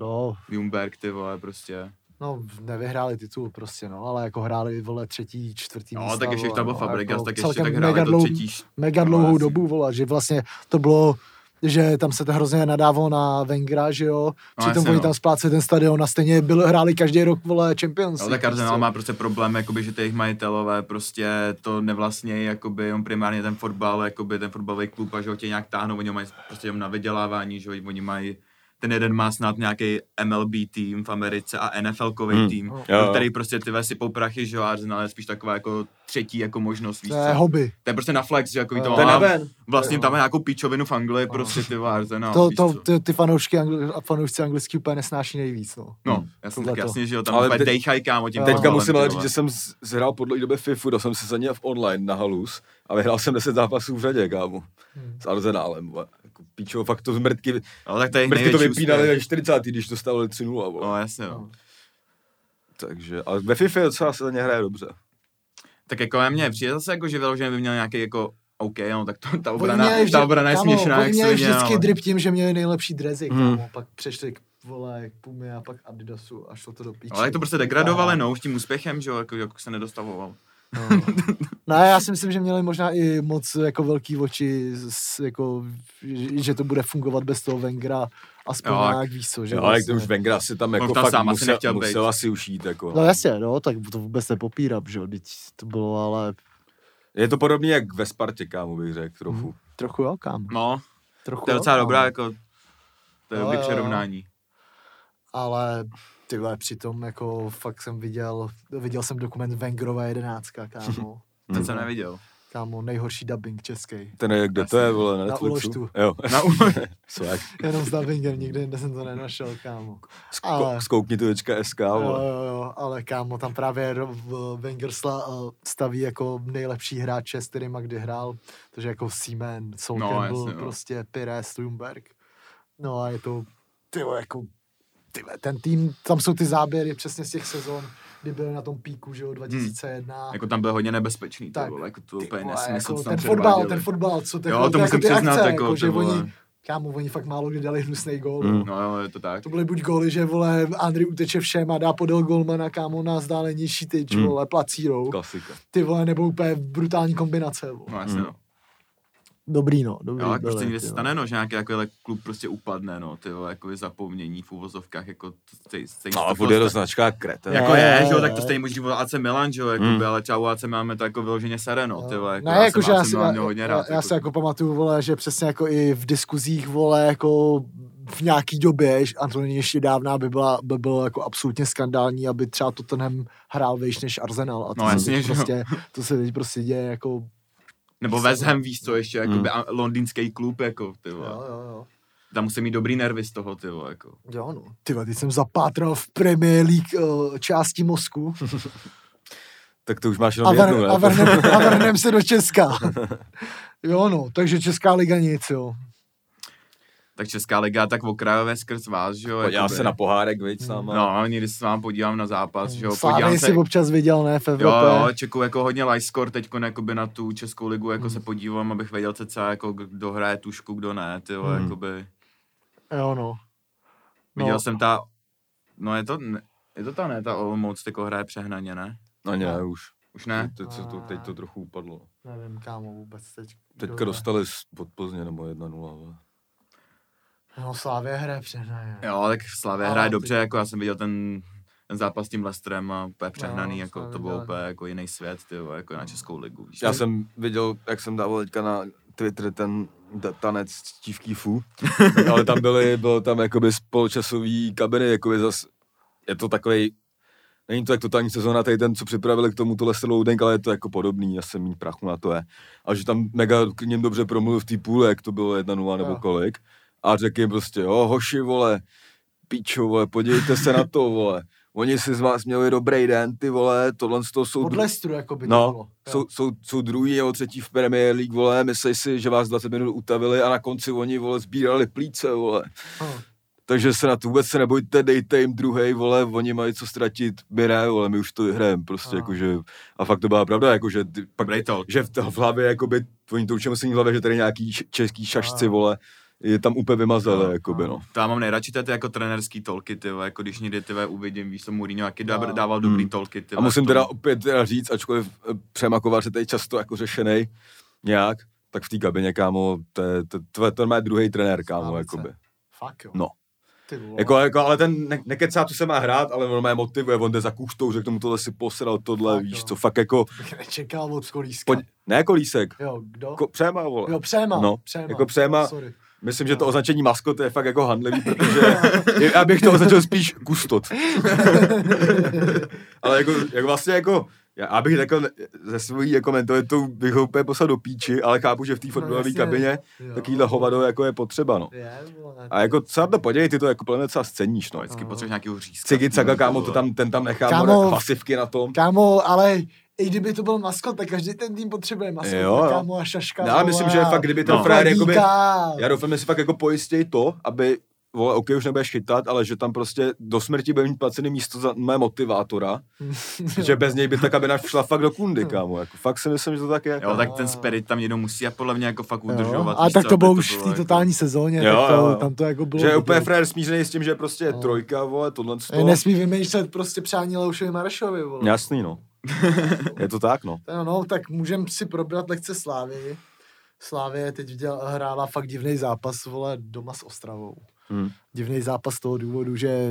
[SPEAKER 1] No,
[SPEAKER 2] Jumberg, ty vole, prostě.
[SPEAKER 1] no, nevyhráli titul prostě, no, ale jako hráli vole třetí, čtvrtý
[SPEAKER 2] No,
[SPEAKER 1] místa,
[SPEAKER 2] tak ještě,
[SPEAKER 1] vole,
[SPEAKER 2] když tam byl
[SPEAKER 1] no,
[SPEAKER 2] Fabregas, tak ještě
[SPEAKER 1] celkem
[SPEAKER 2] tak hráli
[SPEAKER 1] mega
[SPEAKER 2] to
[SPEAKER 1] dlou-
[SPEAKER 2] třetí š-
[SPEAKER 1] Mega
[SPEAKER 2] no,
[SPEAKER 1] dlouhou
[SPEAKER 2] jasně.
[SPEAKER 1] dobu, vole, že vlastně to bylo že tam se to hrozně nadávalo na Vengra, že jo,
[SPEAKER 2] No,
[SPEAKER 1] přitom
[SPEAKER 2] jasně,
[SPEAKER 1] oni
[SPEAKER 2] no.
[SPEAKER 1] tam spláceli ten stadion a stejně byl, hráli každý rok, vole, Champions
[SPEAKER 2] Ale
[SPEAKER 1] League,
[SPEAKER 2] tak Arsenal
[SPEAKER 1] prostě.
[SPEAKER 2] má prostě problém, jakoby, že ty jejich majitelové prostě to nevlastně, jakoby on primárně ten fotbal, jakoby ten fotbalový klub a že ho tě nějak táhnou, oni ho mají prostě jenom na vydělávání, že jo, oni mají ten jeden má snad nějaký MLB tým v Americe a NFL kový
[SPEAKER 3] Hmm.
[SPEAKER 2] hmm. tým,
[SPEAKER 1] Jo,
[SPEAKER 3] jo.
[SPEAKER 2] jo. který prostě ty vole sypou prachy, že jo, a Arsenal je spíš taková jako třetí jako možnost, víš
[SPEAKER 1] To je
[SPEAKER 2] co?
[SPEAKER 1] hobby.
[SPEAKER 2] To je prostě na flex, že jako
[SPEAKER 1] To
[SPEAKER 2] to,
[SPEAKER 1] je
[SPEAKER 3] To je
[SPEAKER 2] má-
[SPEAKER 3] na ven.
[SPEAKER 2] vlastně
[SPEAKER 1] Jo.
[SPEAKER 2] tam má nějakou píčovinu v Anglii, prostě ty vole, Arsenal,
[SPEAKER 1] to,
[SPEAKER 2] víš
[SPEAKER 1] to,
[SPEAKER 2] co?
[SPEAKER 1] ty, ty fanoušky angli- a fanoušci anglicky úplně nesnáší nejvíc, no.
[SPEAKER 2] No, jasně,
[SPEAKER 1] tohle
[SPEAKER 2] tak
[SPEAKER 1] to.
[SPEAKER 2] jasně, že jo, tam
[SPEAKER 3] Ale
[SPEAKER 2] úplně
[SPEAKER 3] teď-
[SPEAKER 2] dejchaj kámo tím
[SPEAKER 1] Jo.
[SPEAKER 3] Teďka
[SPEAKER 2] fotbalem,
[SPEAKER 3] musím
[SPEAKER 2] ty
[SPEAKER 3] ale
[SPEAKER 2] vole.
[SPEAKER 3] říct, že jsem z- zhrál podle ně doby FIFU, dal jsem se za ně v online na halus a vyhrál jsem 10 zápasů v řadě, kámo.
[SPEAKER 2] Hm.
[SPEAKER 3] S Arzenálem, vole. Jako píčo, fakt to z mrtky,
[SPEAKER 2] Ale tak to je jejich
[SPEAKER 3] mrtky to
[SPEAKER 2] největší
[SPEAKER 3] vypínali
[SPEAKER 2] úspěch.
[SPEAKER 3] na 40. když dostávali 3-0, vole.
[SPEAKER 2] No jasně, jo.
[SPEAKER 1] No.
[SPEAKER 3] Takže, ale ve FIFA docela se za ně hraje dobře.
[SPEAKER 2] Tak jako já mě přijde zase jako, že vyloženě by měl nějaký jako OK, no tak to, ta
[SPEAKER 1] Oni
[SPEAKER 2] obrana,
[SPEAKER 1] měli
[SPEAKER 2] ta obrana je
[SPEAKER 1] kámo,
[SPEAKER 2] směšná,
[SPEAKER 1] oni
[SPEAKER 2] jak no. Mhm.
[SPEAKER 1] měli
[SPEAKER 2] se
[SPEAKER 1] vždycky
[SPEAKER 2] vždycky
[SPEAKER 1] drip tím, že měli nejlepší drezy,
[SPEAKER 3] Hmm.
[SPEAKER 1] kámo, pak přešli k vole, k Pumě a pak Adidasu a šlo to do píči.
[SPEAKER 2] ale jak to prostě degradovali, no, už tím úspěchem, že jo, jako, jako se nedostavoval.
[SPEAKER 1] No. no a já si myslím, že měli možná i moc jako velký oči, s, jako, že- že to bude fungovat bez toho Vengra, aspoň
[SPEAKER 2] Jo,
[SPEAKER 1] jo,
[SPEAKER 2] tak-
[SPEAKER 1] nějak víš co, že
[SPEAKER 3] Jo, ale jak
[SPEAKER 1] vlastně.
[SPEAKER 3] ten už Wenger asi tam jako
[SPEAKER 2] On tam
[SPEAKER 3] fakt
[SPEAKER 2] sám asi
[SPEAKER 3] musel,
[SPEAKER 2] nechtěl být.
[SPEAKER 3] musel asi ušít, jako.
[SPEAKER 1] No jasně, no, tak to vůbec nepopírám, že jo, teď to bylo ale
[SPEAKER 3] Je to podobně jak ve Spartě, kámo, bych řekl, trochu.
[SPEAKER 2] Hmm.
[SPEAKER 1] Mhm. trochu jo, kámo,
[SPEAKER 2] No,
[SPEAKER 1] trochu
[SPEAKER 2] to je
[SPEAKER 1] jo,
[SPEAKER 2] docela
[SPEAKER 1] kámo.
[SPEAKER 2] dobrá, jako, to
[SPEAKER 1] no.
[SPEAKER 2] je
[SPEAKER 1] Jo,
[SPEAKER 2] dobrý
[SPEAKER 1] jo, jo.
[SPEAKER 2] přerovnání.
[SPEAKER 1] ale ty vole, přitom jako fakt jsem viděl, viděl jsem dokument Vengrova jedenáctka,
[SPEAKER 2] [laughs]
[SPEAKER 1] kámo.
[SPEAKER 2] Ten jsem neviděl.
[SPEAKER 1] Kámo, nejhorší dubbing český.
[SPEAKER 3] Ten je, kde to je, vole, na
[SPEAKER 1] Na
[SPEAKER 3] Netflixu?
[SPEAKER 1] Uložtu.
[SPEAKER 3] jo,
[SPEAKER 2] Na
[SPEAKER 3] [laughs] svak.
[SPEAKER 1] Jenom s dubbingem, nikde jinde jsem to nenašel, kámo.
[SPEAKER 3] Sko-
[SPEAKER 1] Ale-
[SPEAKER 3] Skoukni tu večka SK,
[SPEAKER 1] Jo,
[SPEAKER 3] vole.
[SPEAKER 1] jo, jo, ale kámo, tam právě Rob- v- Wengersla eh, staví jako nejlepší hráče, s kterýma kdy hrál, takže jako Seaman, Sol
[SPEAKER 2] No,
[SPEAKER 1] no, Campbell,
[SPEAKER 2] jasně,
[SPEAKER 1] jasně,
[SPEAKER 2] no.
[SPEAKER 1] prostě Pires, Lundberg. No a je to, ty vole, jako, ty vole, ten tým, tam jsou ty záběry přesně z těch sezon, kdy byli na tom píku, že jo, 2001.
[SPEAKER 2] Hmm. jako tam byl hodně nebezpečný, to
[SPEAKER 1] Tak,
[SPEAKER 2] bylo, jako to
[SPEAKER 1] Ty
[SPEAKER 2] úplně
[SPEAKER 1] vole, jako
[SPEAKER 2] nesmysl, co tam
[SPEAKER 1] ten fotbal,
[SPEAKER 2] předváděli.
[SPEAKER 1] ten fotbal, co ty,
[SPEAKER 2] Jo,
[SPEAKER 1] vole,
[SPEAKER 2] to musím
[SPEAKER 1] ty
[SPEAKER 2] přiznat,
[SPEAKER 1] akce,
[SPEAKER 2] jako,
[SPEAKER 1] jako,
[SPEAKER 2] ty
[SPEAKER 1] že
[SPEAKER 2] vole.
[SPEAKER 1] oni, kámo, oni fakt málo kdy dali hnusný gól.
[SPEAKER 3] Mm.
[SPEAKER 2] No jo, je to tak.
[SPEAKER 1] To byly buď góly, že vole, Andry uteče všem a dá podél golmana, kámo, na vzdálenější tyč,
[SPEAKER 3] Mm.
[SPEAKER 1] vole, placírou.
[SPEAKER 3] Klasika.
[SPEAKER 1] Ty vole, nebo úplně brutální kombinace, vole.
[SPEAKER 2] No jasně,
[SPEAKER 3] Mm.
[SPEAKER 2] no.
[SPEAKER 1] Dobrý, no, dobrý.
[SPEAKER 2] Jo, tak prostě
[SPEAKER 1] byly,
[SPEAKER 2] někde
[SPEAKER 1] ty
[SPEAKER 2] se
[SPEAKER 1] vole.
[SPEAKER 2] stane, no, že nějaký takovýhle klub prostě upadne, no, ty vole, jako zapomnění v uvozovkách, jako stej, stej,
[SPEAKER 3] No, ale
[SPEAKER 2] stej-
[SPEAKER 3] bude do značka kreten.
[SPEAKER 2] Jako
[SPEAKER 1] Ne,
[SPEAKER 2] je, že jo,
[SPEAKER 1] ne,
[SPEAKER 2] tak to
[SPEAKER 1] ne.
[SPEAKER 2] stejně může říct o AC Milan, že jo, jako
[SPEAKER 3] Hmm.
[SPEAKER 2] by, ale třeba u AC máme to jako vyloženě sereno, ty vole, jako
[SPEAKER 1] Mm. ne, jako, že já,
[SPEAKER 2] AC
[SPEAKER 1] si,
[SPEAKER 2] Milan
[SPEAKER 1] já,
[SPEAKER 2] měl hodně
[SPEAKER 1] já,
[SPEAKER 2] rád,
[SPEAKER 1] já se jako pamatuju, vole, že přesně jako i v diskuzích, vole, jako v nějaký době, že Antonín ještě dávná by, byla, by bylo jako absolutně skandální, aby třeba Tottenham hrál vejš než Arsenal. A to
[SPEAKER 2] No,
[SPEAKER 1] se
[SPEAKER 2] jasně,
[SPEAKER 1] teď
[SPEAKER 2] že jo.
[SPEAKER 1] prostě, to se teď prostě děje jako,
[SPEAKER 2] nebo West Ham, víš co, ještě, jako
[SPEAKER 3] Hmm.
[SPEAKER 2] by a- londýnský klub, jako, ty
[SPEAKER 1] jo,
[SPEAKER 2] vole,
[SPEAKER 1] jo, jo.
[SPEAKER 2] tam musí mít dobrý nervy z toho, ty vole, jako.
[SPEAKER 1] Jo, no. Ty vole, teď jsem zapátral v Premier League uh, části mozku
[SPEAKER 3] Tak to jako. už máš
[SPEAKER 1] a,
[SPEAKER 3] jenom
[SPEAKER 1] ver,
[SPEAKER 3] jednu,
[SPEAKER 1] a,
[SPEAKER 3] ne?
[SPEAKER 1] vrnem, a vrnem se do Česka. Jo, no, takže Česká liga nic, jo.
[SPEAKER 2] Tak Česká liga, tak okrajové skrz vás, že jo,
[SPEAKER 3] Podívá
[SPEAKER 2] jakoby.
[SPEAKER 3] se na pohárek, viď, s
[SPEAKER 1] Hmm.
[SPEAKER 3] náma.
[SPEAKER 2] No, a někdy se vám podívám na zápas,
[SPEAKER 1] Mm.
[SPEAKER 2] že jo, podívám
[SPEAKER 1] Slávy
[SPEAKER 2] se,
[SPEAKER 1] si občas viděl, ne, v
[SPEAKER 2] Jo,
[SPEAKER 1] Evropě.
[SPEAKER 2] jo, čeku jako hodně live score teď jakoby na tu Českou ligu, jako
[SPEAKER 3] Hmm.
[SPEAKER 2] se podívám, abych věděl cca, jako kdo hraje tušku, kdo ne, ty vole,
[SPEAKER 3] Hmm.
[SPEAKER 2] jakoby.
[SPEAKER 1] Jo, no.
[SPEAKER 2] Viděl
[SPEAKER 1] No.
[SPEAKER 2] jsem ta, no je to, je to ta ne, ta Olomouc tyko hraje přehnaně, ne?
[SPEAKER 3] No, ne, už.
[SPEAKER 2] Už ne?
[SPEAKER 3] Teď, se to, teď to trochu upadlo.
[SPEAKER 1] Nevím, kámo, vůbec teď.
[SPEAKER 3] Teďka
[SPEAKER 1] kdo je.
[SPEAKER 3] dostali s- pod Plzně nebo 1-0. vole.
[SPEAKER 1] No, Slávě hraje přehnaje.
[SPEAKER 2] Jo, tak Slavě
[SPEAKER 1] Ale
[SPEAKER 2] hraje
[SPEAKER 1] ty-
[SPEAKER 2] dobře, jako já jsem viděl ten, ten zápas s tím Lestrem a úplně přehnaný,
[SPEAKER 1] No,
[SPEAKER 2] jako
[SPEAKER 1] jsme
[SPEAKER 2] to bylo
[SPEAKER 1] viděli.
[SPEAKER 2] úplně jako jiný svět, ty vole, jako na Českou ligu. víš.
[SPEAKER 3] No. Já jsem viděl, jak jsem dával teďka na Twitter ten da- tanec z Čívky Fu, ale tam byly, bylo tam jakoby spolčasový kabiny, jakoby zas, je to takový, není to jak totální sezóna, tady ten, co připravili k tomu tohle Loudenk, ale je to jako podobný, já jsem mít prachu na to je. A že tam mega k ním dobře promluvil v té půle, jak to bylo 1-0 nebo
[SPEAKER 1] Jo.
[SPEAKER 3] kolik. A řekl jim prostě, jo, hoši, vole, pičo, vole, podívejte se na to, vole. Oni si z vás měli dobrý den, ty vole, tohle to jsou...
[SPEAKER 1] Od
[SPEAKER 3] dru-
[SPEAKER 1] Lestru, jako by to
[SPEAKER 3] No,
[SPEAKER 1] bylo. Jo.
[SPEAKER 3] jsou, jsou, jsou druhý nebo třetí v Premier League, vole, myslej si, že vás 20 minut utavili a na konci oni, vole, sbírali plíce, vole.
[SPEAKER 1] Hm.
[SPEAKER 3] Takže se na to vůbec se nebojte, dejte jim druhý, vole, oni mají co ztratit, my ne, vole, my už to vyhrajeme, prostě,
[SPEAKER 1] Ano.
[SPEAKER 3] jakože, a fakt to byla pravda, jakože, ty- pak,
[SPEAKER 2] Dobrý talk.
[SPEAKER 3] že v, t- v hlavě, jakoby, oni to určitě musí v hlavě, že tady nějaký č- český šašci,
[SPEAKER 1] Ano.
[SPEAKER 3] vole, je tam úplně vymazali,
[SPEAKER 2] Ano,
[SPEAKER 3] jakoby,
[SPEAKER 1] ano.
[SPEAKER 3] no.
[SPEAKER 2] To já mám nejradši ty jako trenerský tolky, ty vole, jako když někdy ty vole, uvidím, víš, co Mourinho, jaký
[SPEAKER 1] No.
[SPEAKER 2] dá- dával dobrý
[SPEAKER 3] Hmm.
[SPEAKER 2] tolky, ty
[SPEAKER 3] A
[SPEAKER 2] vole,
[SPEAKER 3] musím
[SPEAKER 2] v tom-
[SPEAKER 3] teda opět teda říct, ačkoliv eh, Přema Kovář je tady často jako řešený nějak, tak v té kabině, kámo, to je, to, to, je- to je má druhý trenér, kámo,
[SPEAKER 1] Slávice.
[SPEAKER 3] jakoby.
[SPEAKER 1] Fakt jo.
[SPEAKER 3] No.
[SPEAKER 1] Ty vole.
[SPEAKER 3] Jako, jako, ale ten ne, nekecá, co se má hrát, ale on má motivuje, on jde za kuchtou, řekl mu tohle si posral, tohle,
[SPEAKER 1] Tak
[SPEAKER 3] víš
[SPEAKER 1] jo.
[SPEAKER 3] co, fakt jako,
[SPEAKER 1] Bych nečekal od Kolíska.
[SPEAKER 3] pod, ne kolísek,
[SPEAKER 1] Jo, kdo?
[SPEAKER 3] ko, přema, vole.
[SPEAKER 1] Jo, Přema.
[SPEAKER 3] No,
[SPEAKER 1] Přema.
[SPEAKER 3] jako Přema.
[SPEAKER 1] Sorry.
[SPEAKER 3] Myslím,
[SPEAKER 1] No.
[SPEAKER 3] že to označení maskot je fakt
[SPEAKER 1] [laughs]
[SPEAKER 3] jako handlivý, protože je- já bych to označil spíš kustot. Ale jako, jako vlastně jako, já já bych takhle ze svojí jako mentalitou bych ho úplně poslal do píči, ale chápu, že v té fotbalové
[SPEAKER 1] No, jasně.
[SPEAKER 3] kabině
[SPEAKER 1] Jo.
[SPEAKER 3] takovýhle hovado jako je potřeba, no.
[SPEAKER 1] Je, vole.
[SPEAKER 3] A jako co na to podělej, ty to jako plně docela sceníš, no.
[SPEAKER 2] Vždycky potřebuješ nějakýho řízka.
[SPEAKER 3] Cigi Caga, kámo, to tam, ten tam nechá
[SPEAKER 1] Kámo.
[SPEAKER 3] more, pasivky na tom.
[SPEAKER 1] Kámo, ale i kdyby to byl maskot, tak každý ten tým potřebuje maskot.
[SPEAKER 3] Jo, jo.
[SPEAKER 1] Kámo a šaška.
[SPEAKER 3] Já No, myslím, že fakt, kdyby ten
[SPEAKER 2] No.
[SPEAKER 3] frajer, jakoby,
[SPEAKER 1] jakoby...
[SPEAKER 3] já doufám, že si fakt jako pojistěj to, aby vole, OK, už nebudeš chytat, ale že tam prostě do smrti bude mít placený místo za
[SPEAKER 1] [laughs]
[SPEAKER 3] mé motivátora, že bez něj by ta kabina šla fakt do kundy, kámo. Jako, fakt si myslím, že to tak je.
[SPEAKER 2] Jo, tak ten spirit tam někdo musí a podle mě jako fakt udržovat.
[SPEAKER 1] A
[SPEAKER 2] víš
[SPEAKER 1] tak
[SPEAKER 2] co,
[SPEAKER 1] to
[SPEAKER 2] aby
[SPEAKER 1] bylo už v
[SPEAKER 2] bylo
[SPEAKER 1] té
[SPEAKER 2] jako-
[SPEAKER 1] totální sezóně,
[SPEAKER 3] Jo,
[SPEAKER 1] tak to,
[SPEAKER 3] jo, jo.
[SPEAKER 1] tam to jako bylo.
[SPEAKER 3] že je
[SPEAKER 1] dobrý.
[SPEAKER 3] úplně frajer smířený s tím, že prostě je trojka, vole, tohle
[SPEAKER 1] E,
[SPEAKER 3] to.
[SPEAKER 1] Nesmí vymýšlet prostě přání Leušovi Marešovi, vole.
[SPEAKER 3] Jasný, no. [laughs] Je to tak, no.
[SPEAKER 1] No, no, tak můžem si probrat lekce Slávy. Slávě teď děl, hrála fakt divný zápas, vole, doma s Ostravou.
[SPEAKER 3] Hmm.
[SPEAKER 1] Divný zápas z toho důvodu, že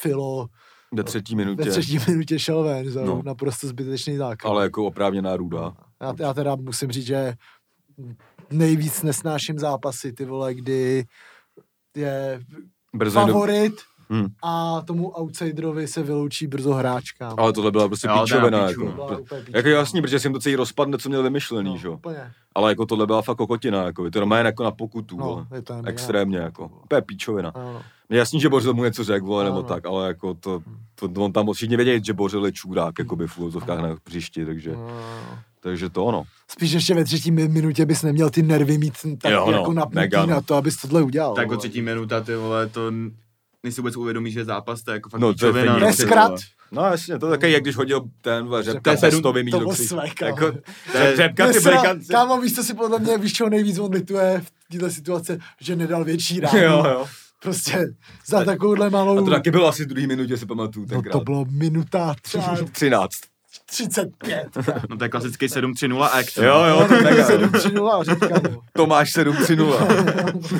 [SPEAKER 1] Filo
[SPEAKER 3] Ve třetí
[SPEAKER 1] ve
[SPEAKER 3] minutě.
[SPEAKER 1] třetí minutě šel ven za
[SPEAKER 3] No.
[SPEAKER 1] no. naprosto zbytečný zákrok.
[SPEAKER 3] Ale jako oprávněná růda.
[SPEAKER 1] Já, já teda musím říct, že nejvíc nesnáším zápasy, ty vole, kdy je
[SPEAKER 3] Brzo jen do...
[SPEAKER 1] favorit
[SPEAKER 3] Hmm.
[SPEAKER 1] a tomu outsiderovi se vyloučí brzo hráčka.
[SPEAKER 3] Ale tohle byla prostě
[SPEAKER 2] Jo, to je
[SPEAKER 3] píčovina.
[SPEAKER 2] na
[SPEAKER 3] Jako,
[SPEAKER 2] píču,
[SPEAKER 1] no. Byla úplně píčovina.
[SPEAKER 3] jako jasný, protože jsem to celý rozpadne, co měl vymyšlený,
[SPEAKER 1] no,
[SPEAKER 3] že jo.
[SPEAKER 1] úplně.
[SPEAKER 3] Ale jako tohle byla fakt kokotina, jako, to normálně jako na pokutu, no,
[SPEAKER 1] No, je to neměná.
[SPEAKER 3] extrémně, jako, úplně píčovina.
[SPEAKER 1] Ano, no.
[SPEAKER 3] Je Jasný, že Bořil mu něco řekl, vole, nebo
[SPEAKER 1] Ano. Hm.
[SPEAKER 3] tak, ale jako to, to, to on tam všichni věděli, že Bořil je čůrák, jako by v úvozovkách na příště, takže,
[SPEAKER 1] No, no, no.
[SPEAKER 3] takže to ono.
[SPEAKER 1] Spíš ještě ve třetí mi- minutě bys neměl ty nervy mít tak
[SPEAKER 3] Jo,
[SPEAKER 1] jo,
[SPEAKER 3] no,
[SPEAKER 1] no, jako napnutý
[SPEAKER 3] mega, no.
[SPEAKER 1] na to, abys tohle udělal.
[SPEAKER 2] Tak
[SPEAKER 1] vole.
[SPEAKER 2] od třetí minuta, ty vole, to n- než si vůbec uvědomí, že je zápas, to je jako fakt
[SPEAKER 3] No, to je
[SPEAKER 2] píčovina.
[SPEAKER 3] fajn.
[SPEAKER 2] no, ty
[SPEAKER 1] Bezkrat.
[SPEAKER 2] vole.
[SPEAKER 3] No jasně, to je také, jak když hodil ten vole, řepka
[SPEAKER 2] To je sedm-
[SPEAKER 3] pestový míč
[SPEAKER 1] Hm. to
[SPEAKER 3] do
[SPEAKER 1] bylo
[SPEAKER 3] křiž.
[SPEAKER 1] své, kámo.
[SPEAKER 3] Jako,
[SPEAKER 2] To je-
[SPEAKER 3] řepka ty
[SPEAKER 1] Nesra-
[SPEAKER 3] brejkanci.
[SPEAKER 1] Kámo, víš, co si podle mě, víš, čeho nejvíc on lituje v této situace, že nedal větší ránu.
[SPEAKER 3] [laughs] Jo, jo.
[SPEAKER 1] Prostě za takovouhle malou...
[SPEAKER 3] A to taky bylo asi v druhý minutě, si pamatuju
[SPEAKER 1] Hm. no,
[SPEAKER 3] tenkrát.
[SPEAKER 1] to
[SPEAKER 3] [laughs]
[SPEAKER 1] bylo minuta třeba
[SPEAKER 3] 13.
[SPEAKER 1] 35.
[SPEAKER 3] [laughs]
[SPEAKER 2] No to je klasický 7-3-0 act.
[SPEAKER 3] Jo,
[SPEAKER 1] [laughs]
[SPEAKER 3] jo, to je mega.
[SPEAKER 1] 7-3-0, říkám. no. [laughs]
[SPEAKER 3] Tomáš 7-3-0.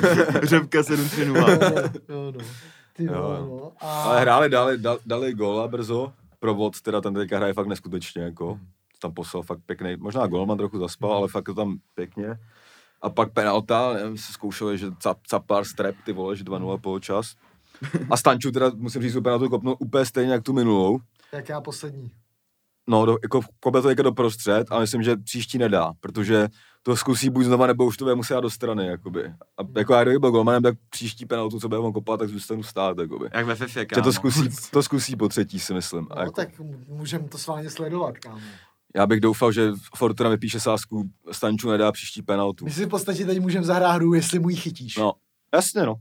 [SPEAKER 2] Řepka
[SPEAKER 3] [laughs]
[SPEAKER 2] 7-3-0.
[SPEAKER 1] Jo, no. Ty
[SPEAKER 3] Jo,
[SPEAKER 1] vole,
[SPEAKER 3] jo.
[SPEAKER 1] no. A-
[SPEAKER 3] Ale hráli, dali, dal- dali góla brzo, provod teda tam teďka hraje fakt neskutečně, jako tam poslal fakt pěkný, možná golman trochu zaspal, ale fakt to tam pěkně. A pak penalta, nevím, se zkoušeli, že cap, capar strep, ty vole, že 2-0 poločas. A Stanču teda, musím říct, tu penaltu kopnul úplně stejně jak tu minulou.
[SPEAKER 1] Jak já poslední.
[SPEAKER 3] No, do, jako kope to jako do prostřed a myslím, že příští nedá, protože to zkusí buď znova, nebo už to bude muset dát do strany, jakoby. A jako já kdyby byl golmanem, tak příští penaltu, co bude on kopat, tak zůstanu stát, jakoby.
[SPEAKER 2] Jak ve FIFA, kámo.
[SPEAKER 3] Že to zkusí, to zkusí po třetí, si myslím. A
[SPEAKER 1] No,
[SPEAKER 3] jako,
[SPEAKER 1] tak m- můžem to s vámi sledovat, kámo.
[SPEAKER 3] já bych doufal, že Fortuna vypíše sásku, Stanču nedá příští penaltu.
[SPEAKER 1] My si v podstatě teď můžeme zahrát hru, jestli mu ji chytíš.
[SPEAKER 3] No, jasně no.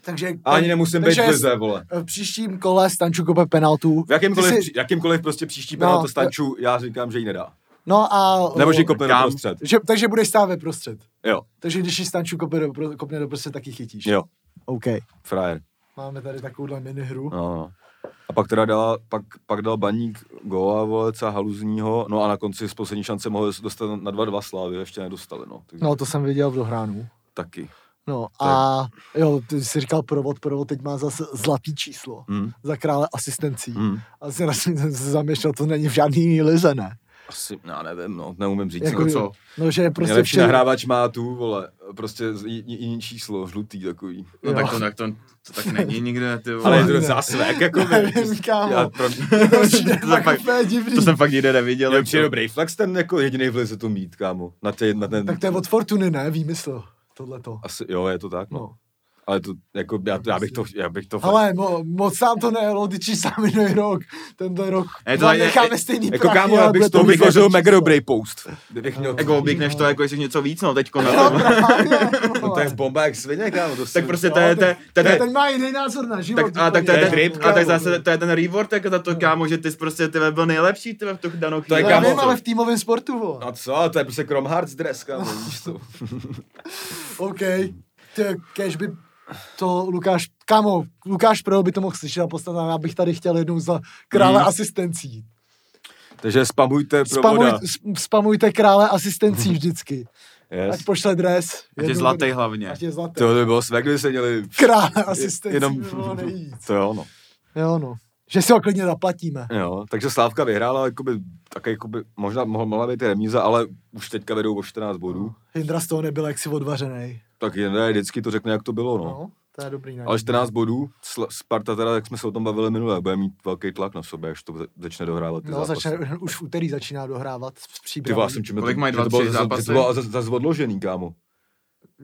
[SPEAKER 1] Takže,
[SPEAKER 3] A Ani nemusím být
[SPEAKER 1] takže
[SPEAKER 3] v lize, vole.
[SPEAKER 1] v příštím kole Stanču kope penaltu.
[SPEAKER 3] V jakýmkoliv,
[SPEAKER 1] Ty
[SPEAKER 3] si...
[SPEAKER 1] jsi-
[SPEAKER 3] jakýmkoliv prostě příští
[SPEAKER 1] No,
[SPEAKER 3] penaltu
[SPEAKER 1] to-
[SPEAKER 3] Stanču, já říkám, že ji nedá.
[SPEAKER 1] No a...
[SPEAKER 3] Nebo že ji kopne do
[SPEAKER 2] Kam?
[SPEAKER 3] prostřed.
[SPEAKER 1] že, takže budeš stát ve prostřed.
[SPEAKER 3] Jo,
[SPEAKER 1] Takže když ji Stanču kopne do, pro- kopne do prostřed, tak ji chytíš.
[SPEAKER 3] jo,
[SPEAKER 1] OK.
[SPEAKER 3] frajer.
[SPEAKER 1] Máme tady takovouhle minihru.
[SPEAKER 3] No, no. A pak teda dala, pak, pak dal baník Goa, vole, a haluzního, no a na konci z poslední šance mohl dostat na 2-2 slávy, ještě nedostali, no. Takže
[SPEAKER 1] No, to jsem viděl v dohránu.
[SPEAKER 3] Taky.
[SPEAKER 1] No a jo, ty jsi říkal provod, provod teď má zase zlatý číslo
[SPEAKER 3] Hmm.
[SPEAKER 1] za krále asistencí. Hmm.
[SPEAKER 3] Hmm.
[SPEAKER 1] A jsem jsem se [laughs] zamýšlel, to není v žádný jiný lize, ne?
[SPEAKER 3] Asi, já nevím, no, neumím říct.
[SPEAKER 1] Jako-
[SPEAKER 3] no,
[SPEAKER 2] co?
[SPEAKER 1] No, že je
[SPEAKER 3] Prostě
[SPEAKER 1] prostě
[SPEAKER 3] Nejlepší vše... nahrávač má tu, vole, prostě z- j- j- jiný číslo, žlutý takový.
[SPEAKER 2] No
[SPEAKER 1] Jo.
[SPEAKER 2] tak to, tak to, to tak není nikde, ty vole.
[SPEAKER 3] Ale je to
[SPEAKER 1] ne.
[SPEAKER 3] docela svek, jako
[SPEAKER 1] Nevím, kámo.
[SPEAKER 3] Já pro...
[SPEAKER 1] [laughs] to, přijde
[SPEAKER 2] to
[SPEAKER 1] fakt
[SPEAKER 2] fakt-
[SPEAKER 1] úplně divný.
[SPEAKER 2] To jsem fakt nikde neviděl.
[SPEAKER 3] Mě
[SPEAKER 2] jako.
[SPEAKER 3] přijde dobrý flex ten jako jediný v lize to mít, kámo. Na, tě, na ten...
[SPEAKER 1] Tak to je od Fortuny, ne? Výmysl. Tohleto.
[SPEAKER 3] Asi, jo, je to tak, no.
[SPEAKER 1] No.
[SPEAKER 3] Ale to, jako, já, já bych to, já bych to...
[SPEAKER 1] Ale mo, moc nám to nejelo, ty čísla minulý rok. Tento rok
[SPEAKER 2] Ne, to
[SPEAKER 1] to
[SPEAKER 2] je-
[SPEAKER 1] necháme
[SPEAKER 2] je-
[SPEAKER 1] stejný
[SPEAKER 3] Jako
[SPEAKER 1] prachy,
[SPEAKER 3] kámo,
[SPEAKER 1] ale
[SPEAKER 3] já bych
[SPEAKER 1] bude
[SPEAKER 3] z toho
[SPEAKER 1] to výborný
[SPEAKER 3] vykořil mega
[SPEAKER 1] číslo.
[SPEAKER 3] dobrý post. Kdybych měl...
[SPEAKER 2] Jako obvykneš to, jako jestli něco víc,
[SPEAKER 1] [laughs]
[SPEAKER 2] no teďko na
[SPEAKER 1] No,
[SPEAKER 2] to. [laughs]
[SPEAKER 1] právě,
[SPEAKER 3] No, to
[SPEAKER 1] vole.
[SPEAKER 3] je bomba jak svině, kámo. To si-
[SPEAKER 2] Tak prostě to je, to je, to je,
[SPEAKER 1] Ten,
[SPEAKER 2] to je-
[SPEAKER 1] ten má jiný názor na život.
[SPEAKER 2] tak, a tak No, to
[SPEAKER 1] úplně.
[SPEAKER 2] je ten,
[SPEAKER 3] drip,
[SPEAKER 2] a tak
[SPEAKER 3] kámo.
[SPEAKER 2] zase to je ten reward, jako za to, kámo, že ty jsi prostě, ty vole, byl nejlepší, ty vole, v tu danou
[SPEAKER 3] je
[SPEAKER 2] chvíli.
[SPEAKER 1] Já
[SPEAKER 3] kámo,
[SPEAKER 1] vím,
[SPEAKER 3] to-
[SPEAKER 1] ale v týmovém sportu, vole.
[SPEAKER 3] No co, to je prostě Chrome Hearts dress, kámo,
[SPEAKER 1] No.
[SPEAKER 3] víš to.
[SPEAKER 1] [laughs] OK. Ty, kež by to Lukáš, kámo, Lukáš Pro by to mohl slyšet a podstatně, já bych tady chtěl jednou za krále
[SPEAKER 2] Mm.
[SPEAKER 1] asistencí.
[SPEAKER 3] Takže spamujte pro Mhm.
[SPEAKER 1] Spamuj, s- spamujte krále asistencí vždycky.
[SPEAKER 3] Yes.
[SPEAKER 1] Ať pošle dres.
[SPEAKER 2] Ať je
[SPEAKER 1] jednou-
[SPEAKER 2] zlatý hlavně.
[SPEAKER 1] Ať je zlatý.
[SPEAKER 3] To by bylo své, kdyby se měli...
[SPEAKER 1] Král asistenci.
[SPEAKER 3] Jenom-
[SPEAKER 1] Jenom... Bylo nejvíc.
[SPEAKER 3] [laughs] To jo, no.
[SPEAKER 1] Jo, no. Že si ho klidně zaplatíme.
[SPEAKER 3] Jo, takže Slávka vyhrála, jakoby, také jakoby, možná mohla, mohla být i remíza, ale už teďka vedou o 14 bodů.
[SPEAKER 1] Jindra z toho nebyl jaksi odvařený.
[SPEAKER 3] Tak jen ne, vždycky to řekne, jak to bylo, no.
[SPEAKER 1] No, to je dobrý nápad.
[SPEAKER 3] Ale 14 bodů, Sl- Sparta teda, jak jsme se o tom bavili minule, bude mít velký tlak na sobě, až to za- začne dohrávat ty
[SPEAKER 1] No,
[SPEAKER 3] zápasy.
[SPEAKER 1] začne, už v úterý začíná dohrávat s
[SPEAKER 3] Ty
[SPEAKER 1] příbramí.
[SPEAKER 3] vás jsem čím,
[SPEAKER 2] Kolik mají
[SPEAKER 3] to bylo
[SPEAKER 2] 23
[SPEAKER 3] zase-
[SPEAKER 2] zápasy?
[SPEAKER 3] To bylo zase zase odložený, kámo.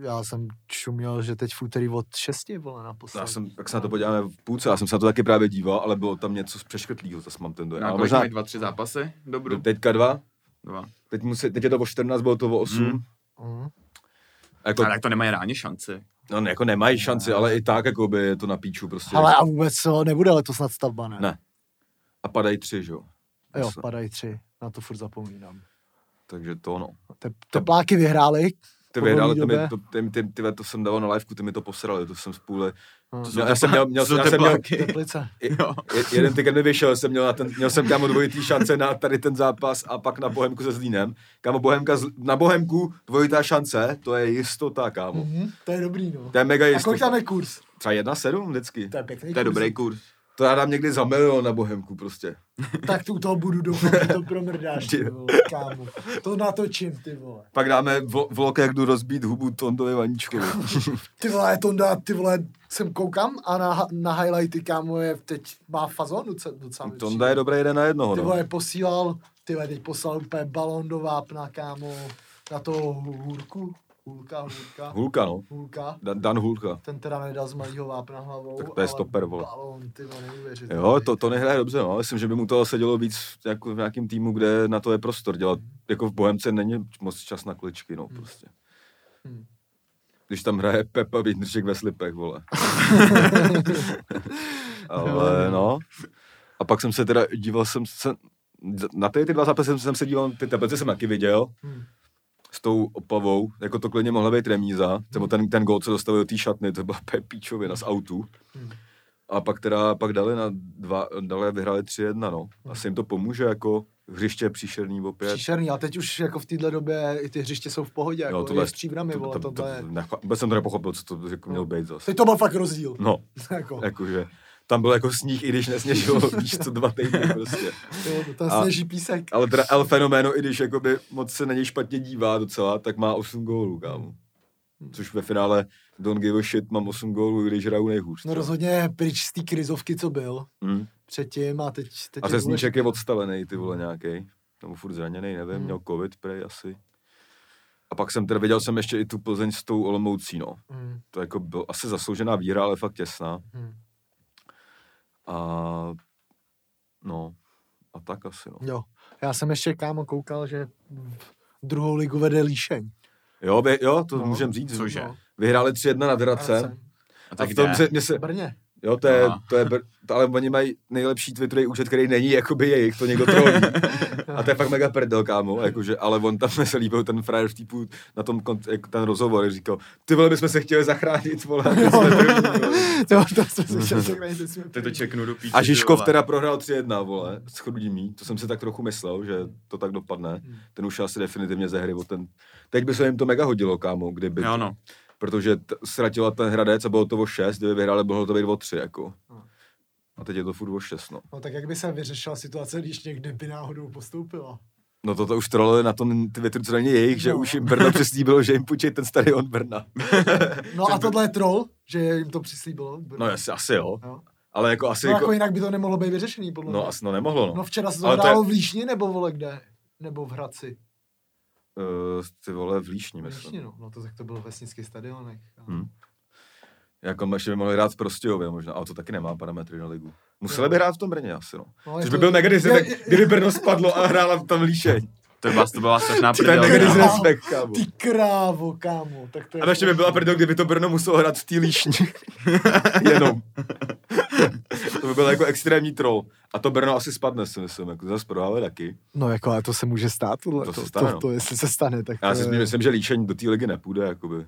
[SPEAKER 1] Já jsem čuměl, že teď v úterý od 6 vole naposled.
[SPEAKER 3] Já jsem, tak se na to podíváme v půlce, já jsem se na to taky právě díval, ale bylo tam něco z přeškrtlýho, zase mám ten dojem.
[SPEAKER 2] No, a
[SPEAKER 3] Ale
[SPEAKER 2] kolik
[SPEAKER 3] možná
[SPEAKER 2] mají dva, tři zápasy? Dobrou.
[SPEAKER 3] teďka dva,
[SPEAKER 2] Dva.
[SPEAKER 3] teď, musí, teď je to o 14, bylo to o 8.
[SPEAKER 2] Mm.
[SPEAKER 1] Mm.
[SPEAKER 3] A Jako,
[SPEAKER 2] Ale tak to nemají ráně šance.
[SPEAKER 3] no, jako nemají šanci, ale i tak jako by je to na píču prostě.
[SPEAKER 1] Ale a vůbec co, nebude letos snad stavba, ne?
[SPEAKER 3] Ne. A padají tři, že jo.
[SPEAKER 1] Jo,
[SPEAKER 3] Jasně.
[SPEAKER 1] padají tři. Na to furt zapomínám.
[SPEAKER 3] Takže to no.
[SPEAKER 1] Te, tepláky vyhráli.
[SPEAKER 3] Ty
[SPEAKER 1] Po
[SPEAKER 3] vyhráli,
[SPEAKER 1] dlouhý
[SPEAKER 3] to,
[SPEAKER 1] době.
[SPEAKER 3] mi, to, ty, ty, ty, to jsem dával na liveku, ty mi to posrali, to jsem spůle.
[SPEAKER 1] Hm.
[SPEAKER 3] Já, já jsem měl, měl,
[SPEAKER 2] Co
[SPEAKER 3] já jsem měl,
[SPEAKER 2] tepláky?
[SPEAKER 1] Teplice.
[SPEAKER 2] Jo.
[SPEAKER 3] je- jeden tiket mi vyšel, jsem měl, na ten, měl jsem kámo dvojitý šance na tady ten zápas a pak na Bohemku se Zlínem. Kámo, Bohemka, z- na Bohemku dvojitá šance, to je jistota, kámo.
[SPEAKER 1] Mhm, to je dobrý, no.
[SPEAKER 3] To je mega
[SPEAKER 1] A kolik
[SPEAKER 3] jistota.
[SPEAKER 1] tam je kurz?
[SPEAKER 3] Třeba jedna sedm vždycky.
[SPEAKER 1] To je pěkný
[SPEAKER 2] To je
[SPEAKER 1] kurz.
[SPEAKER 2] dobrý kurz.
[SPEAKER 3] To já dám někdy za milion na Bohemku prostě.
[SPEAKER 1] Tak tu toho budu doufat, že to promrdáš,
[SPEAKER 3] [laughs]
[SPEAKER 1] ty vole, kámo. To natočím, ty vole.
[SPEAKER 3] Pak dáme v, v loke, jak jdu rozbít hubu Tondovi Vaničkovi.
[SPEAKER 1] [laughs] Ty vole, Tonda, ty vole, sem koukám a na, na highlighty, kámo, je teď má fazon docela. docela mi
[SPEAKER 3] Tonda
[SPEAKER 1] přijde.
[SPEAKER 3] je dobrý jeden na jednoho,
[SPEAKER 1] Ty
[SPEAKER 3] no.
[SPEAKER 1] vole, posílal, ty vole, teď poslal úplně balón do vápna, kámo, na to hůrku, hůlka, hůlka,
[SPEAKER 3] Hulka, no.
[SPEAKER 1] hůlka.
[SPEAKER 3] Dan- Dan Hulka.
[SPEAKER 1] Ten teda nedal z malýho vápna hlavou,
[SPEAKER 3] Tak to je
[SPEAKER 1] ale
[SPEAKER 3] stoper, vole.
[SPEAKER 1] balón, ty vole, neuvěřitelný.
[SPEAKER 3] Jo, to, to nehraje dobře, no. Myslím, že by mu toho sedělo víc jako v nějakém týmu, kde na to je prostor dělat. Jako v Bohemce není moc čas na kličky, no, prostě.
[SPEAKER 1] Hmm.
[SPEAKER 3] Když tam hraje Pepa Vindrček ve
[SPEAKER 1] [laughs]
[SPEAKER 3] slipech, vole. Ale no. A pak jsem se teda díval, jsem se, na ty, ty dva zápasy jsem, jsem se díval, ty tablice jsem taky viděl,
[SPEAKER 1] Hmm.
[SPEAKER 3] s tou opavou, jako to klidně mohla být remíza, nebo ten, ten gol, co dostali do té šatny, to byla [laughs] úplně píčovina z autu.
[SPEAKER 1] Hmm.
[SPEAKER 3] A pak teda, pak dali na dva, dali a vyhráli 3-1, no.
[SPEAKER 1] Hmm.
[SPEAKER 3] Asi jim to pomůže, jako hřiště je příšerný opět.
[SPEAKER 1] Příšerný, ale teď už jako v téhle době i ty hřiště jsou v pohodě, jako
[SPEAKER 3] No, tohle
[SPEAKER 1] je s příbrami, vole, to, to, je.
[SPEAKER 3] necha- Vůbec jsem to nepochopil, co to jako
[SPEAKER 1] No.
[SPEAKER 3] mělo být zase.
[SPEAKER 1] Teď to byl fakt rozdíl.
[SPEAKER 3] No,
[SPEAKER 1] [laughs] jako,
[SPEAKER 3] jakože, tam byl jako sníh, i když nesněžilo, [laughs] víš, co dva týdny prostě.
[SPEAKER 1] jo, to tam
[SPEAKER 3] a-
[SPEAKER 1] sněží písek.
[SPEAKER 3] Ale teda El Fenomeno, i když jakoby moc se na něj špatně dívá docela, tak má 8 gólů, kámo. Což ve finále Don't give a shit, mám 8 gólů, i když hraju nejhůř.
[SPEAKER 1] No rozhodně pryč z té krizovky, co byl
[SPEAKER 3] Hmm.
[SPEAKER 1] předtím a teď... teď
[SPEAKER 3] A
[SPEAKER 1] je
[SPEAKER 3] Řezníček
[SPEAKER 1] důležitý.
[SPEAKER 3] je odstavený, ty vole, nějaký. Nebo furt zraněný, nevím,
[SPEAKER 1] Hmm.
[SPEAKER 3] měl covid prej asi. A pak jsem teda viděl jsem ještě i tu Plzeň s tou Olomoucí, no.
[SPEAKER 1] Mm,
[SPEAKER 3] To jako byl asi zasloužená výhra, ale fakt těsná.
[SPEAKER 1] mm.
[SPEAKER 3] A no, a tak asi, no.
[SPEAKER 1] Jo, já jsem ještě kámo koukal, že mm, druhou ligu vede Líšeň.
[SPEAKER 3] Jo, vy, jo to
[SPEAKER 1] No,
[SPEAKER 3] no, můžem říct.
[SPEAKER 2] cože?
[SPEAKER 1] No.
[SPEAKER 3] Vyhráli 3-1 nad Hradcem.
[SPEAKER 2] A
[SPEAKER 3] A
[SPEAKER 2] tak
[SPEAKER 3] v tom
[SPEAKER 2] jde.
[SPEAKER 3] se, mě se,
[SPEAKER 1] V Brně. [laughs]
[SPEAKER 3] Jo, to je,
[SPEAKER 2] Aha.
[SPEAKER 3] to je, br- to, ale oni mají nejlepší Twitterový účet, který není jakoby jejich, to někdo trolí. A to je fakt mega
[SPEAKER 2] [laughs]
[SPEAKER 3] prdel, kámo, jakože, ale on tam [laughs] se líbil ten frajer v týpu na tom, kon- jak ten rozhovor, říkal, ty vole, my jsme se chtěli zachránit, vole.
[SPEAKER 2] [laughs]
[SPEAKER 3] my jsme první, vole."
[SPEAKER 1] Jo, to jsme se chtěli překrajit, teď jsme
[SPEAKER 2] Teď to čeknu do píče.
[SPEAKER 3] [laughs] A Žižkov
[SPEAKER 2] vole.
[SPEAKER 3] teda prohrál 3-1, vole, s Chrudimí, to jsem si tak trochu myslel, že to tak dopadne.
[SPEAKER 2] Hmm.
[SPEAKER 3] Ten už asi definitivně ze hry, o ten... Teď by se jim to mega hodilo, kámo, kdyby,
[SPEAKER 2] Jo, no.
[SPEAKER 3] protože t- ztratila ten hradec a bylo to o 6, kdyby vyhráli, bylo to být o 3, jako.
[SPEAKER 2] Hmm.
[SPEAKER 3] A teď je to furt o 6, no.
[SPEAKER 1] No tak jak by se vyřešila situace, když někde by náhodou
[SPEAKER 3] [laughs]
[SPEAKER 1] postoupila?
[SPEAKER 3] No toto už trolili na tom Twitteru, co není jejich, že
[SPEAKER 1] No.
[SPEAKER 3] už jim Brno přislíbilo, že jim půjčí ten stadion Brna.
[SPEAKER 1] No a tohle je troll, že jim to přislíbilo.
[SPEAKER 3] No jasně, asi jo,
[SPEAKER 1] No.
[SPEAKER 3] ale jako asi...
[SPEAKER 1] No jako jinak by to nemohlo být vyřešený, podle
[SPEAKER 3] no
[SPEAKER 1] mě.
[SPEAKER 3] asi no nemohlo, no.
[SPEAKER 1] No včera se to
[SPEAKER 3] Ale to je-
[SPEAKER 1] hrálo v Líšni, nebo vole kde? Nebo v Hradci?
[SPEAKER 3] Uh, ty vole, v Líšni,
[SPEAKER 1] V
[SPEAKER 3] myslím.
[SPEAKER 1] Líšni, no. No to tak to byl vesnický stadionek.
[SPEAKER 3] Hm. Jako ještě by mohli hrát v Prostějově možná, ale to taky nemá parametry na ligu. Museli
[SPEAKER 1] Jo.
[SPEAKER 3] by hrát v tom Brně asi, no.
[SPEAKER 1] No, je
[SPEAKER 3] Což
[SPEAKER 1] to-
[SPEAKER 3] by byl mega disrespekt,
[SPEAKER 1] je- je-
[SPEAKER 3] kdyby Brno spadlo a hrála v tom Líšeň.
[SPEAKER 2] To byla, to byla strašná
[SPEAKER 3] [laughs] To je mega
[SPEAKER 1] Brno.
[SPEAKER 2] prdel.
[SPEAKER 3] disrespekt, kámo.
[SPEAKER 1] No. Ty krávo, kámo. Tak to je
[SPEAKER 3] A ještě by byla prdel, kdyby to Brno muselo hrát v té líšni. [laughs] Jenom. to by byl jako extrémní troll. A to Brno asi spadne, si myslím. Jako zase prodávají taky.
[SPEAKER 1] No jako, ale to se může stát, tohle.
[SPEAKER 3] To se stane,
[SPEAKER 1] to,
[SPEAKER 3] no.
[SPEAKER 1] to, jestli se stane, tak
[SPEAKER 3] Já
[SPEAKER 1] to
[SPEAKER 3] si
[SPEAKER 1] je-
[SPEAKER 3] myslím, že líšení do té ligy nepůjde, jakoby.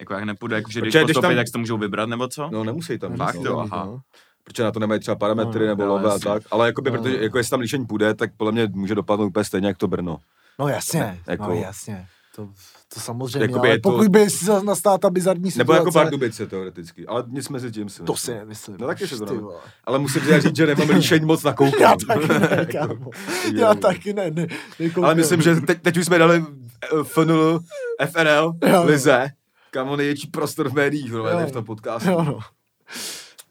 [SPEAKER 2] Jako jak nepůjde, jako, že když
[SPEAKER 3] Protože když
[SPEAKER 2] postoupí,
[SPEAKER 3] tam-
[SPEAKER 2] tak si to můžou vybrat, nebo co?
[SPEAKER 3] No, nemusí tam
[SPEAKER 2] Fakt,
[SPEAKER 3] jít,
[SPEAKER 2] jo,
[SPEAKER 3] no.
[SPEAKER 2] aha.
[SPEAKER 1] no.
[SPEAKER 3] Protože na to nemají třeba parametry
[SPEAKER 1] No,
[SPEAKER 3] nebo
[SPEAKER 2] jo,
[SPEAKER 3] love a
[SPEAKER 2] jasně.
[SPEAKER 3] tak. Ale jakoby,
[SPEAKER 1] No,
[SPEAKER 3] protože,
[SPEAKER 1] jo.
[SPEAKER 3] jako jestli tam líšení půjde, tak podle mě může dopadnout úplně stejně, jak to Brno.
[SPEAKER 1] No jasně,
[SPEAKER 3] Ne, jako-
[SPEAKER 1] no jasně. To, to samozřejmě,
[SPEAKER 3] Jakoby
[SPEAKER 1] Jakoby ale
[SPEAKER 3] je to-
[SPEAKER 1] pokud by se nastala ta bizarní situace,
[SPEAKER 3] Nebo jako Pardubice teoreticky, ale nic mezi tím si
[SPEAKER 1] to si
[SPEAKER 3] myslím.
[SPEAKER 1] nemyslím.
[SPEAKER 3] No taky se to
[SPEAKER 1] Ty
[SPEAKER 3] nemyslím.
[SPEAKER 1] vole. [laughs]
[SPEAKER 3] Ale musím teda říct, že nemám líšeň moc na [laughs]
[SPEAKER 1] Já taky ne, kámo. Já taky ne, ne nekoukám.
[SPEAKER 3] Jako Ale myslím, že teď, teď už jsme dali eh, FNL, FNL,
[SPEAKER 1] Jo.
[SPEAKER 3] Lize, kam on největší prostor v médiích, no, ne
[SPEAKER 1] Jo.
[SPEAKER 3] v tom podcastu.
[SPEAKER 1] [laughs] Jo no.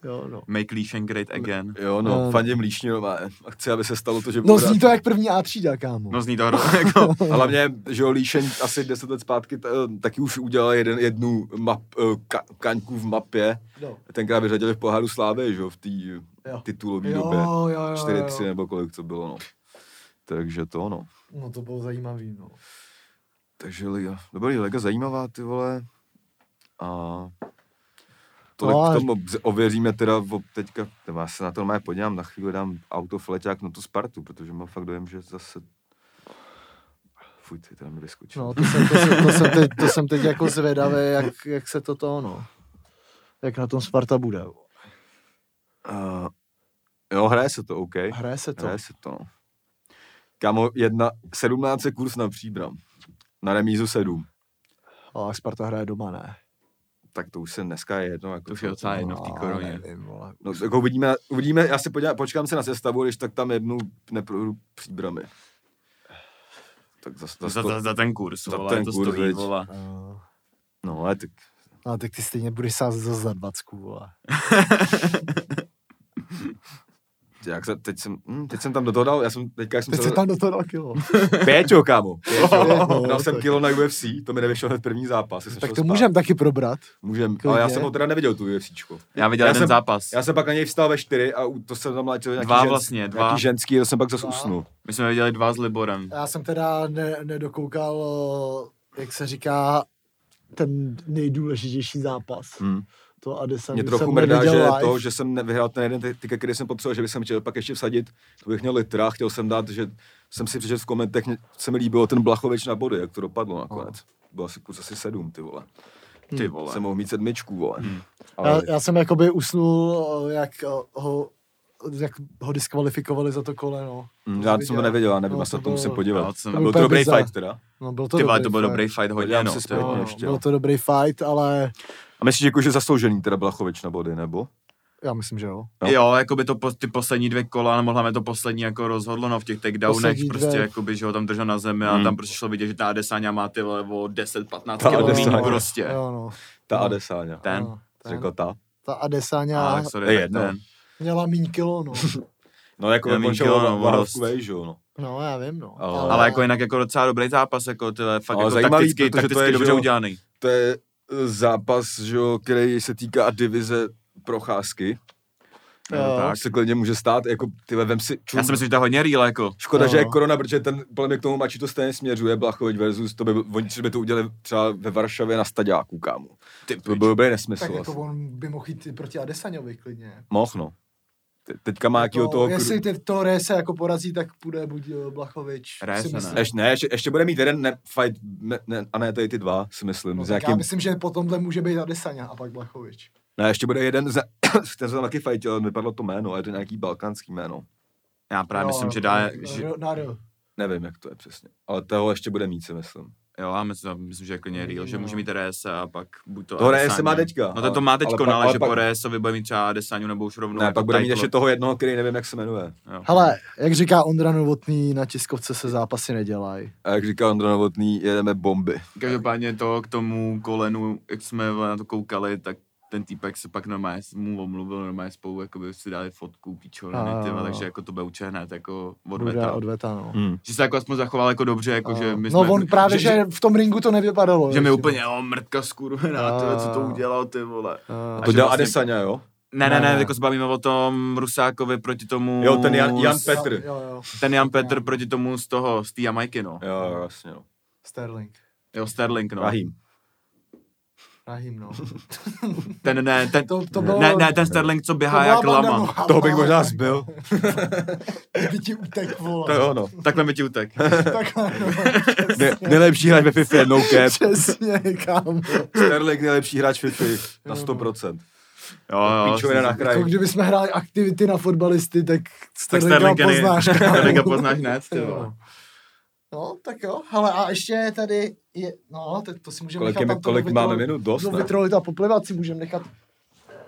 [SPEAKER 1] Jo no.
[SPEAKER 2] Make Leashen great again.
[SPEAKER 3] Jo,
[SPEAKER 1] Jo,
[SPEAKER 3] no,
[SPEAKER 1] no.
[SPEAKER 3] fandím líšně, no, a chci, aby se stalo to, že
[SPEAKER 1] No
[SPEAKER 3] budu
[SPEAKER 1] zní
[SPEAKER 3] rád.
[SPEAKER 1] to jak první A třída, kámo.
[SPEAKER 2] No zní to
[SPEAKER 3] [laughs]
[SPEAKER 2] hrozně jako...
[SPEAKER 3] A hlavně, že jo, Líšeň asi 10 let zpátky t- eh, taky už udělal jeden, jednu map, eh, ka, kaňku v mapě.
[SPEAKER 1] No.
[SPEAKER 3] Tenkrát vyřadili v poháru Slávy, že jo, v té
[SPEAKER 1] Jo.
[SPEAKER 3] titulové
[SPEAKER 1] Jo,
[SPEAKER 3] době.
[SPEAKER 1] jo, jo, jo.
[SPEAKER 3] 4-3 nebo kolik to bylo, no. Takže to, no.
[SPEAKER 1] No to bylo zajímavý, no.
[SPEAKER 3] Takže liga, dobrý, liga zajímavá, ty vole. A tolik
[SPEAKER 1] No,
[SPEAKER 3] no,
[SPEAKER 1] ale-
[SPEAKER 3] k tomu obz- ověříme teda ob- teďka, nebo já se na to normálně podívám, na chvíli dám auto fleťák na tu Spartu, protože mám fakt dojem, že zase Fuj, ty teda mi vyskočil.
[SPEAKER 1] No, to jsem, to, jsem, to, jsem teď, to jsem teď jako zvědavý, jak, jak se to to, no. Jak na tom Sparta bude.
[SPEAKER 3] Uh, jo, hraje se to, OK.
[SPEAKER 1] Hraje se to.
[SPEAKER 3] Hraje se to, no. Kamo, jedna, 17 je kurz na příbram. Na remízu 7.
[SPEAKER 1] A Sparta hraje doma, ne?
[SPEAKER 3] Tak to už se dneska je jedno. Jako
[SPEAKER 2] To už je
[SPEAKER 3] co-
[SPEAKER 2] docela jedno v té
[SPEAKER 1] No,
[SPEAKER 2] koroně.
[SPEAKER 1] Nevím, vole.
[SPEAKER 3] No, jako uvidíme, uvidíme, já se podívám, počkám se na sestavu, když tak tam jednu neprojdu příbramy. Tak za, za,
[SPEAKER 2] Za,
[SPEAKER 3] sto,
[SPEAKER 2] za, za ten kurz,
[SPEAKER 3] Za
[SPEAKER 2] vole,
[SPEAKER 3] ten
[SPEAKER 2] to
[SPEAKER 3] kurz,
[SPEAKER 2] stojí,
[SPEAKER 3] veď.
[SPEAKER 2] vole.
[SPEAKER 1] No.
[SPEAKER 3] No, ale tak
[SPEAKER 1] No, tak ty stejně budeš sázet zase za dvacku, vole.
[SPEAKER 3] jak se, teď, jsem, hm, teď jsem tam do toho dal, já jsem teďka jak jsem
[SPEAKER 1] Teď se tam do toho dal
[SPEAKER 3] [laughs]
[SPEAKER 1] kilo. [laughs]
[SPEAKER 3] Péťo, kámo. Péťo,
[SPEAKER 1] No,
[SPEAKER 3] dal jsem
[SPEAKER 1] tak-
[SPEAKER 3] kilo na UFC, to mi nevyšel hned první zápas. jak jsem
[SPEAKER 1] Tak
[SPEAKER 3] šel
[SPEAKER 1] to
[SPEAKER 3] spát.
[SPEAKER 1] můžem taky probrat.
[SPEAKER 3] Můžem, ale
[SPEAKER 1] Klidně.
[SPEAKER 3] já jsem ho teda neviděl, tu UFCčko.
[SPEAKER 2] Já viděl
[SPEAKER 3] Já
[SPEAKER 2] jeden
[SPEAKER 3] jsem-
[SPEAKER 2] zápas.
[SPEAKER 3] Já jsem pak na něj vstal ve čtyři a u- to jsem tam mlátil nějaký,
[SPEAKER 2] Dva
[SPEAKER 3] ženský,
[SPEAKER 2] vlastně, dva.
[SPEAKER 3] nějaký ženský, to jsem pak zase
[SPEAKER 1] Dva.
[SPEAKER 3] usnul.
[SPEAKER 2] My jsme viděli dva s Liborem.
[SPEAKER 1] Já jsem teda ne, nedokoukal, eh, jak se říká, ten nejdůležitější zápas.
[SPEAKER 3] Hm.
[SPEAKER 1] To Adesanya
[SPEAKER 3] Mě
[SPEAKER 1] jsem
[SPEAKER 3] trochu mrdá, že
[SPEAKER 1] neviděl live.
[SPEAKER 3] to, že jsem nevyhrál ten jeden ty- tiket, který jsem potřeboval, že bych sem chtěl pak ještě vsadit, to bych měl litra, chtěl jsem dát, že jsem si přečet v komentech, mě- se mi líbilo ten Blachovič na body, jak to dopadlo nakonec.
[SPEAKER 1] No.
[SPEAKER 3] Bylo asi kurz asi sedm, ty vole.
[SPEAKER 2] Ty vole. Hmm.
[SPEAKER 3] Jsem mohl mít sedmičku, vole.
[SPEAKER 1] Já,
[SPEAKER 3] Ale
[SPEAKER 1] já jsem jakoby usnul, eh, jak eh, ho, jak ho diskvalifikovali za to koleno.
[SPEAKER 3] Mm, já jsem to nevěděl, já nevím,
[SPEAKER 1] No,
[SPEAKER 3] asi
[SPEAKER 1] to
[SPEAKER 3] na to
[SPEAKER 1] bylo-
[SPEAKER 3] musím
[SPEAKER 2] No,
[SPEAKER 3] podívat.
[SPEAKER 2] to jsem-
[SPEAKER 3] A
[SPEAKER 1] to
[SPEAKER 3] byl to
[SPEAKER 1] úplně
[SPEAKER 3] dobrý
[SPEAKER 1] bizar.
[SPEAKER 3] fight teda.
[SPEAKER 1] No, byl to
[SPEAKER 2] Ty vole,
[SPEAKER 1] dobrý
[SPEAKER 2] to byl
[SPEAKER 1] fight.
[SPEAKER 2] dobrý fight hodně,
[SPEAKER 3] Podívám
[SPEAKER 2] no.
[SPEAKER 3] se
[SPEAKER 2] ty
[SPEAKER 3] zpět,
[SPEAKER 2] vole.
[SPEAKER 1] No,
[SPEAKER 3] ještě,
[SPEAKER 1] byl
[SPEAKER 3] no.
[SPEAKER 1] to dobrý fight, ale
[SPEAKER 3] A myslíš, že jako, že zasloužený teda Blachovič na body, nebo?
[SPEAKER 1] já myslím, že jo.
[SPEAKER 3] No.
[SPEAKER 2] Jo, jako by to po, ty poslední dvě kola, nebo hlavně to poslední jako rozhodlo, no v těch takedownech
[SPEAKER 1] Poslední
[SPEAKER 2] prostě,
[SPEAKER 1] dvě.
[SPEAKER 2] jakoby, že ho tam držel na zemi
[SPEAKER 3] Hmm.
[SPEAKER 2] a tam prostě šlo vidět, že ta Adesanya má ty levo 10-15
[SPEAKER 3] Ta
[SPEAKER 2] kg
[SPEAKER 3] Adesanya.
[SPEAKER 2] míň prostě.
[SPEAKER 1] Jo, no.
[SPEAKER 3] Ta
[SPEAKER 1] No.
[SPEAKER 3] Adesáňa.
[SPEAKER 2] Ten.
[SPEAKER 1] No,
[SPEAKER 3] Řekl ta.
[SPEAKER 1] Ta Adesanya
[SPEAKER 2] Ale
[SPEAKER 3] To
[SPEAKER 2] sorry,
[SPEAKER 3] je
[SPEAKER 2] tak
[SPEAKER 3] jedno.
[SPEAKER 2] ten.
[SPEAKER 1] měla míň kilo,
[SPEAKER 3] [laughs]
[SPEAKER 1] no.
[SPEAKER 3] No jako
[SPEAKER 2] Já vím,
[SPEAKER 3] končil
[SPEAKER 2] jo,
[SPEAKER 3] va-
[SPEAKER 2] no,
[SPEAKER 3] váhovku
[SPEAKER 2] dost.
[SPEAKER 3] vej, že jo, no.
[SPEAKER 1] No, já vím, no.
[SPEAKER 3] Ale-
[SPEAKER 2] Ale jako jinak jako docela dobrý zápas, jako tyhle, fakt
[SPEAKER 3] Ale
[SPEAKER 2] jako
[SPEAKER 3] zajímavý,
[SPEAKER 2] takticky,
[SPEAKER 3] protože to
[SPEAKER 2] takticky
[SPEAKER 3] je, že
[SPEAKER 2] dobře
[SPEAKER 3] jo,
[SPEAKER 2] udělaný.
[SPEAKER 3] To je eh, zápas, že jo, který se týká divize procházky.
[SPEAKER 1] Jo.
[SPEAKER 2] Jo, tak.
[SPEAKER 3] Tak. Se klidně může stát, jako ty vem si čum.
[SPEAKER 2] Já si myslím, že to je hodně real, jako.
[SPEAKER 3] Škoda,
[SPEAKER 1] Jo.
[SPEAKER 3] že je korona, protože ten, podle mě k tomu mači to stejně směřuje, Blachovič versus, to by, oni třeba by to udělali třeba ve Varšavě na staďáku, kámo.
[SPEAKER 2] Ty
[SPEAKER 3] To by byl dobrý nesmysl.
[SPEAKER 1] tak jako
[SPEAKER 3] Vlastně.
[SPEAKER 1] on by mohl jít i proti Adesanyovi klidně. Jako
[SPEAKER 3] Mohl, no. Te- Teďka má jakýho toho... kru-
[SPEAKER 1] No Jestli ty toho Rese jako porazí, tak půjde buď eh, Blachovič. si
[SPEAKER 2] Reyes, ne.
[SPEAKER 1] myslím.
[SPEAKER 3] Ještě, ne, ještě, ještě bude mít jeden ne, fight, ne, ne, a ne tady ty dva, si myslím.
[SPEAKER 1] No,
[SPEAKER 3] s
[SPEAKER 1] tak já
[SPEAKER 3] nějakým,
[SPEAKER 1] myslím, že po tomhle může být Adesanya a pak Blachovič.
[SPEAKER 3] Ne, ještě bude jeden, [coughs] z, ten se tam taky fightil, ale vypadlo to jméno, a je to nějaký balkánský jméno.
[SPEAKER 2] Já právě
[SPEAKER 1] Jo,
[SPEAKER 2] myslím, že
[SPEAKER 1] no,
[SPEAKER 2] dá,
[SPEAKER 1] tak,
[SPEAKER 2] že,
[SPEAKER 1] no, Na R.
[SPEAKER 3] Nevím, jak to je přesně. Ale toho ještě bude mít, si myslím.
[SPEAKER 2] jo, já myslím, myslím že je klidně real, že může mít Rese a pak buď to
[SPEAKER 3] To Reyes
[SPEAKER 2] Adesanyu.
[SPEAKER 3] má teďka,
[SPEAKER 2] No to to
[SPEAKER 3] ale-
[SPEAKER 2] má teďko, no,
[SPEAKER 3] ale pak-
[SPEAKER 2] ale
[SPEAKER 3] ale
[SPEAKER 2] že
[SPEAKER 3] pak-
[SPEAKER 2] po Resovi bude mít třeba Adesanyu nebo už
[SPEAKER 1] No,
[SPEAKER 2] rovnou.
[SPEAKER 3] Ne,
[SPEAKER 2] jako
[SPEAKER 3] pak bude mít
[SPEAKER 2] title.
[SPEAKER 3] ještě toho jednoho, který nevím, jak se jmenuje.
[SPEAKER 2] Jo.
[SPEAKER 1] Hele, jak říká Ondra Novotný, na tiskovce se zápasy nedělají.
[SPEAKER 3] A jak říkal Ondra Novotný, jedeme bomby.
[SPEAKER 2] Každopádně to k tomu kolenu, jak jsme na to koukali, tak ten týpek se pak normálně mu omluvil, normálně spolu jakoby si dali fotku, píčoviny,
[SPEAKER 1] A-
[SPEAKER 2] ty vole, takže jako to bude určitě hned, jako
[SPEAKER 1] Bude
[SPEAKER 2] odveta.
[SPEAKER 1] odveta, no.
[SPEAKER 3] Hmm.
[SPEAKER 2] Že se jako aspoň zachoval jako dobře, jako že my
[SPEAKER 1] no
[SPEAKER 2] jsme,
[SPEAKER 1] on právě, že, že, v tom ringu to nevypadalo.
[SPEAKER 2] že mi
[SPEAKER 1] ještě.
[SPEAKER 2] úplně, jo, mrtka skurvená, ty vole, co to
[SPEAKER 1] A-
[SPEAKER 2] udělal, ty vole.
[SPEAKER 1] A-
[SPEAKER 2] A
[SPEAKER 3] To
[SPEAKER 2] že
[SPEAKER 3] dělal
[SPEAKER 2] vlastně-
[SPEAKER 3] Jako Adesanya, jo?
[SPEAKER 2] Ne, ne,
[SPEAKER 1] Ne,
[SPEAKER 2] ne,
[SPEAKER 1] ne.
[SPEAKER 2] jako se bavíme o tom Rusákovi proti tomu...
[SPEAKER 3] Jo, ten Jan- Jan
[SPEAKER 2] s-
[SPEAKER 3] Pe- Petr.
[SPEAKER 1] Jo, jo,
[SPEAKER 2] Ten Jan Petr proti tomu z toho, z té Jamajky, no.
[SPEAKER 3] Jo, jo, jasně, no.
[SPEAKER 1] Sterling.
[SPEAKER 2] Jo, Sterling, no.
[SPEAKER 3] Rahim.
[SPEAKER 1] Rahim, no.
[SPEAKER 2] Ten, ne, ten,
[SPEAKER 1] To- to bylo-
[SPEAKER 2] ne, ne, ten Sterling, co
[SPEAKER 1] To
[SPEAKER 2] běhá
[SPEAKER 1] byla
[SPEAKER 2] jak
[SPEAKER 1] banda
[SPEAKER 2] lama.
[SPEAKER 1] nohama,
[SPEAKER 3] Toho bych možná
[SPEAKER 1] tak.
[SPEAKER 3] zbyl.
[SPEAKER 1] Kdyby ti utek,
[SPEAKER 3] To
[SPEAKER 1] vole.
[SPEAKER 3] jo, no.
[SPEAKER 2] Takhle mi
[SPEAKER 1] [laughs]
[SPEAKER 2] ti utek.
[SPEAKER 1] Takhle,
[SPEAKER 2] [laughs]
[SPEAKER 1] no.
[SPEAKER 3] Ne, nejlepší hráč ve FIFA jednou cap.
[SPEAKER 1] Přesně, kámo.
[SPEAKER 3] Sterling nejlepší hráč FIFA na 100%.
[SPEAKER 2] no. Jo, jo.
[SPEAKER 3] Píčovina na kraji.
[SPEAKER 1] Jako kdyby jsme hráli aktivity na fotbalisty, tak
[SPEAKER 2] Tak
[SPEAKER 1] Sterlinga
[SPEAKER 2] [laughs] Sterlinga, ne,
[SPEAKER 1] poznáš. kámo. [laughs]
[SPEAKER 2] Sterlinga poznáš hned, ty
[SPEAKER 1] Jo.
[SPEAKER 2] vole.
[SPEAKER 1] No, tak jo. Hele, a ještě tady je, no, to, to si můžeme
[SPEAKER 3] Kolik
[SPEAKER 1] nechat
[SPEAKER 3] je mi-
[SPEAKER 1] tam
[SPEAKER 3] kolik
[SPEAKER 1] to
[SPEAKER 3] máme
[SPEAKER 1] vytrol-
[SPEAKER 3] minut? Dost,
[SPEAKER 1] to
[SPEAKER 3] ne?
[SPEAKER 1] vytrolit a poplivat si můžeme nechat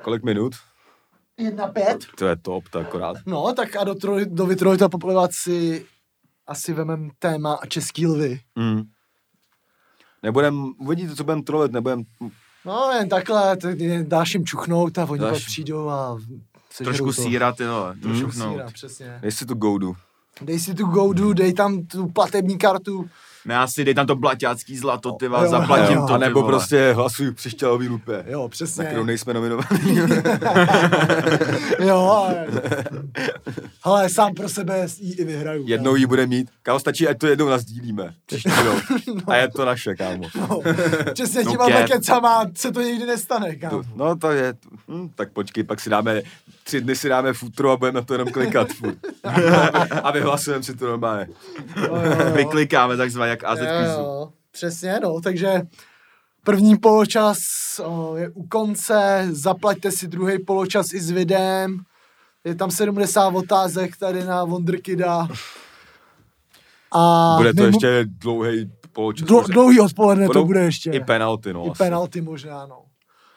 [SPEAKER 3] Kolik minut?
[SPEAKER 1] jedna pět.
[SPEAKER 3] To je top, to je akorát.
[SPEAKER 1] No, tak a do, troj, do vytrojit a poplivat si asi vemem téma český lvy.
[SPEAKER 3] Mm.
[SPEAKER 2] Hmm.
[SPEAKER 3] Nebudem, uvidíte, co budem trolet, nebudem,
[SPEAKER 1] No, jen takhle, t- jen dáš jim čuchnout a oni
[SPEAKER 3] Dáš-
[SPEAKER 1] pak přijdou a sežerou to.
[SPEAKER 2] Trošku síra, ty vole, trošku
[SPEAKER 1] Trošku síra,
[SPEAKER 2] mm.
[SPEAKER 1] přesně.
[SPEAKER 3] dej si tu goudu.
[SPEAKER 1] Dej si tu goudu, dej tam tu platební kartu.
[SPEAKER 2] Ne, asi dej tam to blaťácký zlato, ty vole,
[SPEAKER 1] Jo,
[SPEAKER 2] zaplatím
[SPEAKER 1] jo.
[SPEAKER 2] to,
[SPEAKER 3] a
[SPEAKER 2] ty
[SPEAKER 3] nebo
[SPEAKER 2] vole.
[SPEAKER 3] prostě hlasuju přištělový lupe,
[SPEAKER 1] Jo,
[SPEAKER 3] na
[SPEAKER 1] přesně.
[SPEAKER 3] kterou nejsme nominovaní.
[SPEAKER 1] Jo, ale... ale sám pro sebe jí i vyhraju.
[SPEAKER 3] Jednou ji bude mít. Kámo, stačí, ať to jednou nazdílíme. Příští
[SPEAKER 1] [laughs]
[SPEAKER 3] rok. A je to naše, kámo. [laughs]
[SPEAKER 1] No, přesně
[SPEAKER 2] No,
[SPEAKER 1] těma
[SPEAKER 2] get.
[SPEAKER 1] kecama se to nikdy nestane, kámo.
[SPEAKER 3] No to je, hm, tak počkej, pak si dáme, tři dny si dáme futro a budeme na to jenom klikat
[SPEAKER 1] [laughs]
[SPEAKER 3] furt. A vyhlasujeme si to normálně.
[SPEAKER 1] Jo, jo, jo.
[SPEAKER 2] Vyklikáme takzvaně jak AZ
[SPEAKER 1] Jo,
[SPEAKER 2] kvízu.
[SPEAKER 1] jo, Přesně, no, takže první poločas o, je u konce, zaplaťte si druhý poločas i s videem, je tam 70 otázek tady na Wonderkida. A
[SPEAKER 3] Bude to
[SPEAKER 1] my mu-
[SPEAKER 3] ještě dlouhý poločas.
[SPEAKER 1] Dlou, dlouhý odpoledne to
[SPEAKER 3] Budou
[SPEAKER 1] bude ještě.
[SPEAKER 3] I penalty, no.
[SPEAKER 1] I
[SPEAKER 3] asi.
[SPEAKER 1] penalty možná, no.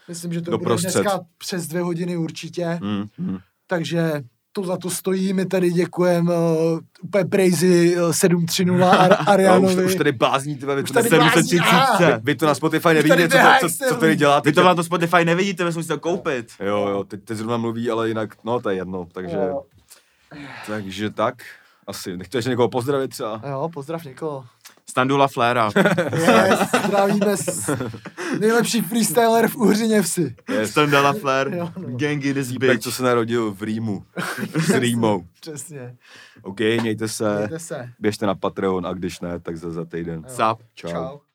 [SPEAKER 1] Myslím, že to
[SPEAKER 3] Do
[SPEAKER 1] bude
[SPEAKER 3] prostřed.
[SPEAKER 1] dneska přes dvě hodiny určitě,
[SPEAKER 3] Hm, hm.
[SPEAKER 1] takže to za to stojí, my tady děkujeme uh, úplně Prejzi uh, 730
[SPEAKER 3] [laughs]
[SPEAKER 1] Ar-
[SPEAKER 3] No, už,
[SPEAKER 1] Arianovi.
[SPEAKER 3] už tady blázní, tyhle, vy to,
[SPEAKER 1] tady
[SPEAKER 3] nevíte,
[SPEAKER 1] blázní,
[SPEAKER 2] 730.
[SPEAKER 1] a-
[SPEAKER 3] vy to na Spotify nevidíte, co, to- co, co tady děláte.
[SPEAKER 2] Vy to na to Spotify nevidíte, my jsme si to koupit.
[SPEAKER 3] Jo, jo, teď, teď zrovna mluví, ale jinak, no to je jedno, takže,
[SPEAKER 1] Jo.
[SPEAKER 3] takže tak, asi, nechci ještě někoho pozdravit třeba.
[SPEAKER 1] Jo, pozdrav někoho.
[SPEAKER 2] Standula
[SPEAKER 1] [laughs]
[SPEAKER 2] Fléra.
[SPEAKER 1] Yes, zdravíme
[SPEAKER 3] [laughs]
[SPEAKER 1] s nejlepší freestyler v Uhřině vsi.
[SPEAKER 3] Yes.
[SPEAKER 2] Standula Flér.
[SPEAKER 1] Jo, no.
[SPEAKER 2] Gangy this
[SPEAKER 3] Pek,
[SPEAKER 2] bitch.
[SPEAKER 3] co se narodil v Rýmu, s Rýmou.
[SPEAKER 1] Přesně.
[SPEAKER 3] OK, mějte se,
[SPEAKER 1] Mějte se.
[SPEAKER 3] běžte na Patreon a když ne, tak za, za týden.
[SPEAKER 2] Sap.
[SPEAKER 3] Čau.
[SPEAKER 1] Čau.